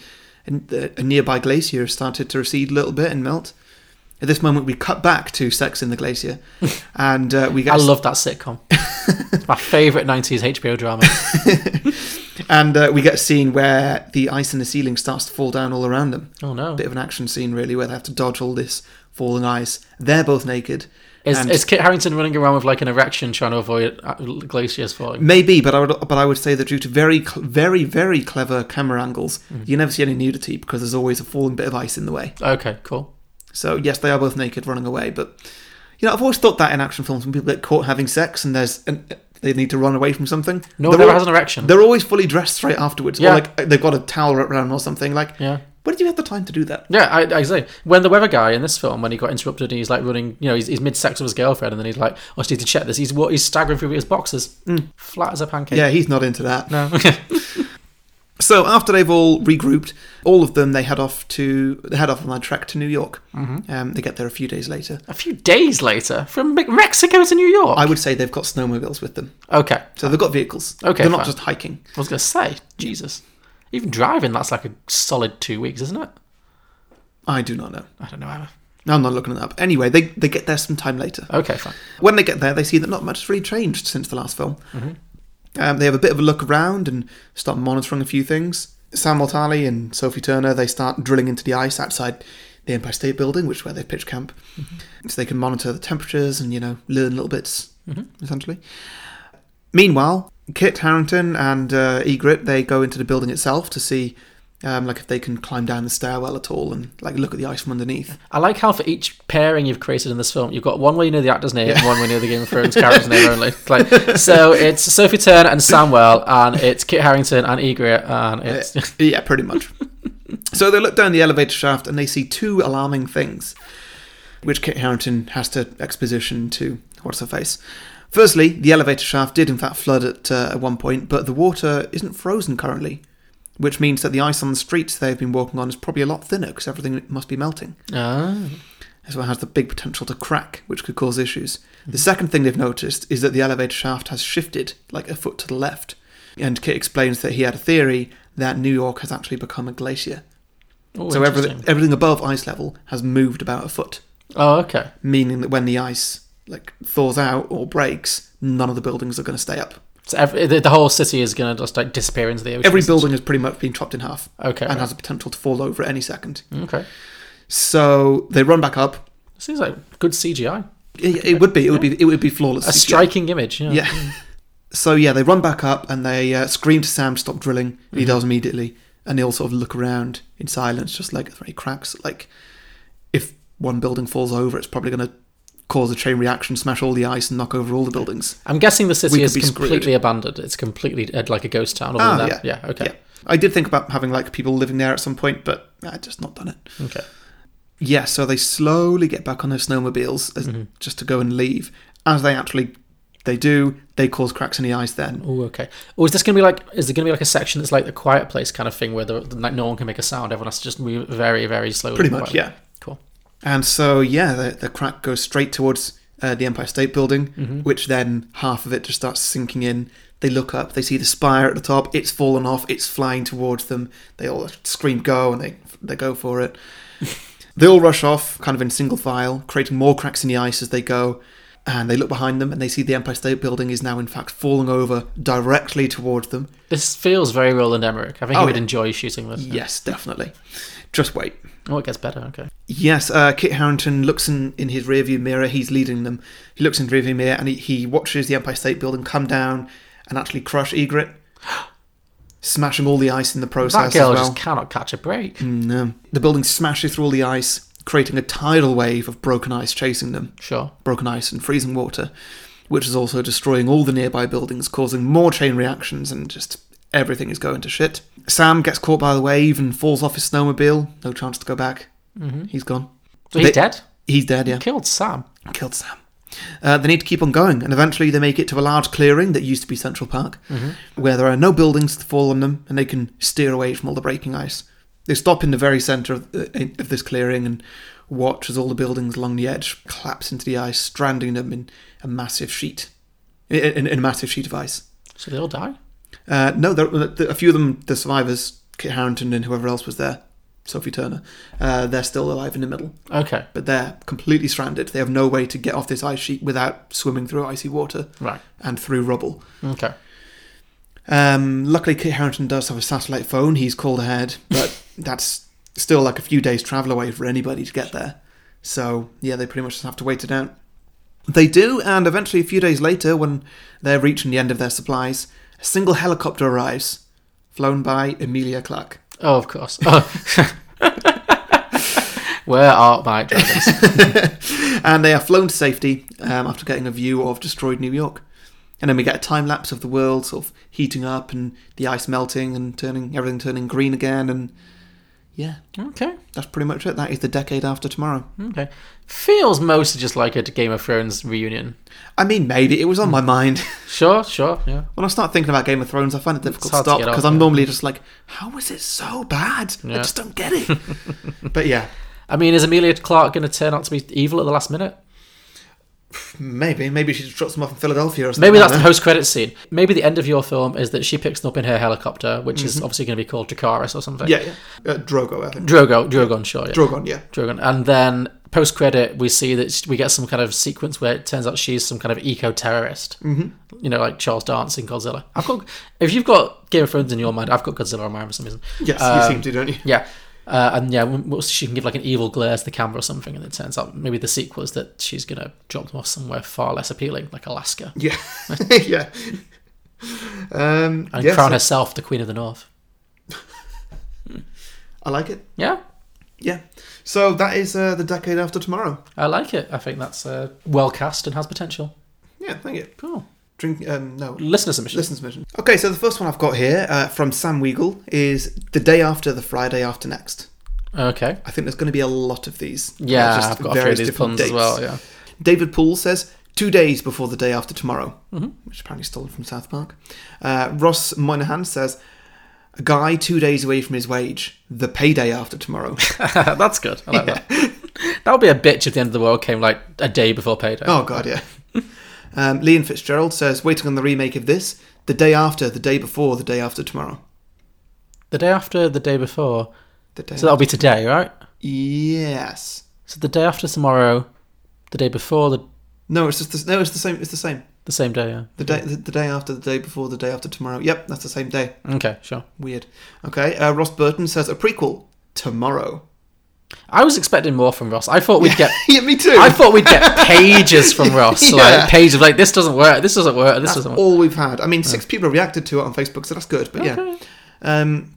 [SPEAKER 1] and uh, a nearby glacier has started to recede a little bit and melt. At this moment, we cut back to sex in the glacier, and uh, we get
[SPEAKER 2] I love that sitcom. it's my favourite 90s HBO drama.
[SPEAKER 1] and uh, we get a scene where the ice in the ceiling starts to fall down all around them.
[SPEAKER 2] Oh, no.
[SPEAKER 1] bit of an action scene really, where they have to dodge all this falling ice. They're both naked.
[SPEAKER 2] Is,
[SPEAKER 1] and-
[SPEAKER 2] is Kit Harrington running around with like an erection trying to avoid uh, glaciers falling?
[SPEAKER 1] Maybe, but I would, but I would say that due to very, cl- very, very clever camera angles,
[SPEAKER 2] Mm-hmm.
[SPEAKER 1] you never see any nudity because there's always a falling bit of ice in the way.
[SPEAKER 2] Okay, cool.
[SPEAKER 1] So yes, they are both naked running away, but you know I've always thought that in action films when people get caught having sex and there's and they need to run away from something.
[SPEAKER 2] No
[SPEAKER 1] they're
[SPEAKER 2] one ever
[SPEAKER 1] al-
[SPEAKER 2] has an erection.
[SPEAKER 1] They're always fully dressed straight afterwards,
[SPEAKER 2] Yeah.
[SPEAKER 1] or like they've got a towel wrapped around or something. Like,
[SPEAKER 2] Yeah.
[SPEAKER 1] where did you have the time to do that?
[SPEAKER 2] Yeah, I, I say when the weather guy in this film, when he got interrupted and he's like running, you know, he's, he's mid-sex with his girlfriend, and then he's like, "Oh, "I just need to check this." He's what he's staggering through his boxes, flat as a pancake.
[SPEAKER 1] Mm. Yeah, he's not into that.
[SPEAKER 2] No.
[SPEAKER 1] So after they've all regrouped, all of them they head off to they head off on their trek to New York. Mm-hmm. Um, they get there a few days later.
[SPEAKER 2] a few days later, from Me- Mexico to New York.
[SPEAKER 1] I would say they've got snowmobiles with them.
[SPEAKER 2] okay,
[SPEAKER 1] So they've got vehicles.
[SPEAKER 2] Okay,
[SPEAKER 1] They're not
[SPEAKER 2] fine.
[SPEAKER 1] just hiking.
[SPEAKER 2] I was gonna say, Jesus, even driving that's like a solid two weeks, isn't it?
[SPEAKER 1] I do not know.
[SPEAKER 2] I don't know either.
[SPEAKER 1] I'm not looking it up. Anyway, they, they get there sometime later.
[SPEAKER 2] Okay, fine.
[SPEAKER 1] When they get there, they see that not much has really changed since the last film.
[SPEAKER 2] Mhm.
[SPEAKER 1] Um, they have a bit of a look around and start monitoring a few things. Sam Altali and Sophie Turner, they start drilling into the ice outside the Empire State Building, which is where they pitch camp, so they can monitor the temperatures and, you know, learn little bits,
[SPEAKER 2] Mhm.
[SPEAKER 1] essentially. Meanwhile, Kit Harrington and uh, Egret, they go into the building itself to see, um, like, if they can climb down the stairwell at all and, like, look at the ice from underneath.
[SPEAKER 2] I like how for each pairing you've created in this film, you've got one where you know the actor's name,
[SPEAKER 1] Yeah.
[SPEAKER 2] and one where you know the Game of Thrones character's name only. Like, so it's Sophie Turner and Samwell, and it's Kit Harrington and Egret, and it's
[SPEAKER 1] Uh, yeah, pretty much. so they look down the elevator shaft and they see two alarming things, which Kit Harrington has to exposition to what's her face. Firstly, the elevator shaft did in fact flood at, uh, at one point, but the water isn't frozen currently, which means that the ice on the streets they've been walking on is probably a lot thinner because everything must be melting
[SPEAKER 2] Ah.
[SPEAKER 1] as well has the big potential to crack, which could cause issues. The second thing they've noticed is that the elevator shaft has shifted like a foot to the left. And Kit explains that he had a theory that New York has actually become a glacier.
[SPEAKER 2] Oh,
[SPEAKER 1] so everything,
[SPEAKER 2] interesting.
[SPEAKER 1] everything above ice level has moved about a foot.
[SPEAKER 2] Oh, okay.
[SPEAKER 1] Meaning that when the ice like thaws out or breaks, none of the buildings are going to stay up.
[SPEAKER 2] So every, the, the whole city is going to just like disappear into the ocean.
[SPEAKER 1] Every building has pretty much been chopped in half.
[SPEAKER 2] Okay,
[SPEAKER 1] And
[SPEAKER 2] right.
[SPEAKER 1] has the potential to fall over at any second.
[SPEAKER 2] Okay.
[SPEAKER 1] So they run back up.
[SPEAKER 2] seems like good CGI.
[SPEAKER 1] It, it would be. It would be. It would be flawless.
[SPEAKER 2] A
[SPEAKER 1] CGI.
[SPEAKER 2] striking image. Yeah.
[SPEAKER 1] Yeah. So yeah, they run back up and they uh, scream to Sam to stop drilling. He
[SPEAKER 2] Mm-hmm.
[SPEAKER 1] does immediately, and they all sort of look around in silence, just like three cracks. Like if one building falls over, it's probably going to cause a chain reaction, smash all the ice, and knock over all the buildings.
[SPEAKER 2] I'm guessing the city
[SPEAKER 1] We could
[SPEAKER 2] is
[SPEAKER 1] be screwed.
[SPEAKER 2] completely abandoned. It's completely uh, like a ghost town. Other
[SPEAKER 1] Ah,
[SPEAKER 2] than
[SPEAKER 1] yeah,
[SPEAKER 2] that. Yeah. Okay.
[SPEAKER 1] I did think about having like people living there at some point, but I just not done it.
[SPEAKER 2] Okay.
[SPEAKER 1] Yeah, so they slowly get back on their snowmobiles as,
[SPEAKER 2] Mm-hmm.
[SPEAKER 1] just to go and leave. As they actually, they do. They cause cracks in the ice. Then
[SPEAKER 2] Oh, okay. Or is this going to be like? Is there going to be like a section that's like the quiet place kind of thing where the, like no one can make a sound? Everyone has to just move very, very slowly.
[SPEAKER 1] Pretty
[SPEAKER 2] and
[SPEAKER 1] much,
[SPEAKER 2] quietly.
[SPEAKER 1] yeah.
[SPEAKER 2] Cool.
[SPEAKER 1] And so, yeah, the, the crack goes straight towards uh, the Empire State Building,
[SPEAKER 2] Mhm.
[SPEAKER 1] which then half of it just starts sinking in. They look up, they see the spire at the top, it's fallen off, it's flying towards them. They all scream go and they, they go for it. they all rush off, kind of in single file, creating more cracks in the ice as they go. And they look behind them and they see the Empire State Building is now, in fact, falling over directly towards them.
[SPEAKER 2] This feels very Roland Emmerich. I think
[SPEAKER 1] Oh,
[SPEAKER 2] he would
[SPEAKER 1] yeah.
[SPEAKER 2] enjoy shooting this. yeah.
[SPEAKER 1] Yes, definitely. Just wait.
[SPEAKER 2] Oh, it gets better. Okay.
[SPEAKER 1] Yes, uh, Kit Harrington looks in, in his rearview mirror. He's leading them. He looks in the rearview mirror and he, he watches the Empire State Building come down and actually crush Egret, smashing all the ice in the process
[SPEAKER 2] that girl
[SPEAKER 1] as well. Mm.
[SPEAKER 2] just cannot catch a break.
[SPEAKER 1] No. The building smashes through all the ice, creating a tidal wave of broken ice chasing them.
[SPEAKER 2] Sure.
[SPEAKER 1] Broken ice and freezing water, which is also destroying all the nearby buildings, causing more chain reactions and just everything is going to shit. Sam gets caught by the wave and falls off his snowmobile. No chance to go back.
[SPEAKER 2] Mhm.
[SPEAKER 1] He's gone.
[SPEAKER 2] So he's dead?
[SPEAKER 1] He's dead, yeah.
[SPEAKER 2] Killed Sam.
[SPEAKER 1] Killed Sam. Uh, they need to keep on going, and eventually they make it to a large clearing that used to be Central Park,
[SPEAKER 2] Mhm.
[SPEAKER 1] where there are no buildings to fall on them, and they can steer away from all the breaking ice. They stop in the very centre of, uh, of this clearing and watch as all the buildings along the edge collapse into the ice, stranding them in a massive sheet, in, in, in a massive sheet of ice.
[SPEAKER 2] So they all die.
[SPEAKER 1] Uh, no, there, there- a few of them, the survivors, Kit Harrington and whoever else was there, Sophie Turner, uh, they're still alive in the middle.
[SPEAKER 2] Okay.
[SPEAKER 1] But they're completely stranded. They have no way to get off this ice sheet without swimming through icy water
[SPEAKER 2] Right.
[SPEAKER 1] and through rubble.
[SPEAKER 2] Okay.
[SPEAKER 1] Um, luckily, Kit Harrington does have a satellite phone. He's called ahead, but that's still like a few days' travel away for anybody to get there. So, yeah, they pretty much just have to wait it out. They do, and eventually, a few days later, when they're reaching the end of their supplies, a single helicopter arrives, flown by Amelia Clark.
[SPEAKER 2] Oh, of course. Oh. Where are my dragons?
[SPEAKER 1] and they are flown to safety um, after getting a view of destroyed New York. And then we get a time lapse of the world sort of heating up and the ice melting and turning everything turning green again. And yeah,
[SPEAKER 2] Okay.
[SPEAKER 1] that's pretty much it. That is the decade after tomorrow.
[SPEAKER 2] Okay. Feels mostly just like a Game of Thrones reunion.
[SPEAKER 1] I mean, maybe it was
[SPEAKER 2] Hmm.
[SPEAKER 1] on my mind.
[SPEAKER 2] Sure, sure, yeah.
[SPEAKER 1] When I start thinking about Game of Thrones, I find it difficult
[SPEAKER 2] It's
[SPEAKER 1] to
[SPEAKER 2] hard to
[SPEAKER 1] stop
[SPEAKER 2] get off,
[SPEAKER 1] because I'm
[SPEAKER 2] yeah.
[SPEAKER 1] normally just like, how is it so bad? I
[SPEAKER 2] Yeah.
[SPEAKER 1] just don't get it. but yeah,
[SPEAKER 2] I mean, is Amelia Clark going to turn out to be evil at the last minute?
[SPEAKER 1] Maybe, maybe she just drops them off in Philadelphia or something.
[SPEAKER 2] Maybe
[SPEAKER 1] like
[SPEAKER 2] that's the
[SPEAKER 1] that.
[SPEAKER 2] post credit scene. Maybe the end of your film is that she picks them up in her helicopter, which is
[SPEAKER 1] Mhm.
[SPEAKER 2] obviously going to be called Dracaris or something.
[SPEAKER 1] Yeah, yeah. Uh, Drogo, I think.
[SPEAKER 2] Drogo, Drogon, sure. Yeah.
[SPEAKER 1] Drogon, yeah.
[SPEAKER 2] Drogon. And then post credit, we see that sh- we get some kind of sequence where it turns out she's some kind of eco terrorist.
[SPEAKER 1] Mhm.
[SPEAKER 2] You know, like Charles Dance in Godzilla. I've got, if you've got Game of Thrones in your mind, I've got Godzilla in my mind for some reason. Um,
[SPEAKER 1] Yes, you seem to, don't you?
[SPEAKER 2] Yeah. Uh, and yeah, w- w- she can give like an evil glare to the camera or something, and it turns out maybe the sequel is that she's gonna drop them off somewhere far less appealing, like Alaska.
[SPEAKER 1] Yeah, yeah. Um,
[SPEAKER 2] and
[SPEAKER 1] yeah,
[SPEAKER 2] crown
[SPEAKER 1] so-
[SPEAKER 2] herself the Queen of the North.
[SPEAKER 1] I like it.
[SPEAKER 2] Yeah.
[SPEAKER 1] Yeah. So that is uh, the decade after tomorrow.
[SPEAKER 2] I like it. I think that's uh, well cast and has potential.
[SPEAKER 1] Yeah, thank you.
[SPEAKER 2] Cool.
[SPEAKER 1] Drink, um, no.
[SPEAKER 2] Listener submission.
[SPEAKER 1] Listener submission. Okay, so the first one I've got here uh, from Sam Weagle is The Day After the Friday After Next.
[SPEAKER 2] Okay.
[SPEAKER 1] I think there's going to be a lot of these.
[SPEAKER 2] Yeah,
[SPEAKER 1] Uh,
[SPEAKER 2] I've got a few of
[SPEAKER 1] various
[SPEAKER 2] these
[SPEAKER 1] different
[SPEAKER 2] puns as well, yeah.
[SPEAKER 1] David Poole says, two days before the day after tomorrow,
[SPEAKER 2] Mhm.
[SPEAKER 1] which is apparently stolen from South Park. Uh, Ross Moynihan says, a guy two days away from his wage, the payday after tomorrow.
[SPEAKER 2] That's good. I like that. That would be a bitch if the end of the world came like a day before payday.
[SPEAKER 1] Oh god, yeah. um, Leon Fitzgerald says, "Waiting on the remake of this. The day after, the day before, the day after tomorrow.
[SPEAKER 2] The day after, the day before.
[SPEAKER 1] The day
[SPEAKER 2] so that'll be
[SPEAKER 1] after.
[SPEAKER 2] today, right?
[SPEAKER 1] Yes.
[SPEAKER 2] So the day after tomorrow, the day before the
[SPEAKER 1] No, it's just the, no. It's the same. It's the same.
[SPEAKER 2] the same day. Yeah.
[SPEAKER 1] The day, the, the day after, the day before, the day after tomorrow. Yep, that's the same day.
[SPEAKER 2] Okay, sure.
[SPEAKER 1] Weird. Okay. Uh, Ross Burton says a prequel tomorrow.
[SPEAKER 2] I was expecting more from Ross. I thought we'd get.
[SPEAKER 1] yeah, me too.
[SPEAKER 2] I thought we'd get pages from Ross,
[SPEAKER 1] Yeah.
[SPEAKER 2] like pages of like this doesn't work, this doesn't work, this
[SPEAKER 1] that's
[SPEAKER 2] doesn't work.
[SPEAKER 1] all we've had. I mean, six people reacted to it on Facebook, so that's good. But yeah. Um,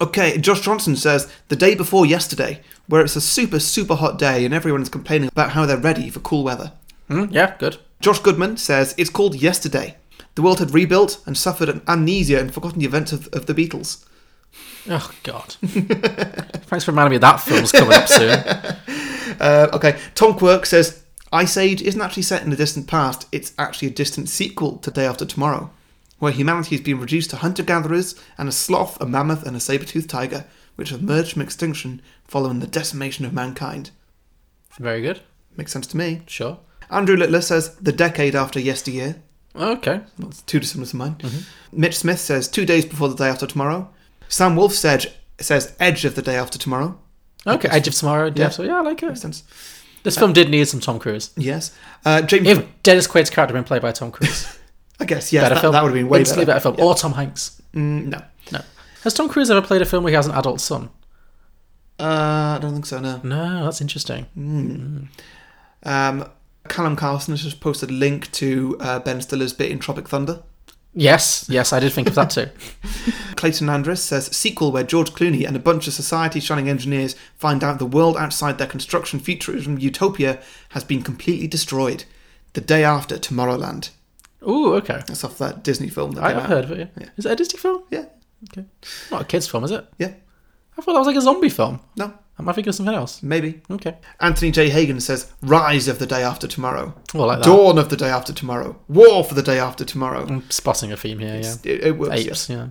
[SPEAKER 1] okay, Josh Johnson says the day before yesterday, where it's a super super hot day and everyone's complaining about how they're ready for cool weather.
[SPEAKER 2] Mm, yeah, good.
[SPEAKER 1] Josh Goodman says it's called Yesterday. The world had rebuilt and suffered an amnesia and forgotten the events of, of the Beatles.
[SPEAKER 2] Oh God. Thanks for reminding me that film's coming up soon.
[SPEAKER 1] Uh, okay, Tom Quirk says Ice Age isn't actually set in the distant past, it's actually a distant sequel to Day After Tomorrow, where humanity has been reduced to hunter gatherers and a sloth, a mammoth, and a saber toothed tiger, which have merged from extinction following the decimation of mankind.
[SPEAKER 2] Very good.
[SPEAKER 1] Makes sense to me.
[SPEAKER 2] Sure.
[SPEAKER 1] Andrew Littler says the decade after yesteryear.
[SPEAKER 2] Okay.
[SPEAKER 1] That's too dissimilar to mine. Mitch Smith says two days before the day after tomorrow. Sam Wolf said, says edge of the day after tomorrow.
[SPEAKER 2] Okay, Edge of Tomorrow. Yeah,
[SPEAKER 1] Yeah.
[SPEAKER 2] so yeah, I like it. Makes
[SPEAKER 1] sense.
[SPEAKER 2] This film did need some Tom Cruise.
[SPEAKER 1] Yes, uh, James.
[SPEAKER 2] If Dennis Quaid's character had been played by Tom Cruise,
[SPEAKER 1] I guess yeah, that, that would have been way
[SPEAKER 2] Instantly
[SPEAKER 1] better.
[SPEAKER 2] film. Or Tom Hanks.
[SPEAKER 1] Mm, no,
[SPEAKER 2] no. Has Tom Cruise ever played a film where he has an adult son?
[SPEAKER 1] Uh, I don't think so. No.
[SPEAKER 2] No, that's interesting.
[SPEAKER 1] Mm. Um, Callum Carlson has just posted a link to uh, Ben Stiller's bit in Tropic Thunder.
[SPEAKER 2] Yes, yes, I did think of that too.
[SPEAKER 1] Clayton Andrus says sequel where George Clooney and a bunch of society shining engineers find out the world outside their construction futurism utopia has been completely destroyed. The day after Tomorrowland.
[SPEAKER 2] Ooh, okay.
[SPEAKER 1] That's off that Disney film. That
[SPEAKER 2] I
[SPEAKER 1] came
[SPEAKER 2] have
[SPEAKER 1] out.
[SPEAKER 2] heard of it. Yeah. Is it a Disney film?
[SPEAKER 1] Yeah.
[SPEAKER 2] Okay. Not a kids' film, is it?
[SPEAKER 1] Yeah.
[SPEAKER 2] I thought that was like a zombie film.
[SPEAKER 1] No.
[SPEAKER 2] Am I thinking of something else?
[SPEAKER 1] Maybe.
[SPEAKER 2] Okay.
[SPEAKER 1] Anthony J. Hagen says rise of the day after tomorrow.
[SPEAKER 2] Oh, I like that.
[SPEAKER 1] Dawn of the day after tomorrow. War for the day after tomorrow.
[SPEAKER 2] I'm spotting a theme here. Yeah.
[SPEAKER 1] It's- it- it works,
[SPEAKER 2] Apes. Yeah.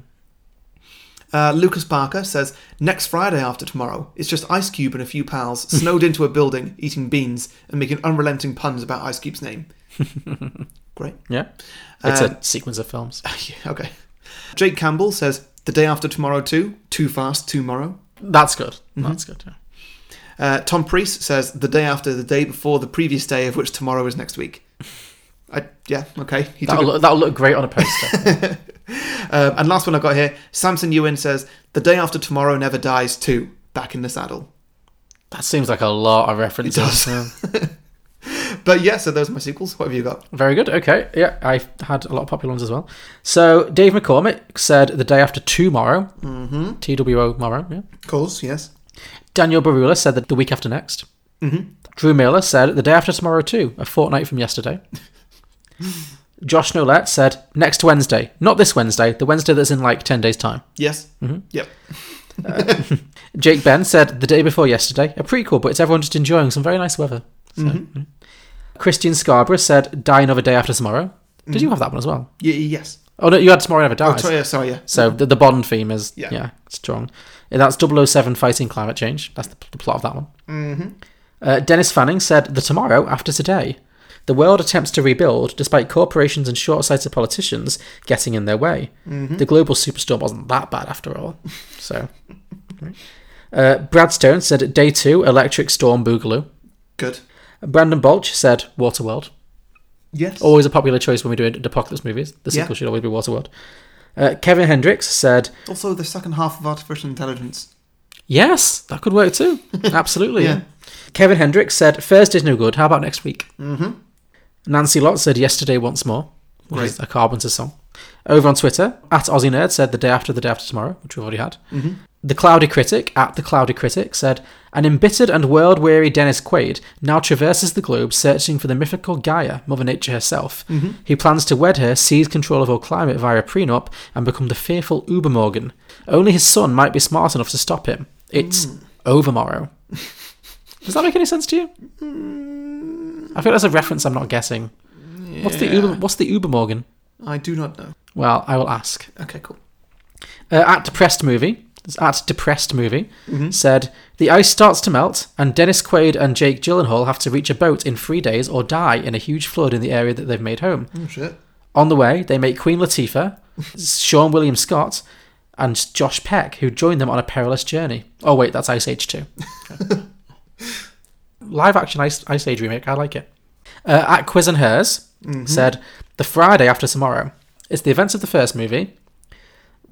[SPEAKER 1] Uh, Lucas Barker says, next Friday after tomorrow, it's just Ice Cube and a few pals snowed into a building, eating beans, and making unrelenting puns about Ice Cube's name. Great.
[SPEAKER 2] Yeah. It's
[SPEAKER 1] Um,
[SPEAKER 2] a sequence of films.
[SPEAKER 1] Yeah, okay. Jake Campbell says, the day after tomorrow, too. Too fast, tomorrow.
[SPEAKER 2] That's good.
[SPEAKER 1] Mhm.
[SPEAKER 2] That's good. Yeah.
[SPEAKER 1] Uh, Tom Priest says, the day after the day before the previous day, of which tomorrow is next week. I, yeah, okay. He took
[SPEAKER 2] That'll
[SPEAKER 1] it.
[SPEAKER 2] look, that'll look great on a poster.
[SPEAKER 1] Um, and last one I got here, Samson Ewan says, the day after tomorrow never dies, too. Back in the saddle.
[SPEAKER 2] that seems like a lot of references.
[SPEAKER 1] does.
[SPEAKER 2] Yeah.
[SPEAKER 1] But yeah, so those are my sequels. What have you got?
[SPEAKER 2] Very good. Okay. Yeah, I had a lot of popular ones as well. So Dave McCormick said the day after tomorrow.
[SPEAKER 1] Mm-hmm.
[SPEAKER 2] TWO tomorrow. Yeah.
[SPEAKER 1] Of course, yes.
[SPEAKER 2] Daniel Barula said that the week after next.
[SPEAKER 1] Mhm.
[SPEAKER 2] Drew Miller said the day after tomorrow too, a fortnight from yesterday. Josh Nolette said next Wednesday, not this Wednesday, the Wednesday that's in like ten days time.
[SPEAKER 1] Yes.
[SPEAKER 2] Mhm.
[SPEAKER 1] Yep.
[SPEAKER 2] Jake Ben said the day before yesterday, a prequel, but it's everyone just enjoying some very nice weather. So,
[SPEAKER 1] Mm-hmm.
[SPEAKER 2] mm. Christian Scarborough said die another day after tomorrow. Did you
[SPEAKER 1] Mhm.
[SPEAKER 2] have that one as well?
[SPEAKER 1] Y- yes.
[SPEAKER 2] Oh no, you had tomorrow never
[SPEAKER 1] Oh,
[SPEAKER 2] dies.
[SPEAKER 1] sorry, yeah, sorry, yeah.
[SPEAKER 2] So the, the Bond theme is
[SPEAKER 1] Yeah.
[SPEAKER 2] yeah, strong. And That's 007 fighting climate change. That's the, the plot of that one.
[SPEAKER 1] Mhm.
[SPEAKER 2] Uh, Dennis Fanning said the tomorrow after today. the world attempts to rebuild despite corporations and short sighted politicians getting in their way.
[SPEAKER 1] Mhm.
[SPEAKER 2] The global superstorm wasn't that bad after all. So. Uh, Brad Stone said at day two, Electric Storm Boogaloo.
[SPEAKER 1] Good.
[SPEAKER 2] Brandon Balch said Waterworld.
[SPEAKER 1] Yes.
[SPEAKER 2] Always a popular choice when we do the apocalypse movies. The
[SPEAKER 1] Yeah.
[SPEAKER 2] sequel should always be Waterworld. Uh, Kevin Hendricks said,
[SPEAKER 1] Also, the second half of artificial intelligence.
[SPEAKER 2] yes, that could work too. Absolutely.
[SPEAKER 1] Yeah.
[SPEAKER 2] yeah. Kevin Hendricks said, Thursday's no good. How about next week?
[SPEAKER 1] Mm-hmm.
[SPEAKER 2] Nancy Lott said yesterday once more, which is a Carpenter song. Over on Twitter, at Aussie Nerd said the day after the day after tomorrow, which we've already had.
[SPEAKER 1] Mhm.
[SPEAKER 2] The Cloudy Critic, at The Cloudy Critic, said, An embittered and world weary Dennis Quaid now traverses the globe searching for the mythical Gaia, Mother Nature herself.
[SPEAKER 3] Mhm.
[SPEAKER 2] He plans to wed her, seize control of her climate via prenup, and become the fearful Ubermorgan. Only his son might be smart enough to stop him. It's Overmorrow. Does that make any sense to you? I feel that's a reference I'm not guessing. What's the
[SPEAKER 1] Yeah.
[SPEAKER 2] Uber? What's the Uber Morgan?
[SPEAKER 1] I do not know.
[SPEAKER 2] Well, I will ask.
[SPEAKER 1] Okay, cool.
[SPEAKER 2] Uh, at depressed movie, at depressed movie,
[SPEAKER 1] Mhm.
[SPEAKER 2] said the ice starts to melt, and Dennis Quaid and Jake Gyllenhaal have to reach a boat in three days or die in a huge flood in the area that they've made home.
[SPEAKER 1] Oh, shit.
[SPEAKER 2] On the way, they meet Queen Latifah, Sean William Scott, and Josh Peck, who join them on a perilous journey. Oh wait, that's Ice Age two. Live action Ice, Ice Age remake, I like it. Mm-hmm. Uh, at Quiz and Hers
[SPEAKER 3] Mhm.
[SPEAKER 2] said the Friday after tomorrow. It's the events of the first movie,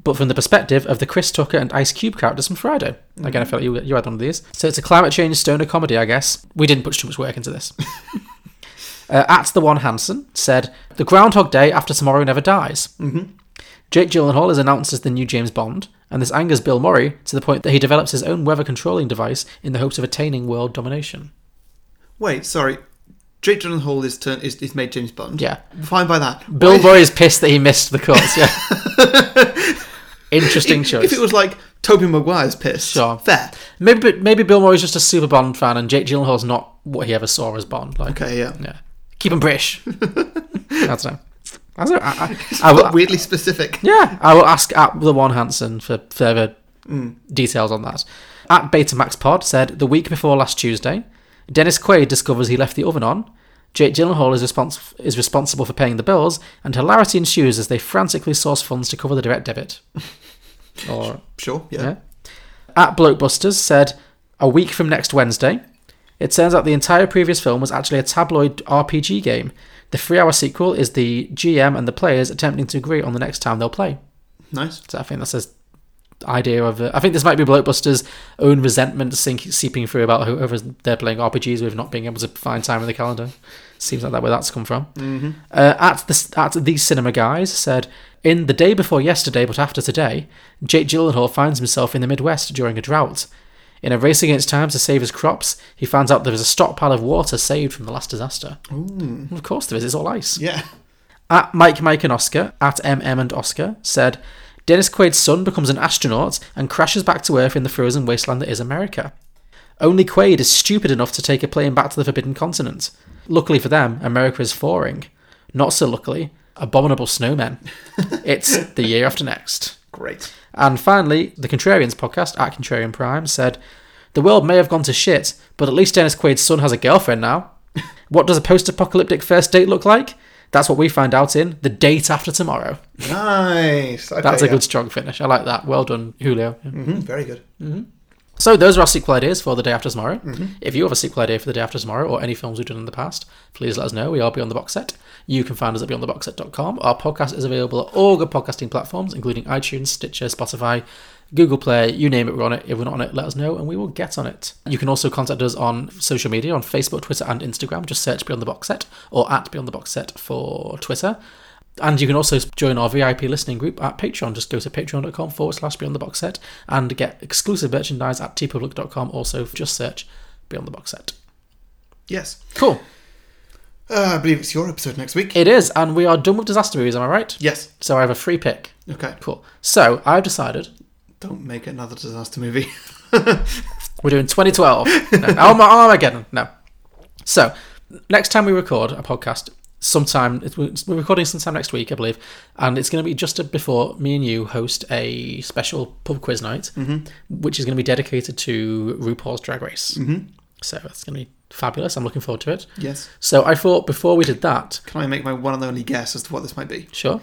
[SPEAKER 2] but from the perspective of the Chris Tucker and Ice Cube characters from Friday. Again, I feel like you, you had one of these. So it's a climate change stoner comedy, I guess. We didn't put too much work into this. uh, at the one Hansen said, "The Groundhog Day after tomorrow never dies."
[SPEAKER 1] Mhm.
[SPEAKER 2] Jake Gyllenhaal is announced as the new James Bond, and this angers Bill Murray to the point that he develops his own weather controlling device in the hopes of attaining world domination.
[SPEAKER 1] Wait, sorry. Jake Gyllenhaal is turn is, is made James Bond.
[SPEAKER 2] Yeah.
[SPEAKER 1] fine by that.
[SPEAKER 2] Bill
[SPEAKER 1] Why-
[SPEAKER 2] Murray is pissed that he missed the cut. Yeah. Interesting
[SPEAKER 1] if,
[SPEAKER 2] choice.
[SPEAKER 1] If it was like Toby Maguire's piss,
[SPEAKER 2] Sure.
[SPEAKER 1] fair.
[SPEAKER 2] Maybe maybe Bill Murray's just a super Bond fan, and Jake Gyllenhaal's not what he ever saw as Bond. Like,
[SPEAKER 1] Okay, yeah.
[SPEAKER 2] yeah, keep him British. I don't know. I don't, I, I,
[SPEAKER 1] It's
[SPEAKER 2] I will-
[SPEAKER 1] got weirdly specific.
[SPEAKER 2] Yeah, I will ask at the one Hansen for further
[SPEAKER 1] Mm.
[SPEAKER 2] details on that. At Betamax Pod said the week before last Tuesday, Dennis Quaid discovers he left the oven on. Jake Gyllenhaal is, respons- is responsible for paying the bills, and hilarity ensues as they frantically source funds to cover the direct debit. Or
[SPEAKER 1] sure, yeah.
[SPEAKER 2] At Blokebusters said a week from next Wednesday. It turns out the entire previous film was actually a tabloid RPG game. The three-hour sequel is the GM and the players attempting to agree on the next time they'll play.
[SPEAKER 1] Nice.
[SPEAKER 2] So I think that's his idea of. Uh, I think this might be Blockbuster's own resentment sink, seeping through about whoever they're playing RPGs with not being able to find time in the calendar. Seems like that where that's come from.
[SPEAKER 3] Mhm.
[SPEAKER 2] Uh, at the at the cinema guys said in the day before yesterday, but after today, Jake Gyllenhaal finds himself in the Midwest during a drought. In a race against time to save his crops, he finds out there is a stockpile of water saved from the last disaster.
[SPEAKER 1] Ooh.
[SPEAKER 2] Of course there is, it's all ice.
[SPEAKER 1] Yeah.
[SPEAKER 2] At Mike, Mike, and Oscar, at MM and Oscar, said Dennis Quaid's son becomes an astronaut and crashes back to Earth in the frozen wasteland that is America. Only Quaid is stupid enough to take a plane back to the Forbidden Continent. Luckily for them, America is thawing. Not so luckily, abominable snowmen. it's the year after next.
[SPEAKER 1] Great.
[SPEAKER 2] And finally, the Contrarians podcast at Contrarian Prime said, "The world may have gone to shit, but at least Dennis Quaid's son has a girlfriend now. what does a post-apocalyptic first date look like? That's what we find out in the date after tomorrow.
[SPEAKER 1] Nice. Okay,
[SPEAKER 2] That's a
[SPEAKER 1] yeah.
[SPEAKER 2] good strong finish. I like that. Well done, Julio. Yeah.
[SPEAKER 1] Mhm, Very good.
[SPEAKER 2] So those are our sequel ideas for the day after tomorrow.
[SPEAKER 1] Mhm.
[SPEAKER 2] If you have a sequel idea for the day after tomorrow or any films we've done in the past, please let us know. We are Beyond the Box Set. You can find us at beyondtheboxset.com. Our podcast is available at all good podcasting platforms, including iTunes, Stitcher, Spotify, Google Play, you name it, we're on it. If we're not on it, let us know and we will get on it. You can also contact us on social media on Facebook, Twitter, and Instagram. Just search Beyond the Box Set or at Beyond the Box Set for Twitter. And you can also join our VIP listening group at Patreon. Just go to patreon.com forward slash beyond the box set and get exclusive merchandise at tpublic.com. Also, just search beyond the box set.
[SPEAKER 1] Yes.
[SPEAKER 2] Cool.
[SPEAKER 1] Uh, I believe it's your episode next week.
[SPEAKER 2] It is, and we are done with disaster movies, am I right?
[SPEAKER 1] Yes.
[SPEAKER 2] So I have a free pick.
[SPEAKER 1] Okay.
[SPEAKER 2] Cool. So I've decided
[SPEAKER 1] Don't make another disaster movie.
[SPEAKER 2] we're doing 2012. no, Arm- Armageddon. No. So next time we record a podcast, sometime it's- we're recording sometime next week, I believe, and it's going to be just before me and you host a special pub quiz night,
[SPEAKER 1] Mhm.
[SPEAKER 2] which is going to be dedicated to RuPaul's Drag Race.
[SPEAKER 1] Mhm.
[SPEAKER 2] So that's going to be Fabulous. I'm looking forward to it.
[SPEAKER 1] Yes.
[SPEAKER 2] So I thought before we did that.
[SPEAKER 1] Can I make my one and only guess as to what this might be?
[SPEAKER 2] Sure.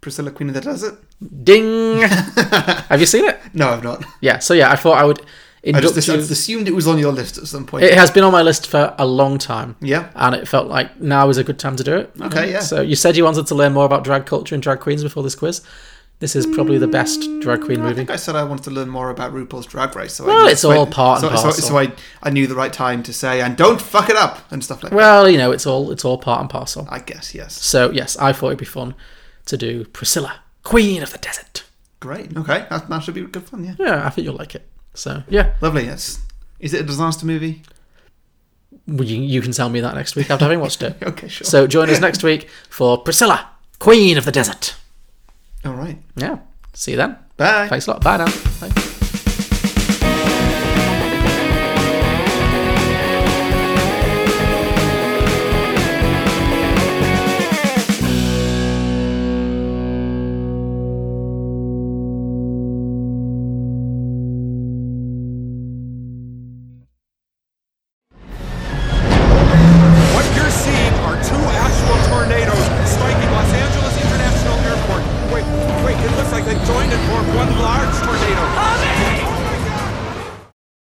[SPEAKER 1] Priscilla, Queen of the Desert?
[SPEAKER 2] Ding! Have you seen it?
[SPEAKER 1] No, I've not.
[SPEAKER 2] Yeah, so yeah, I thought I would.
[SPEAKER 1] I just
[SPEAKER 2] induct
[SPEAKER 1] assu-
[SPEAKER 2] you-
[SPEAKER 1] assumed it was on your list at some point.
[SPEAKER 2] It has been on my list for a long time.
[SPEAKER 1] Yeah.
[SPEAKER 2] And it felt like now is a good time to do it.
[SPEAKER 1] Okay, yeah.
[SPEAKER 2] So you said you wanted to learn more about drag culture and drag queens before this quiz. This is probably the best drag queen
[SPEAKER 1] I
[SPEAKER 2] movie.
[SPEAKER 1] think I said I wanted to learn more about RuPaul's Drag Race. So
[SPEAKER 2] Well,
[SPEAKER 1] I,
[SPEAKER 2] it's
[SPEAKER 1] so I-
[SPEAKER 2] all part
[SPEAKER 1] so,
[SPEAKER 2] and
[SPEAKER 1] so-
[SPEAKER 2] parcel.
[SPEAKER 1] So, I, I knew the right time to say, and don't fuck it up, and stuff like
[SPEAKER 2] Well, you know, it's all it's all part and parcel.
[SPEAKER 1] I guess, yes.
[SPEAKER 2] So yes, I thought it'd be fun to do Priscilla, Queen of the Desert.
[SPEAKER 1] Great. Okay, that, that should be good fun, yeah.
[SPEAKER 2] Yeah, I think you'll like it. So yeah,
[SPEAKER 1] Lovely, yes. Is it a disaster movie?
[SPEAKER 2] Well, you, you can tell me that next week after having watched it.
[SPEAKER 1] Okay, sure.
[SPEAKER 2] So join us next week for Priscilla, Queen of the Desert.
[SPEAKER 1] All right.
[SPEAKER 2] Yeah. See you then.
[SPEAKER 1] Bye.
[SPEAKER 2] Thanks a lot. Bye now. Bye.